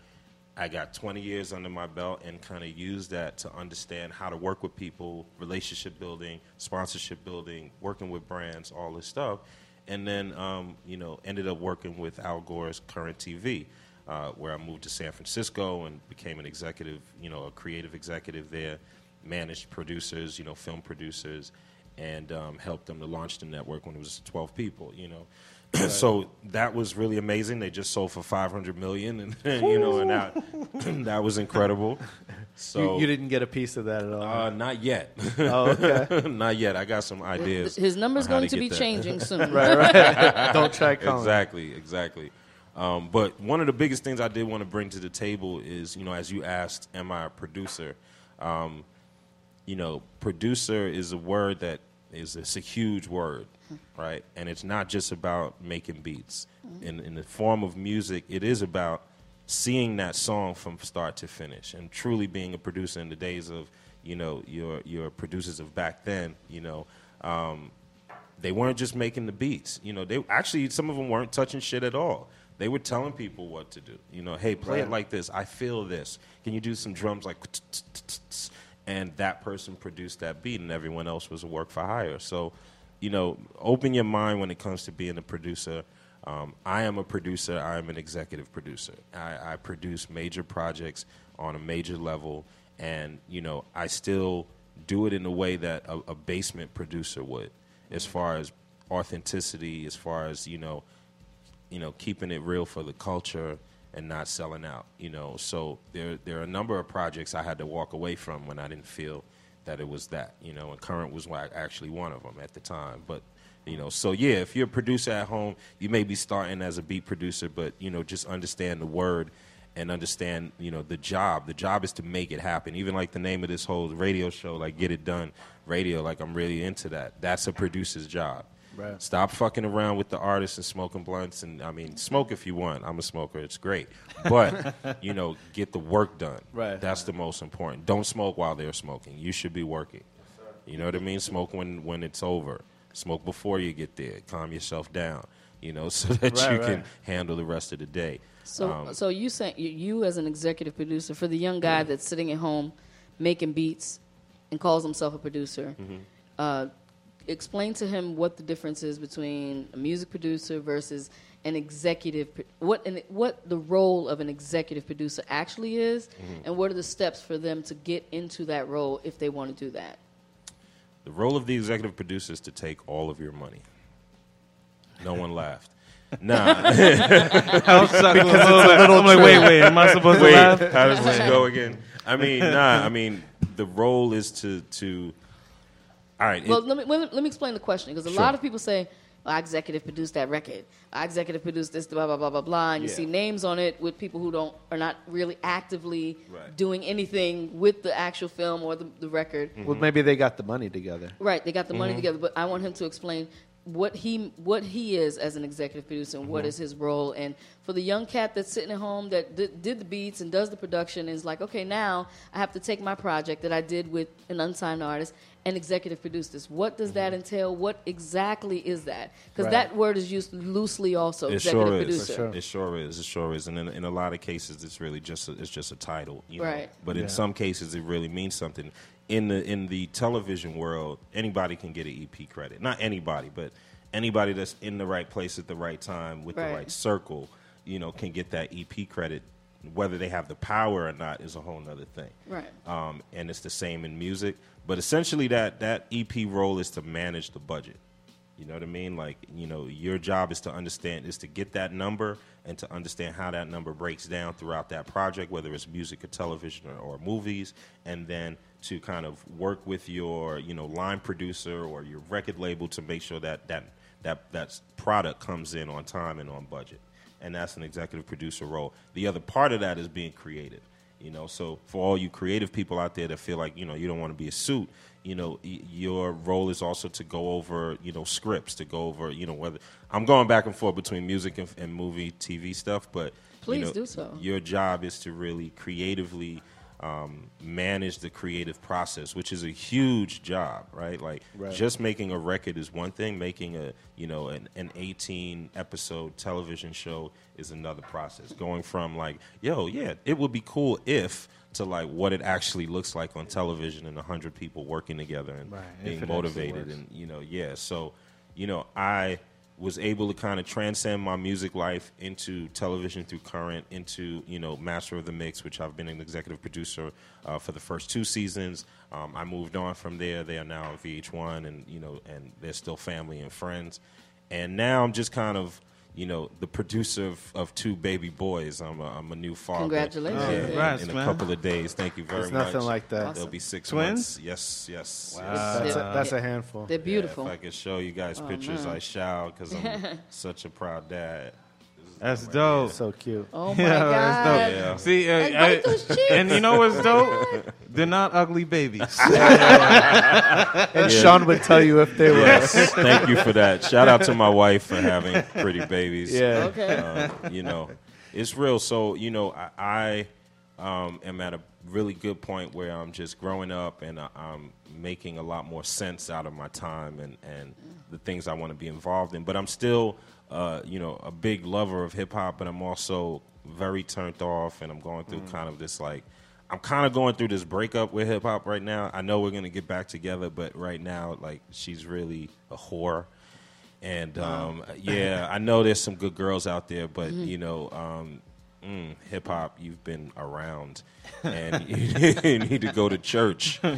S9: i got 20 years under my belt and kind of used that to understand how to work with people relationship building sponsorship building working with brands all this stuff and then um, you know ended up working with al gore's current tv uh, where i moved to san francisco and became an executive you know a creative executive there managed producers, you know, film producers, and um, helped them to launch the network when it was 12 people, you know. so that was really amazing. They just sold for 500 million, and you know, and that that was incredible. So
S7: you, you didn't get a piece of that at all.
S9: Uh, not yet.
S7: Oh, okay.
S9: not yet. I got some ideas.
S2: His number's
S9: on how
S2: going to
S9: get
S2: be
S9: there.
S2: changing soon.
S7: Right, right. Don't try calling.
S9: Exactly, exactly. Um, but one of the biggest things I did want to bring to the table is, you know, as you asked, am I a producer? Um, you know, producer is a word that is it's a huge word, right? And it's not just about making beats. In in the form of music, it is about seeing that song from start to finish and truly being a producer in the days of, you know, your your producers of back then, you know, um, they weren't just making the beats. You know, they actually some of them weren't touching shit at all. They were telling people what to do. You know, hey, play it
S8: Right.
S9: like this. I feel this. Can you do some drums like? And that person produced that beat, and everyone else was a work for hire. So, you know, open your mind when it comes to being a producer. Um, I am a producer. I am an executive producer. I, I produce major projects on a major level, and you know, I still do it in a way that a, a basement producer would as far as authenticity, as far as you know, you know, keeping it real for the culture and not selling out. You know, so there there are a number of projects I had to walk away from when I didn't feel that it was that. You know, and Current was like actually one of them at the time, but. You know, so yeah, if you're a producer at home, you may be starting as a beat producer, but you know, just understand the word and understand, you know, the job. The job is to make it happen. Even like the name of this whole radio show, like Get It Done Radio, like I'm really into that. That's a producer's job.
S7: Right.
S9: Stop fucking around with the artists and smoking blunts and I mean, smoke if you want. I'm a smoker. It's great. But, you know, get the work done.
S7: Right.
S9: That's the most important. Don't smoke while they're smoking. You should be working. You know what I mean? Smoke when when it's over. Smoke before you get there. Calm yourself down, you know, so that
S2: Right,
S9: you
S2: right.
S9: can handle the rest of the day.
S2: So,
S9: Um, Mm.
S2: so you saying you, you as an executive producer for the young guy that's sitting at home making beats and calls himself a producer,
S12: Mhm.
S2: uh, explain to him what the difference is between a music producer versus an executive. pro- What an, what the role of an executive producer actually is,
S9: Mhm.
S2: and what are the steps for them to get into that role if they want to do that.
S9: The role of the executive producer is to take all of your money. No one laughed. Nah.
S5: I was chuckling a Because little it's a bit. little I'm like, wait, wait, am I true. supposed to
S9: Wait,
S5: laugh?
S9: How does this
S5: Wait.
S9: go again? I mean, nah. I mean, the role is to to. All right. it-
S2: Well, let me, let me let me explain the question because a
S9: Sure.
S2: lot of people say, "Well, "I executive produced that record. I executive produced this." Blah blah blah blah blah. And you
S12: Yeah.
S2: see names on it with people who don't are not really actively doing anything with the actual film or the, the record.
S9: Mm-hmm.
S7: Mm-hmm. Well, maybe they got the money together.
S2: Right, they got the money
S7: Mhm.
S2: together, but I want him to explain what he what he is as an executive producer and what
S9: Mm-hmm.
S7: Mhm.
S2: is his role. And for the young cat that's sitting at home that did, did the beats and does the production is like, okay, now I have to take my project that I did with an unsigned artist and executive produce this. What does that entail? What exactly is that? Because
S9: Mm-hmm. Right.
S2: that word is used loosely, also
S9: it
S2: executive
S9: sure is.
S2: producer.
S9: It sure is. It sure is. And in, in a lot of cases, it's really just a, it's just a title, you know?
S2: Right.
S9: But
S2: Yeah.
S9: in some cases, it really means something. In the in the television world, anybody can get an EP credit. Not anybody, but anybody that's in the right place at the right time with
S13: Right.
S9: the right circle, you know, can get that EP credit. Whether they have the power or not is a whole other thing.
S13: Right.
S9: Um, and it's the same in music. But essentially, that that EP role is to manage the budget. You know what I mean? Like, you know, your job is to understand, is to get that number and to understand how that number breaks down throughout that project, whether it's music or television or, or movies, and then to kind of work with your, you know, line producer or your record label to make sure that that that that product comes in on time and on budget. And that's an executive producer role. The other part of that is being creative. You know, so for all you creative people out there that feel like you know you don't want to be a suit, you know, y- your role is also to go over you know scripts, to go over you know whether I'm going back and forth between music and, and movie, TV stuff, but you
S2: Please
S9: know,
S2: do so.
S9: Your job is to really creatively um, manage the creative process, which is a huge job, right? Like
S13: Right.
S9: just making a record is one thing; making a you know an, an 18 episode television show is another process. Going from like, yo, yeah, it would be cool if to like what it actually looks like on television and 100 people working together and
S13: Right, if it
S9: being
S13: actually
S9: motivated
S13: works.
S9: and you know yeah so you know i was able to kind of transcend my music life into television through current into you know master of the mix which i've been an executive producer uh, for the first two seasons um, i moved on from there they are now at vh1 and you know and they're still family and friends and now i'm just kind of you know the producer of, of two baby boys i'm a, I'm a new father
S2: Congratulations.
S9: Yeah, in-
S7: Congrats,
S9: in, a
S7: man.
S9: couple of days thank you very
S7: There's
S9: much
S7: nothing like that.
S9: they'll
S7: Awesome.
S9: be six
S7: Twins?
S9: months yes yes
S7: Wow.
S9: yes.
S7: That's a- that's a handful. They're
S9: Yeah,
S7: beautiful.
S9: if i could show you guys
S7: Oh,
S9: pictures
S7: man.
S9: i shall because i'm such a proud dad
S5: That's dope.
S7: So cute.
S2: Oh
S5: Yeah, that's dope.
S9: Yeah.
S5: See, uh,
S9: And
S5: I-
S9: bite those cheeks.
S5: and you know what's dope? They're not ugly babies.
S7: And Sean would tell you if they were.
S9: Yes. Thank you for that. Shout out to my wife for having pretty babies.
S7: Yeah. Okay.
S9: Um, you know, it's real. So you know, I, I um, am at a really good point where I'm just growing up and I, I'm making a lot more sense out of my time and and the things I want to be involved in. But I'm still, uh, you know, a big lover of hip hop, but I'm also very turned off, and I'm going through
S5: Mm.
S9: kind of this like. I'm kind of going through this breakup with hip hop right now. I know we're gonna get back together, but right now, like, she's really a whore, and um,
S5: Wow.
S9: yeah, I know there's some good girls out there, but
S5: Mhm.
S9: you know, um, mm, hip hop, you've been around, and you need to go to church.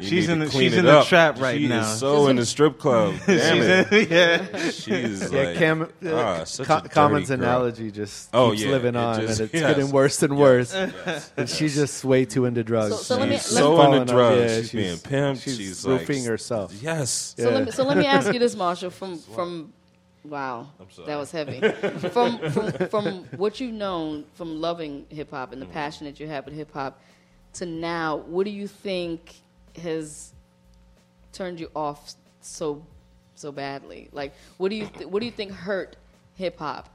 S9: You
S5: She's
S9: need
S5: in
S9: to
S5: the-
S9: clean
S5: she's
S9: it
S5: in the
S9: up.
S5: trap right
S9: She is
S5: now.
S9: so in the strip club. Damn
S5: She's in-
S9: it.
S5: yeah.
S9: she's
S5: Yeah,
S9: like,
S5: Cam-
S9: ah, such
S7: Co-
S9: a dirty
S7: uh, Common's
S9: girl.
S7: analogy just
S9: Oh,
S7: keeps
S9: yeah,
S7: living
S9: it
S7: on,
S9: just-
S7: and it's
S9: yes.
S7: getting worse and
S9: Yes,
S7: worse.
S9: yes,
S7: and she's just way too into drugs.
S2: So- so let me-
S7: She's
S2: let me-
S9: so
S7: falling
S9: into
S7: off.
S9: drugs.
S7: Yeah,
S9: she's, being pimped. She's, like
S7: roofing herself.
S9: Yes.
S2: So, let me, so let me ask you this, Marshall. From from wow, that was heavy. from, from from what you've known from loving hip hop and the passion that you have with hip hop to now, what do you think has turned you off so so badly? Like, what do you th- what do you think hurt hip hop?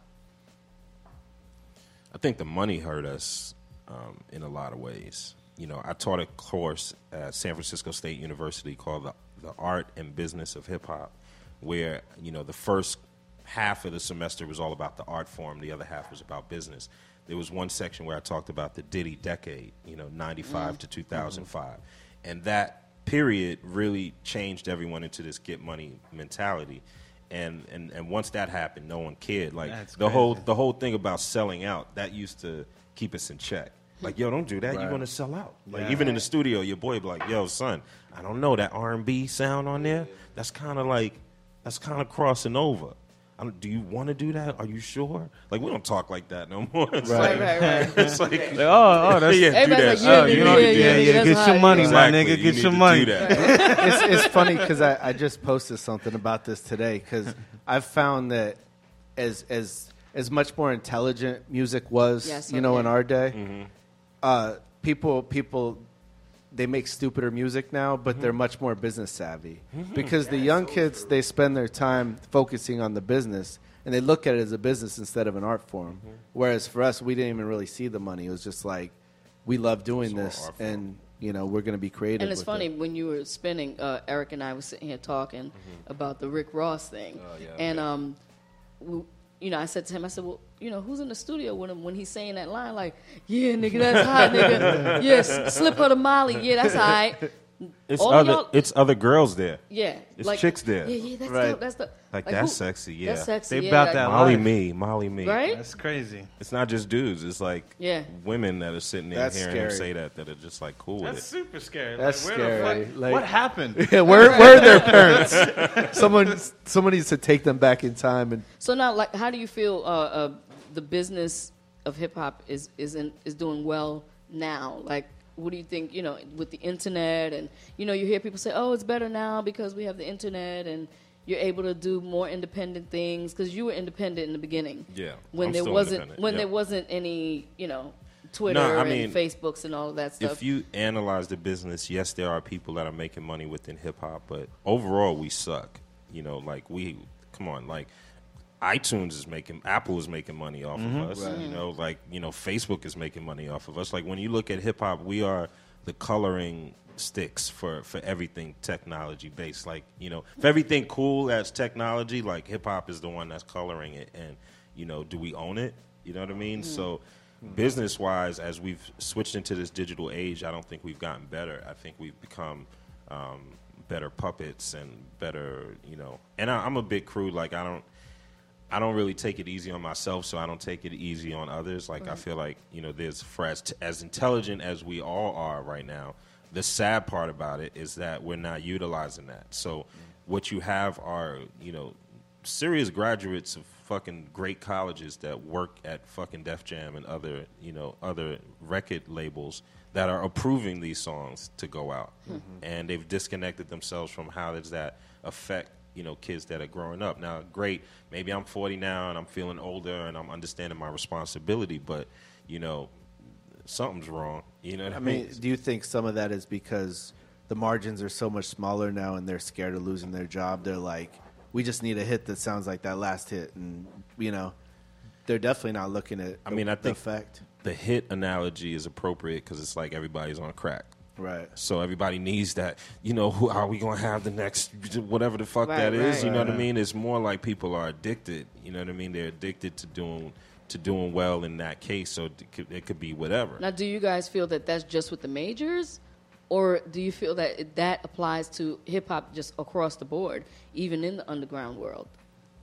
S9: I think the money hurt us um, in a lot of ways. You know, I taught a course at San Francisco State University called the, the Art and Business of Hip Hop, where, you know, the first half of the semester was all about the art form, the other half was about business. There was one section where I talked about the Diddy decade, you know, 95
S5: Mm.
S9: to 2005. And that period really changed everyone into this get money mentality. And, and, and once that happened, no one cared. Like
S5: That's
S9: the whole
S5: crazy.
S9: the whole thing about selling out that used to keep us in check. Like, yo, don't do that. You're
S5: Right.
S9: gonna sell out. Like,
S5: Yeah.
S9: even in the studio, your boy be like, yo, son, I don't know that R and B sound on there. That's kind of like, that's kind of crossing over. I don't, do you want to do that? Are you sure? Like, we don't talk like that no more. It's
S5: Right.
S9: like,
S5: Right, right, right.
S9: It's like,
S5: Like, oh, oh, that's-
S9: yeah, do
S5: Everybody's
S9: that.
S5: like, yeah, Oh, you know, yeah, yeah, yeah, yeah,
S9: that's
S5: get your
S9: hot.
S5: money, my
S9: Exactly.
S5: nigga,
S9: You
S5: get
S9: need
S5: your
S9: to do
S5: money.
S9: that.
S7: it's, it's funny because I, I just posted something about this today because I've found that as as as much more intelligent music was,
S5: Yes,
S7: you know,
S5: okay.
S7: in our day, uh, people people they make stupider music now, but they're much more business savvy
S5: Mhm.
S7: because the young kids they spend their time focusing on the business and they look at it as a business instead of an art form. Whereas for us, we didn't even really see the money. It was just like we love doing this, and you know, we're going to be creative.
S2: And it's
S7: with it. Mm-hmm.
S2: funny when you were spinning, uh, Eric and I were sitting here talking about the Rick Ross thing,
S7: Oh,
S2: and um, w you know, I said to him, I said, well, you know, who's in the studio with him when he's saying that line? Like, yeah, nigga, that's hot, nigga. Yes, slip her the Molly. Yeah, that's all right.
S9: It's
S2: All
S9: other,
S2: y'all-
S9: it's other girls there.
S2: Yeah,
S9: it's chicks there.
S2: Yeah, yeah, that's
S5: Right.
S2: dope. That's dope.
S9: Like,
S2: who-
S9: that's sexy. Yeah,
S2: That's sexy. yeah, like-
S9: Molly me, Molly me.
S2: Right?
S5: That's crazy.
S9: It's not just dudes. It's like
S2: Yeah.
S9: women that are sitting there
S5: That's
S9: hearing him
S5: scary.
S9: say that that are just like cool with
S5: That's
S9: it.
S5: super scary.
S7: That's
S5: like, where
S7: scary.
S5: The fuck,
S7: Like-
S5: what happened?
S7: Yeah, where where are their parents? someone someone needs to take them back in time and
S2: So now, like, how do you feel uh, uh, the business of hip hop is is in, is doing well now? Like, what do you think? You know, with the internet, and you know, you hear people say, "Oh, it's better now because we have the internet and." You're able to do more independent things because you were independent in the beginning.
S9: Yeah,
S2: when
S9: I'm
S2: there
S9: still
S2: wasn't
S9: independent,
S2: when
S9: yeah.
S2: there wasn't any, you know, Twitter
S9: No, I mean,
S2: and Facebooks and all of that stuff.
S9: If you analyze the business, yes, there are people that are making money within hip hop, but overall, we suck. You know, like we come on, like iTunes is making, Apple is making money off
S5: Mhm.
S9: of us.
S5: Right.
S9: You know, like you know, Facebook is making money off of us. Like when you look at hip hop, we are the coloring sticks for for everything technology based. Like you know, if everything cool as technology, like hip hop is the one that's coloring it, and you know, do we own it? You know what I mean?
S5: Mm.
S9: So business wise, as we've switched into this digital age, I don't think we've gotten better. I think we've become um, better puppets and better, you know. And I, I'm a big crew. Like I don't, I don't really take it easy on myself, so I don't take it easy on others. Like I feel like you know, there's for as, as intelligent as we all are right now. The sad part about it is that we're not utilizing that. So what you have are you know serious graduates of fucking great colleges that work at fucking Def Jam and other you know other record labels that are approving these songs to go out,
S8: Mhm.
S9: and they've disconnected themselves from how does that affect you know kids that are growing up. Now, great, maybe I'm 40 now and I'm feeling older and I'm understanding my responsibility, but you know something's wrong. You know what I,
S7: I mean, do you think some of that is because the margins are so much smaller now and they're scared of losing their job? They're like, we just need a hit that sounds like that last hit. And, you know, they're definitely not looking at
S9: I mean, I
S7: the
S9: think
S7: fact.
S9: the hit analogy is appropriate because it's like everybody's on crack.
S7: Right.
S9: So everybody needs that. You know, who are we going to have the next, whatever the fuck
S7: Right,
S9: that is?
S7: right.
S9: You know what I
S7: Right.
S9: mean? It's more like people are addicted. You know what I mean? They're addicted to doing to doing well in that case. So it could, it could be whatever.
S2: Now, do you guys feel that that's just with the majors, or do you feel that it- that applies to hip hop just across the board, even in the underground world?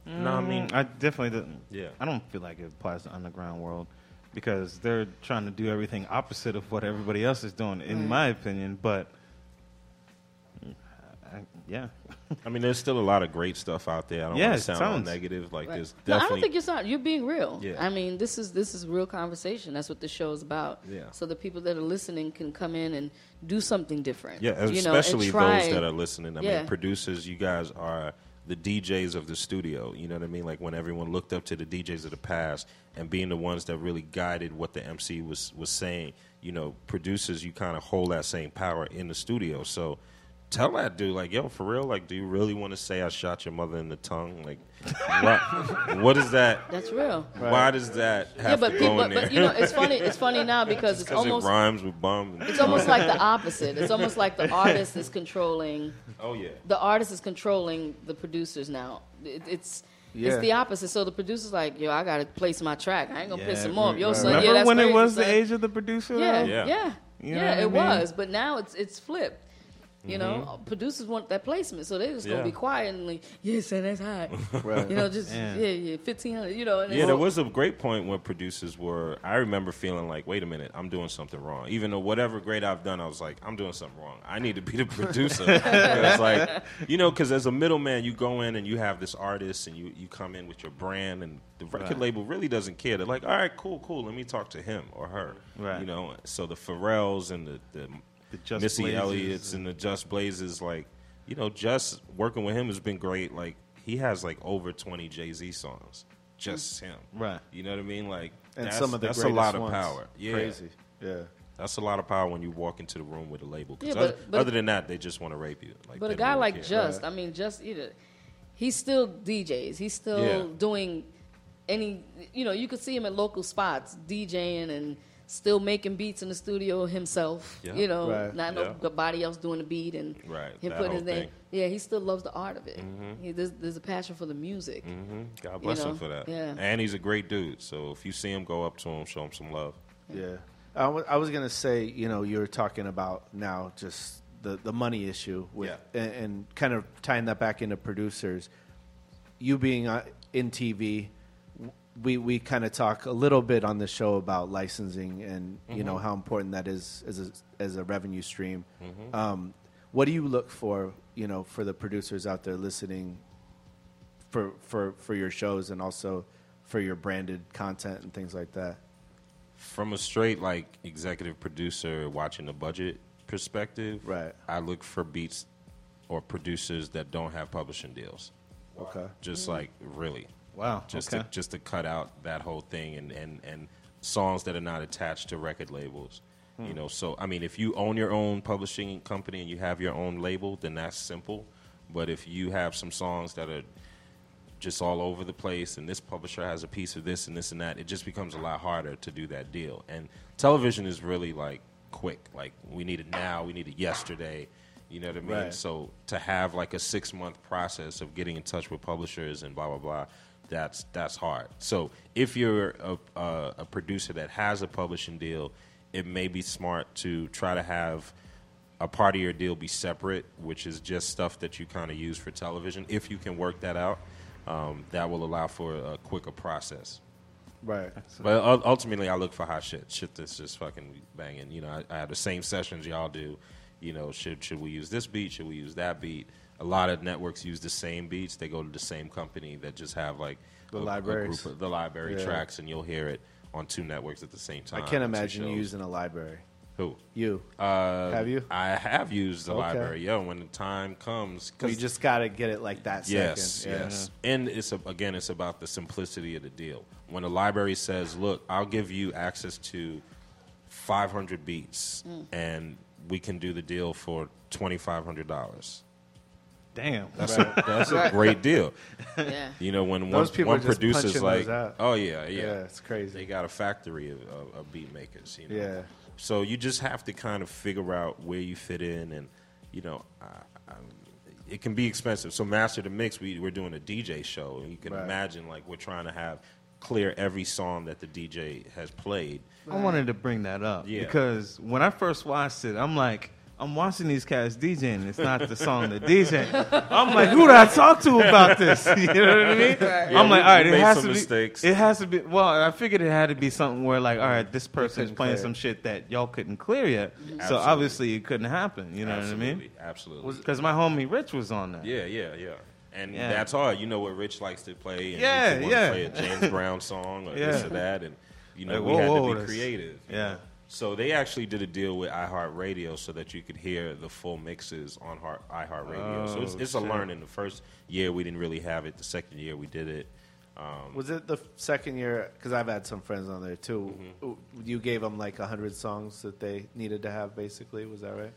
S5: No, I mean, I definitely didn't.
S9: Yeah.
S5: I don't feel like it applies to underground world because they're trying to do everything opposite of what everybody else is doing, in
S9: Right.
S5: my opinion. But I, yeah,
S9: I mean, there's still a lot of great stuff out there. I don't
S5: Yeah,
S9: want
S5: it
S9: to sound
S5: sounds-
S9: negative. Like
S2: Right.
S9: there's
S2: no, I
S9: definitely.
S2: don't think you're not. You're being real.
S9: Yeah.
S2: I mean, this is this is real conversation. That's what the show is about.
S9: Yeah.
S2: So the people that are listening can come in and do something different.
S9: Yeah,
S2: you know, and
S9: especially
S2: try-
S9: those that are listening. I
S2: yeah.
S9: mean, producers, you guys are the DJs of the studio. You know what I mean? Like when everyone looked up to the DJs of the past and being the ones that really guided what the MC was was saying. You know, producers, you kind of hold that same power in the studio. So. Tell that dude, like, yo, for real, like, do you really want to say I shot your mother in the tongue? Like, what, what is that?
S2: That's real.
S9: Why does that have
S2: yeah, but
S9: to go
S2: people,
S9: in there?
S2: but you know, it's funny. It's funny now because it's
S9: Because it
S2: almost
S9: rhymes with bum. and
S2: It's
S9: tongue.
S2: almost like the opposite. It's almost like the artist is controlling.
S9: Oh, yeah.
S2: The artist is controlling the producers now. It, it's
S5: Yeah.
S2: it's the opposite. So the producer's like, yo, I gotta place my track. I ain't gonna piss
S5: Yeah,
S2: him off. Yo,
S5: right.
S2: son,
S5: remember
S2: yeah, that's
S5: when
S2: crazy,
S5: it was
S2: son.
S5: the age of the producer?
S2: Yeah,
S5: though?
S2: yeah, yeah.
S5: You know what I
S2: it
S5: mean? Mm-hmm.
S2: was, but now it's it's flipped. You know, producers want that placement, so they just gonna
S9: Yeah.
S2: be quiet and like, yeah, son, that's hot.
S9: Right.
S2: You know, just
S9: Yeah.
S2: yeah, yeah, fifteen hundred. You know, and
S9: Yeah,
S2: it's-
S9: there was a great point where producers were. I remember feeling like, wait a minute, I'm doing something wrong. Even though whatever grade I've done, I was like, I'm doing something wrong. I need to be the producer. it's like, you know, because as a middleman, you go in and you have this artist and you, you come in with your brand, and the record
S5: Right.
S9: label really doesn't care. They're like, all right, cool, cool. Let me talk to him or her.
S5: Right.
S9: You know, so the Pharrells and the, the,
S5: Just
S9: Missy
S5: Blazes
S9: Elliott's and the Just Blazes, like, you know, just working with him has been great. Like, he has like over 20 Jay Z songs. Just him.
S5: Right.
S9: You know what I mean? Like
S7: And
S9: that's,
S7: some of the
S9: that's a
S7: greatest
S9: lot of
S7: ones.
S9: power. Yeah.
S7: Crazy. Yeah.
S9: That's a lot of power when you walk into the room with a label. 'Cause
S2: Yeah,
S9: other,
S2: but- but-
S9: other than that, they just want to rape you. Like,
S2: But
S9: they
S2: a guy
S9: really
S2: like
S9: care.
S2: Just, I mean, Just, you know, he's still DJs. He's still
S9: Yeah.
S2: doing any, you know, you could see him at local spots DJing and still making beats in the studio himself.
S9: Yeah.
S2: You know,
S9: Right.
S2: not
S9: Yeah.
S2: nobody else doing the beat and
S9: Right,
S2: him
S9: that
S2: putting
S9: whole
S2: his name.
S9: thing.
S2: Yeah, he still loves the art of it.
S9: Mhm.
S2: He, there's, there's a passion for the music.
S9: hmm God
S2: you
S9: bless
S2: know?
S9: him for that.
S2: Yeah.
S9: And he's a great dude. So if you see him, go up to him, show him some love.
S7: Yeah. I wa- I was going to say, you know, you were talking about now just the, the money issue with, and, and kind of tying that back into producers. You being uh, in TV, w- we, we kind of talk a little bit on the show about licensing and, you know,
S9: Mhm.
S7: how important that is as a, as a revenue stream.
S9: Mhm.
S7: Um, what do you look for, you know, for the producers out there listening for, for, for your shows and also for your branded content and things like that?
S9: from a straight like executive producer watching the budget perspective, right? I look for beats or producers that don't have publishing deals.
S7: Okay.
S9: Just
S7: Mm.
S9: like really.
S5: Wow,
S9: Just
S5: okay.
S9: to just to cut out that whole thing and and and songs that are not attached to record labels. You
S5: Hmm.
S9: know, so I mean, if you own your own publishing company and you have your own label, then that's simple. But if you have some songs that are just all over the place and this publisher has a piece of this and this and that it just becomes a lot harder to do that deal and television is really like quick like we need it now we need it yesterday you know what i mean
S5: Right.
S9: so to have like a six month process of getting in touch with publishers and blah blah blah that's that's hard so if you're a, a, a producer that has a publishing deal it may be smart to try to have a part of your deal be separate, which is just stuff that you kind of use for television, if you can work that out. um, that will allow for a quicker process.
S7: Right.
S9: But ul- ultimately, I look for hot shit, shit that's just fucking banging. You know, I, I have the same sessions y'all do. You know, should should we use this beat? Should we use that beat? A lot of networks use the same beats. They go to the same company that just have like
S7: The
S9: a- a
S7: libraries.
S9: group of- the library
S7: Yeah.
S9: tracks, and you'll hear it on two networks at the same
S7: I
S9: time.
S7: can't
S9: on two
S7: imagine you
S9: shows.
S7: using a library.
S9: Who?
S7: You.
S9: Uh,
S7: Have you?
S9: I have used the
S7: Okay.
S9: library. Yeah, when the time comes, 'cause- Uh-huh.
S7: You just got to get it like that
S9: yes,
S7: second. Yeah.
S9: yes. And it's a, again, it's about the simplicity of the deal. When the library says, "Look, I'll give you access to 500 beats,
S5: Mm.
S9: and we can do the deal for twenty five hundred dollars."
S5: Damn.
S9: That's a,
S5: Right.
S9: that's
S5: Right.
S9: a great deal.
S5: Yeah.
S9: You know when one,
S7: Those people
S9: one
S7: are just
S9: producer's
S7: punching
S9: like,
S7: those out.
S9: oh yeah, yeah,
S7: Yeah, it's crazy.
S9: They got a factory of, of, of beat makers. You know.
S7: Yeah.
S9: So you just have to kind of figure out where you fit in, and you know, I, I, it can be expensive. So master the mix. We we're doing a DJ show, and you can
S5: Right.
S9: imagine like we're trying to have clear every song that the DJ has played.
S5: I wanted to bring that up
S9: Yeah.
S5: because when I first watched it, I'm like, I'm watching these cats DJing. It's not the song they're DJing. I'm like, who did I talk to about this? You know what I mean?
S9: Right.
S5: I'm like,
S9: Yeah, we-
S5: all right,
S9: we
S5: it
S9: made
S5: has
S9: some
S5: to
S9: mistakes.
S5: be. It has to be. Well, I figured it had to be something where like, all right, this person's
S9: couldn't
S5: playing
S9: clear.
S5: some shit that y'all couldn't clear yet. So
S9: Absolutely.
S5: obviously it couldn't happen. You know what I mean?
S9: Absolutely, absolutely. Was-
S5: Because my homie Rich was on that.
S9: Yeah, yeah, yeah. And
S5: Yeah.
S9: that's hard. You know what Rich likes to play. And
S5: Yeah,
S9: he could wanna
S5: yeah.
S9: Play a James Brown song or this
S5: Yeah.
S9: or that, and you know
S5: Like,
S9: we
S5: whoa,
S9: had
S5: whoa,
S9: to be
S5: that's-
S9: creative.
S5: yeah.
S9: So they actually did a deal with iHeartRadio so that you could hear the full mixes on Heart- iHeartRadio. so it's,
S7: Oh,
S9: it's a
S7: shit.
S9: learning. The first year we didn't really have it. The second year we did it. Um,
S7: Was it the second year? Because I've had some friends on there too.
S9: Mm-hmm.
S7: You gave them like hundred songs that they needed to have. Basically, was that right?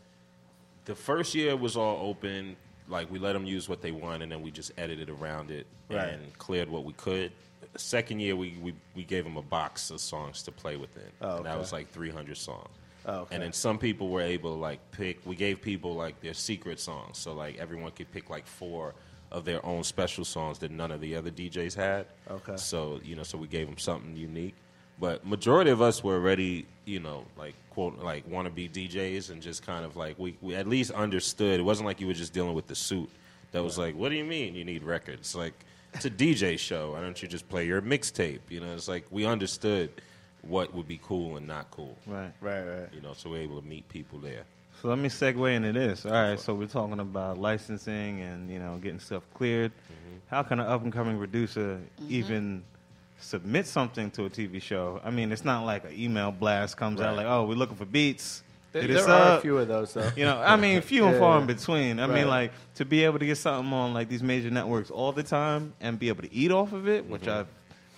S9: the first year was all open. Like we let them use what they want, and then we just edited around it
S7: Right.
S9: and cleared what we could. The second year, we, we, we gave them a box of songs to play within,
S7: Oh,
S9: and that
S7: okay.
S9: was like 300 songs.
S7: Oh, okay.
S9: And then some people were able to like pick. We gave people like their secret songs, so like everyone could pick like four of their own special songs that none of the other DJs had.
S7: Okay.
S9: So you know, so we gave them something unique. But majority of us were already, you know, like quote like want to be DJs and just kind of like we, we at least understood. It wasn't like you were just dealing with the suit. That was like, what do you mean you need records? Like it's a DJ show. Why don't you just play your mixtape? You know, it's like we understood what would be cool and not cool.
S5: Right.
S7: Right. Right.
S9: You know, so we're able to meet people there.
S5: So let me segue into this. All right, so we're talking about licensing and you know getting stuff cleared.
S7: Mm-hmm.
S5: How can an up and coming producer even submit something to a TV show? I mean, it's not like an email blast comes out
S7: Right.
S5: like, "Oh, we're looking for beats."
S7: There-
S5: Hit us
S7: there are a
S5: up."
S7: few of those, though.
S5: You know, I mean, few and
S7: Yeah.
S5: far in between. I mean,
S7: Right.
S5: like to be able to get something on like these major networks all the time and be able to eat off of it, which
S7: Mhm.
S5: I've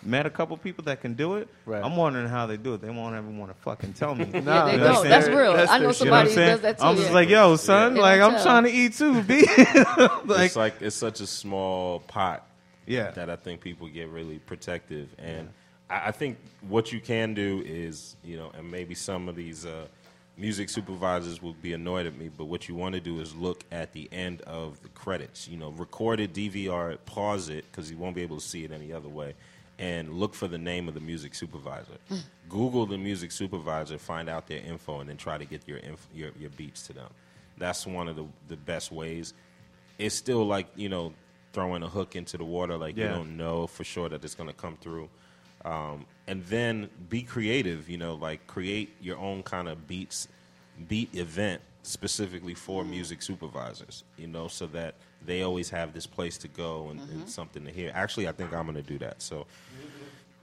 S5: met a couple people that can do it.
S7: Right.
S5: I'm wondering how they do it. They won't ever want to fucking tell me.
S7: Yeah, they
S5: You know what I'm
S7: don't.
S5: saying?
S7: That's real. That's I know their shit. somebody
S5: You what I'm
S7: does that
S5: saying? I'm
S7: too,
S5: just
S7: yeah.
S5: like, yo, son,
S7: Yeah.
S5: like I'm
S7: They
S5: trying
S7: don't
S5: to
S7: tell.
S5: eat too, b. like,
S9: it's like it's such a small pot.
S5: Yeah.
S9: That I think people get really protective, and I, I think what you can do is, you know, and maybe some of these uh, music supervisors will be annoyed at me, but what you want to do is look at the end of the credits. You know, record it, DVR it, pause it because you won't be able to see it any other way, and look for the name of the music supervisor. Google the music supervisor, find out their info, and then try to get your inf- your, your beats to them. That's one of the the best ways. It's still like you know throwing a hook into the water, like you
S5: Yeah.
S9: don't know for sure that it's going to come through. Um, and then be creative, you know, like create your own kind of beats beat event specifically for music supervisors, you know, so that they always have this place to go and, and something to hear. Actually, I think I'm going to do that. So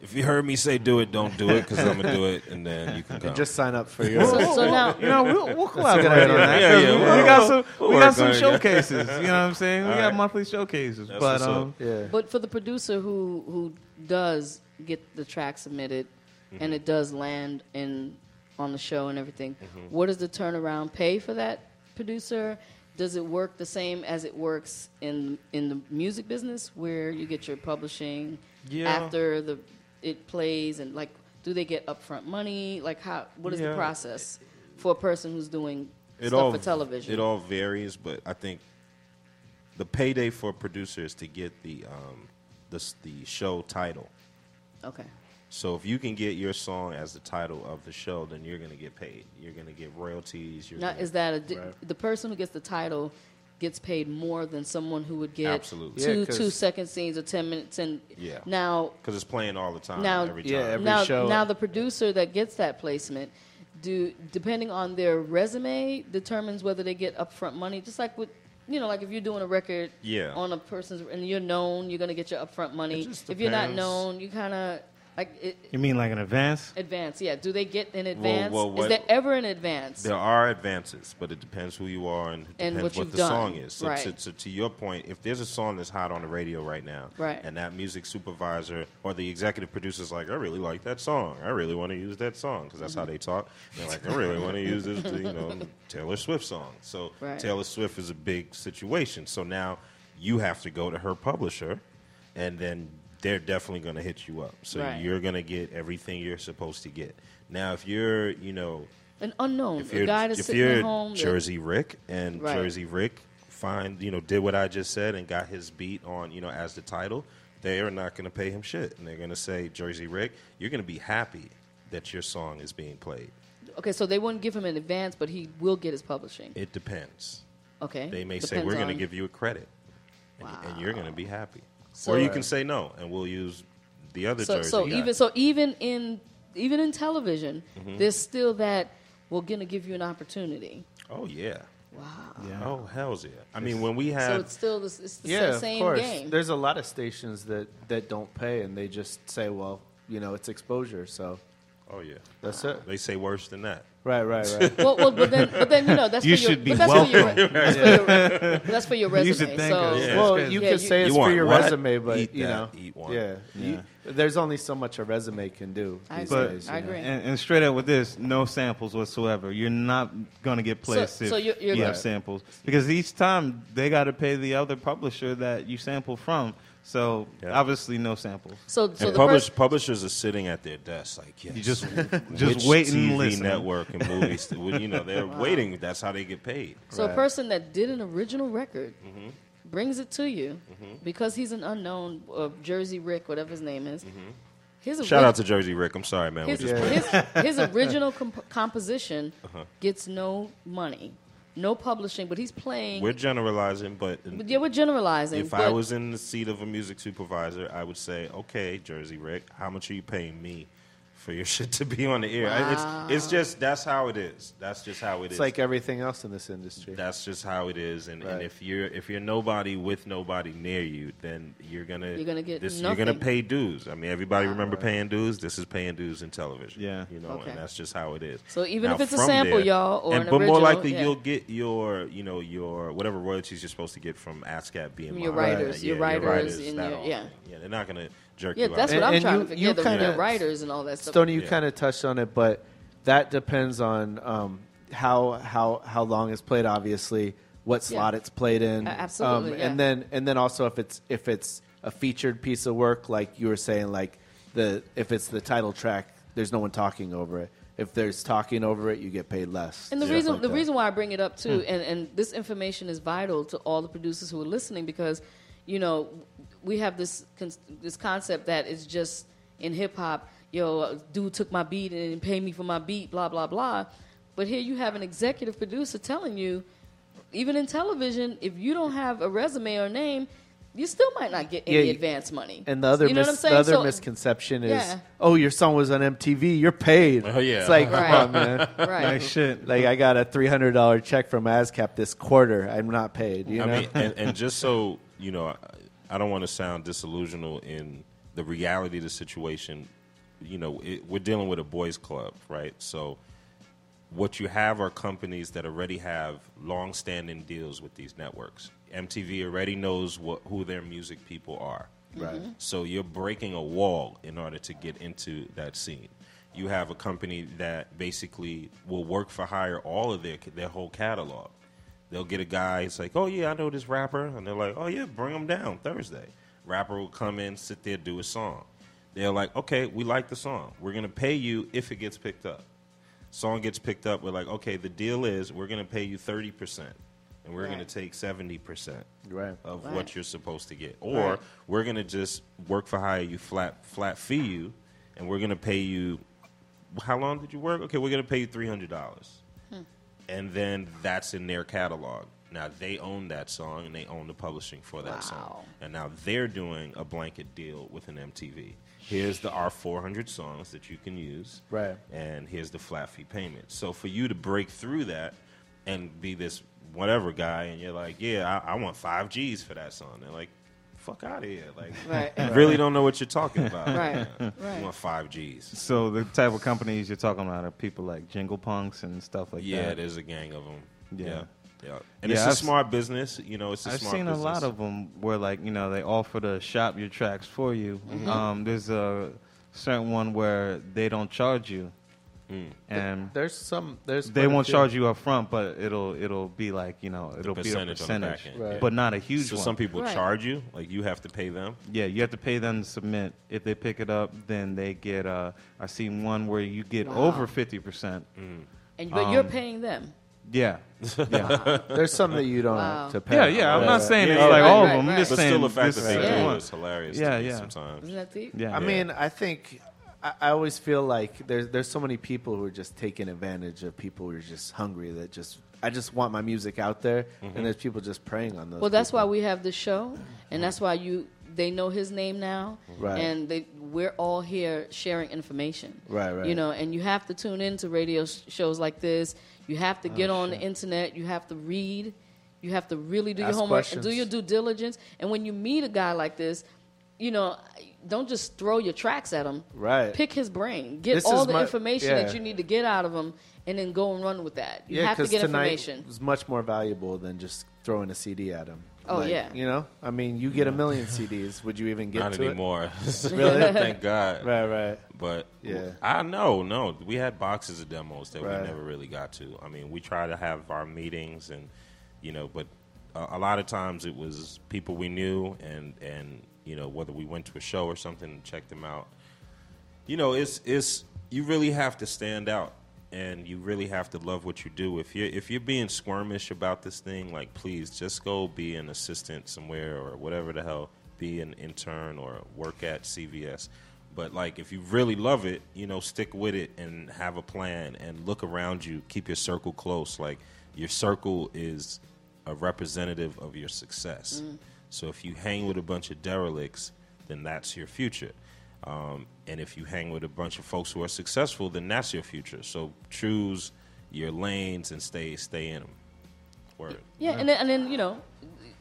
S9: if you heard me say do it, don't do it because I'm going to do it, and then you can
S7: And
S9: come.
S7: just sign up for your-
S5: So- so now- you know, we'll- we'll
S9: That's a
S5: collaborate
S9: good
S5: on
S9: idea.
S5: that, 'cause
S9: Yeah, yeah,
S5: we-
S9: we'll-
S5: we got some-
S9: we'll
S5: we got
S9: work
S5: some
S9: on it, yeah.
S5: showcases, you know what I'm saying? We
S9: All
S5: got monthly showcases,
S9: That's
S5: but,
S9: what's up.
S5: um,
S7: yeah.
S2: But for the producer who who does get the track submitted and
S9: Mm-hmm.
S8: Mhm.
S2: it does land in on the show and everything,
S8: Mhm.
S9: Mm-hmm.
S2: what does the turnaround pay for that producer? Does it work the same as it works in in the music business where you get your publishing
S8: Yeah.
S2: after the it plays and like do they get upfront money? Like how what is the
S9: Yeah.
S2: process for a person who's doing
S9: it
S2: stuff
S9: all
S2: for television?
S9: It all varies, but I think the payday for a producer is to get the um, the s- the show title.
S2: okay.
S9: So if you can get your song as the title of the show, then you're gonna get paid. You're gonna get royalties. You're
S2: Now,
S9: gonna-
S2: is that a, di- the person who gets the title gets paid more than someone who would get
S9: Absolutely.
S2: two
S9: Yeah, 'cause-
S2: two second scenes or ten minutes. And
S9: Yeah.
S2: now
S9: Because it's playing all the time.
S2: now,
S9: every time.
S2: now, now the producer that gets that placement, do depending on their resume, determines whether they get upfront money. Just like with, you know, like if you're doing a record
S8: Yeah.
S2: on a person's and you're known, you're gonna get your upfront money. If you're not
S5: depends.
S2: known, you kind of like it,
S5: You mean like an advance?
S2: advance. Yeah, do they get an advance?
S9: whoa,
S2: Is
S9: what-
S2: there ever an advance?
S9: There are advances, but it depends who you are and, it
S2: And
S9: depends
S2: what
S9: what,
S2: you've
S9: the
S2: done.
S9: song is. So,
S2: Right.
S9: to, to, to your point, if there's a song that's hot on the radio right now,
S2: Right.
S9: and that music supervisor or the executive producer's like, I really like that song. I really want to use that song because
S2: Mm-hmm.
S9: that's how they talk. They're like, I really want to use this, you know, Taylor Swift song. So
S5: Right.
S9: Taylor Swift is a big situation. So now you have to go to her publisher, and then they're definitely going to hit you up. So
S2: Right.
S9: you're going to get everything you're supposed to get. Now, if you're, you know,
S2: An unknown,
S9: if
S2: a
S9: you're,
S2: guy that's
S9: if
S2: sitting
S9: you're
S2: at home. that-
S9: Jersey Rick and
S2: Right.
S9: Jersey Rick find you know did what I just said and got his beat on you know as the title, they are not going to pay him shit, and they're going to say Jersey Rick, you're going to be happy that your song is being played.
S2: okay, so they wouldn't give him an advance, but he will get his publishing.
S9: It depends.
S2: Okay,
S9: They may say
S2: Depends
S9: we're going to
S2: on-
S9: give you a credit, and, and you're going to be happy,
S2: So-
S9: or you can say no, and we'll use the other
S2: so,
S9: Jersey.
S2: so
S9: guy.
S2: even so even in even in television
S9: Mhm.
S2: there's still that we're gonna give you an opportunity
S9: oh yeah.
S2: Wow.
S9: Oh hell's yeah! I mean, when we had
S2: so it's still the, s- it's the
S7: yeah,
S2: sa- same
S7: of course.
S2: game
S7: There's a lot of stations that that don't pay, and they just say, "Well, you know, it's exposure." So,
S9: oh yeah,
S7: that's it.
S9: They say worse than that.
S7: Right, right, right.
S2: well, well, but then, but then you know that's
S9: You
S2: for your,
S9: should be
S2: but that's for your,
S9: welcome.
S2: that's, for your,
S9: Yeah.
S2: that's for your resume.
S7: You should think
S2: so,
S7: of it. Well, you
S2: yeah,
S7: could say it's
S9: You
S7: for
S9: want
S7: your
S9: what?
S7: resume, but
S9: Eat
S7: you
S9: that.
S7: know,
S9: Eat one.
S7: yeah, you- there's only so much a resume can do. these days, you know?
S5: And, and straight up with this, no samples whatsoever. You're not going to get placed
S2: So-
S5: if
S2: so you're- you're
S5: you have
S2: right.
S5: samples because each time they got to pay the other publisher that you sample from. So obviously, no samples.
S2: So- so
S9: and
S2: the
S9: publish,
S2: first-
S9: publishers are sitting at their desks, like yes,
S5: You just- just
S9: which
S5: wait and
S9: TV
S5: listen.
S9: network and movies. that would- you know, they're
S2: Wow.
S9: waiting. That's how they get paid.
S2: so a person that did an original record
S9: Mhm.
S2: brings it to you
S9: Mhm.
S2: because he's an unknown uh, Jersey Rick, whatever his name is. His
S9: Mm-hmm. Shout
S2: orig-
S9: out to Jersey Rick. I'm sorry, man.
S2: His,
S9: We're just
S2: his,
S9: playing.
S2: his original comp- composition
S9: Uh-huh.
S2: gets no money, no publishing, but he's playing.
S9: We're generalizing, but
S2: but yeah, we're generalizing.
S9: if
S2: but,
S9: I was in the seat of a music supervisor, I would say, okay, Jersey Rick, how much are you paying me for your shit to be on the air? I-
S7: Wow.
S9: It's it's just that's how it is. That's just how it
S7: it's
S9: is.
S7: like everything else in this industry.
S9: that's just how it is, and,
S7: Right.
S9: and if you're if you're nobody with nobody near you, then you're gonna
S2: You're gonna get
S9: this, you're gonna
S2: nothing.
S9: pay dues. I mean, everybody remember paying dues. This is paying dues in television. Yeah, you know,
S2: Okay.
S9: and that's just how it is.
S2: So even
S9: Now,
S2: if it's a
S9: from
S2: sample,
S9: there-
S2: y'all, or
S9: and,
S2: an
S9: but
S2: original,
S9: more likely
S2: yeah.
S9: you'll get your you know your whatever royalties you're supposed to get from ASCAP being
S2: From your
S9: behind
S2: writers,
S9: that.
S2: your
S9: yeah,
S2: writers and
S9: that
S2: your-
S9: all.
S2: yeah.
S9: yeah, they're not gonna jerk
S2: Yeah,
S9: you.
S2: that's
S9: out.
S2: what I'm trying to
S7: you-
S2: figure.
S7: you
S2: out. the,
S7: kinda-
S2: the writers and all that stuff.
S7: Stoney, you kind of touched on it, but that depends on um, how how how long it's played. Obviously, what
S2: Yeah.
S7: slot it's played in,
S2: A- absolutely,
S7: um,
S2: yeah.
S7: and then and then also if it's if it's a featured piece of work, like you were saying, like the if it's the title track, there's no one talking over it. If there's talking over it, you get paid less.
S2: And the
S7: Stuff
S2: reason
S7: like
S2: the
S7: that.
S2: reason why I bring it up too,
S7: Hmm.
S2: and, and this information is vital to all the producers who are listening because, you know, we have this con- this concept that is just in hip hop. Yo, dude took my beat and didn't pay me for my beat, blah blah blah. But here you have an executive producer telling you, even in television, if you don't have a resume or name, you still might not get any
S7: Yeah, you-
S2: advance money.
S7: And the other,
S2: you know
S7: mis-
S2: what I'm saying?
S7: the other
S2: So-
S7: misconception is,
S2: Yeah.
S7: oh, your song was on MTV, you're paid. Oh
S9: yeah.
S7: it's like,
S2: Right.
S7: come on, man,
S2: Right. Like shit.
S7: Like I got a three hundred dollar check from ASCAP this quarter. I'm not paid. You
S9: I
S7: know,
S9: mean, and, and just so you know, I, I don't want to sound disillusional in the reality of the situation. You know, it, we're dealing with a boys' club, right? So, what you have are companies that already have long-standing deals with these networks. MTV already knows what who their music people are.
S7: Right. Mhm.
S9: So you're breaking a wall in order to get into that scene. You have a company that basically will work for hire all of their their whole catalog. They'll get a guy. It's like, oh yeah, I know this rapper, and they're like, oh yeah, bring him down Thursday. Rapper will come in, sit there, do a song. They're like, okay, we like the song. We're gonna pay you if it gets picked up. Song gets picked up. We're like, okay, the deal is we're gonna pay you thirty percent, and we're
S5: Right.
S9: gonna take seventy percent
S7: Right.
S9: of
S5: Right.
S9: what you're supposed to get, or
S5: Right.
S9: we're gonna just work for hire you flat flat fee you, and we're gonna pay you. How long did you work? Okay, we're gonna pay you three hundred dollars and then that's in their catalog. Now they own that song and they own the publishing for that song. And now they're doing a blanket deal with an MTV. Here's the our 400 songs that you can use.
S7: Right.
S9: And here's the flat fee payment. So for you to break through that and be this whatever guy and you're like, yeah, I, I want five G's for that song. They're like, fuck out of here. Like,
S5: Right.
S9: you really don't know what you're talking about.
S5: Right,
S9: Yeah.
S5: right.
S9: You want five G's.
S5: So the type of companies you're talking about are people like Jingle Punks and stuff like
S9: yeah,
S5: that.
S9: there's a gang of them.
S5: Yeah.
S9: Yeah. Yeah. And
S5: Yeah,
S9: it's
S5: I've-
S9: a smart business. You know, it's a
S5: I've
S9: smart
S5: seen
S9: business.
S5: a lot of them where like you know they offer to shop your tracks for you.
S9: Mhm.
S5: Um, there's a certain one where they don't charge you,
S9: Mm.
S5: and
S7: There's some. There's
S5: they
S7: quite a
S5: won't
S7: few.
S5: charge you up front, but it'll it'll be like you know it'll be a
S9: percentage on the back
S5: percentage,
S9: end, yeah.
S5: but not a huge
S9: So
S5: one.
S9: some people Right. charge you, like you have to pay them.
S5: Yeah, you have to pay them to submit. If they pick it up, then they get. Uh, I seen one where you get
S2: Wow.
S5: over fifty percent.
S9: Mm.
S5: Um,
S2: And but you're paying them.
S5: Yeah. yeah.
S7: There's some that you don't
S2: Wow.
S7: have to pay.
S5: Yeah, yeah. I'm not saying it's like all of them. I'm just saying this is the one. Yeah, yeah.
S2: Isn't that deep?
S7: I mean, I think I, I always feel like there's there's so many people who are just taking advantage of people who are just hungry that just I just want my music out there,
S9: Mm-hmm.
S7: and there's people just preying on those.
S2: Well, that's why we have this show, and that's why you they know his name now,
S7: Right.
S2: and they we're all here sharing information.
S7: Right, right.
S2: You know, and you have to tune into radio sh- shows like this. You have to
S8: Oh,
S2: get on
S8: shit.
S2: the internet. You have to read. You have to really do your
S8: Ask
S2: homework and do
S8: questions.
S2: your due diligence. And when you meet a guy like this, you know, don't just throw your tracks at him.
S7: Right.
S2: Pick his brain. Get
S7: This
S2: all
S7: is
S2: the
S7: my-
S2: information
S7: yeah.
S2: that you need to get out of him, and then go and run with that. You
S7: yeah,
S2: have to
S7: 'cause
S2: get
S7: tonight
S2: information.
S7: was much more valuable than just throwing a CD at him.
S2: Oh, yeah.
S7: You know, I mean, you get a million CDs. Would you even get
S9: Not
S7: to it?
S9: anymore.
S7: really?
S9: Thank God.
S7: Right, right.
S9: But
S7: Yeah.
S9: I know, no. We had boxes of demos that
S7: Right.
S9: we never really got to. I mean, we try to have our meetings and you know, but a, a lot of times it was people we knew and and you know, whether we went to a show or something and checked them out. You know, it's it's you really have to stand out and you really have to love what you do. If you're if you're being squirmish about this thing, like please just go be an assistant somewhere or whatever the hell, be an intern or work at CVS. But like, if you really love it, you know, stick with it and have a plan and look around you. Keep your circle close. Like your circle is a representative of your success.
S12: Mm.
S9: So if you hang with a bunch of derelicts, then that's your future. Um, and if you hang with a bunch of folks who are successful, then that's your future. So choose your lanes and stay stay in them. Word.
S2: Yeah, and then, and then you know,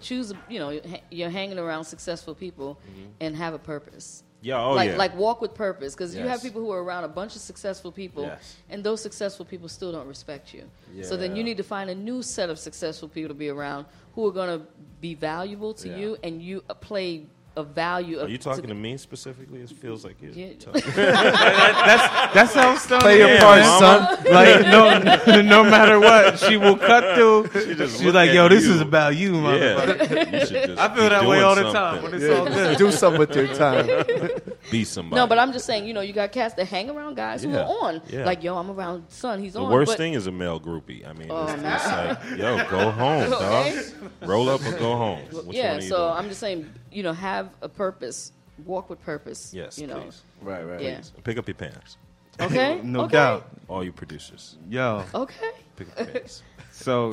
S2: choose you know ha- you're hanging around successful people and have a purpose.
S9: Mm-hmm. Yeah, oh,
S2: like
S9: yeah.
S2: like walk with purpose because you have
S9: Yes.
S2: people who are around a bunch of successful people,
S9: Yes.
S2: and those successful people still don't respect you. So then you
S8: Yeah.
S2: need to find a new set of successful people to be around who are going to be valuable to
S9: Yeah.
S2: you, and you uh, play a value.
S9: Are
S2: Of,
S9: you talking to me specifically? It feels like you.
S2: Yeah.
S5: That- that's how Stone
S9: Play your
S5: is,
S9: part,
S5: man.
S9: son.
S5: Like no, no matter what, she will cut through.
S9: She just
S5: She's
S9: look
S5: like,
S9: at
S5: "Yo, this
S9: you.
S5: is about you,
S9: Yeah.
S5: motherfucker."
S9: You should just
S5: I feel
S9: be
S5: that way
S9: doing
S5: all the
S9: something.
S5: time when it's
S9: Yeah.
S5: all good.
S7: Do something with your time.
S9: Be somebody.
S2: No, but I'm just saying, you know, you got cats that hang around guys who
S9: Yeah.
S2: are on.
S9: Yeah.
S2: Like, yo, I'm around son, he's
S9: the
S2: on.
S9: worst
S2: but-
S9: thing is a male groupie. I mean,
S2: Oh,
S9: it's,
S2: man.
S9: it's like, yo, go home, dog.
S2: Okay.
S9: Roll up or go home.
S2: Well,
S9: Which
S2: yeah,
S9: one are you
S2: so
S9: doing?
S2: I'm just saying, you know, have a purpose, walk with purpose.
S9: Yes,
S2: you know.
S9: please. Right, right.
S2: Yeah.
S9: Pick up your pants.
S2: Okay,
S5: No
S2: okay.
S5: doubt.
S9: All you producers.
S5: Yo.
S2: Okay.
S9: Pick up your pants.
S5: So.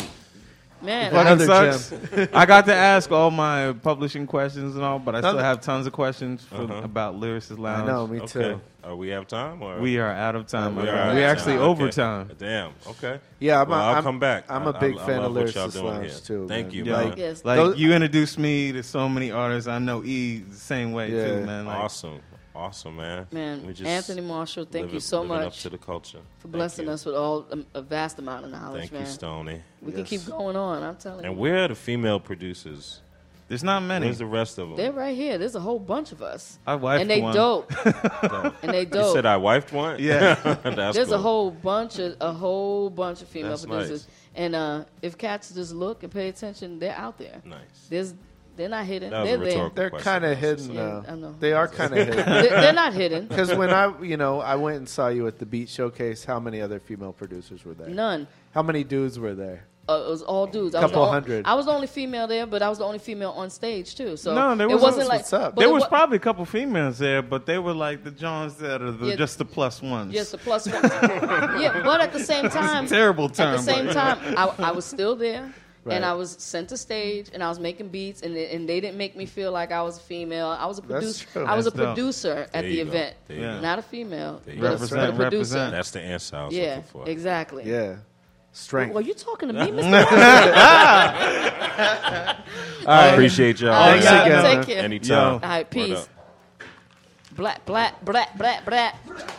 S2: Man,
S5: it fucking
S2: Another
S5: sucks.
S2: gem.
S5: I got to ask all my publishing questions and all, but I still
S2: Another-
S5: have tons of questions for,
S9: Uh-huh.
S5: about Lyricist Lounge.
S9: Okay. Are we out of time? Or? Uh,
S5: We are out of time, my
S9: We are
S5: friend.
S9: out
S5: We
S9: of
S5: actually
S9: time.
S5: overtime.
S9: Okay. Damn. Okay.
S7: Yeah, I'm a-
S9: well, I'll
S7: I'm-
S9: come back.
S7: I'm
S9: a
S7: a big fan of Lyricist Lounge,
S9: here.
S7: too,
S9: Thank
S7: man.
S9: you.
S5: Like,
S9: man.
S7: Yes.
S5: like
S7: Those-
S5: you introduced me to so many artists. I know E the same way too, man. Like,
S9: awesome, awesome, man.
S2: Man,
S9: We just
S2: Anthony Marshall, thank
S9: living-
S2: you so
S9: living Up
S2: much
S9: to the culture.
S2: for blessing us with all um, a vast amount of knowledge,
S9: Thank you,
S2: man.
S9: Stoney.
S2: We can keep going on. I'm telling
S9: And
S2: you.
S9: where are the female producers?
S5: There's not many.
S9: Where's the rest of them?
S2: They're right here. There's a whole bunch of us.
S9: I wifed
S2: and they
S9: one.
S2: dope. and they dope.
S9: You said I wifed one.
S5: Yeah.
S9: That's
S2: There's a
S9: cool.
S2: whole bunch of a whole bunch of female
S9: That's
S2: producers, and uh, if cats just look and pay attention, they're out there.
S9: Nice.
S2: There's, they're not hidden.
S7: That was a
S2: They're there.
S7: rhetorical They're question. kinda hidden,
S2: Yeah,
S7: though.
S2: I know.
S7: They are kind of hidden.
S2: They're, they're not hidden.
S7: Because when I, you know, I went and saw you at the Beat Showcase, how many other female producers were there?
S2: None.
S7: How many dudes were there?
S2: Uh, it was all dudes. I was
S7: Couple
S2: the o-
S7: hundred.
S2: I was the only female there, but I was the only female on stage too. So
S5: no, there was
S2: it wasn't like but
S5: there
S2: it
S5: was
S2: wa-
S5: probably a couple females there, but they were like the Johns that are the,
S2: Yeah.
S5: just the plus ones.
S2: Yes, the plus one. yeah, but at the same time,
S5: terrible
S2: At
S5: term,
S2: the same
S5: but-
S2: time, I, I was still there. And
S7: Right.
S2: I was sent to stage, and I was making beats, and they, and they didn't make me feel like I was a female. I was a
S7: That's
S2: producer.
S7: true.
S2: I was
S7: That's
S2: a
S7: dope.
S2: producer at
S9: There
S2: the
S9: you go.
S2: event,
S9: There you go.
S2: not a female.
S9: There you
S2: but
S9: go.
S2: a producer.
S9: That's the answer I was
S2: yeah,
S9: looking for.
S2: exactly.
S7: Strength.
S2: Well, you talking to me, Mr.
S9: All right. Appreciate y'all.
S2: All right,
S9: Thanks
S2: y'all.
S9: again.
S2: Take care.
S9: Anytime.
S2: All right,
S9: Word
S2: peace.
S9: up.
S2: Black, black, black, black, black.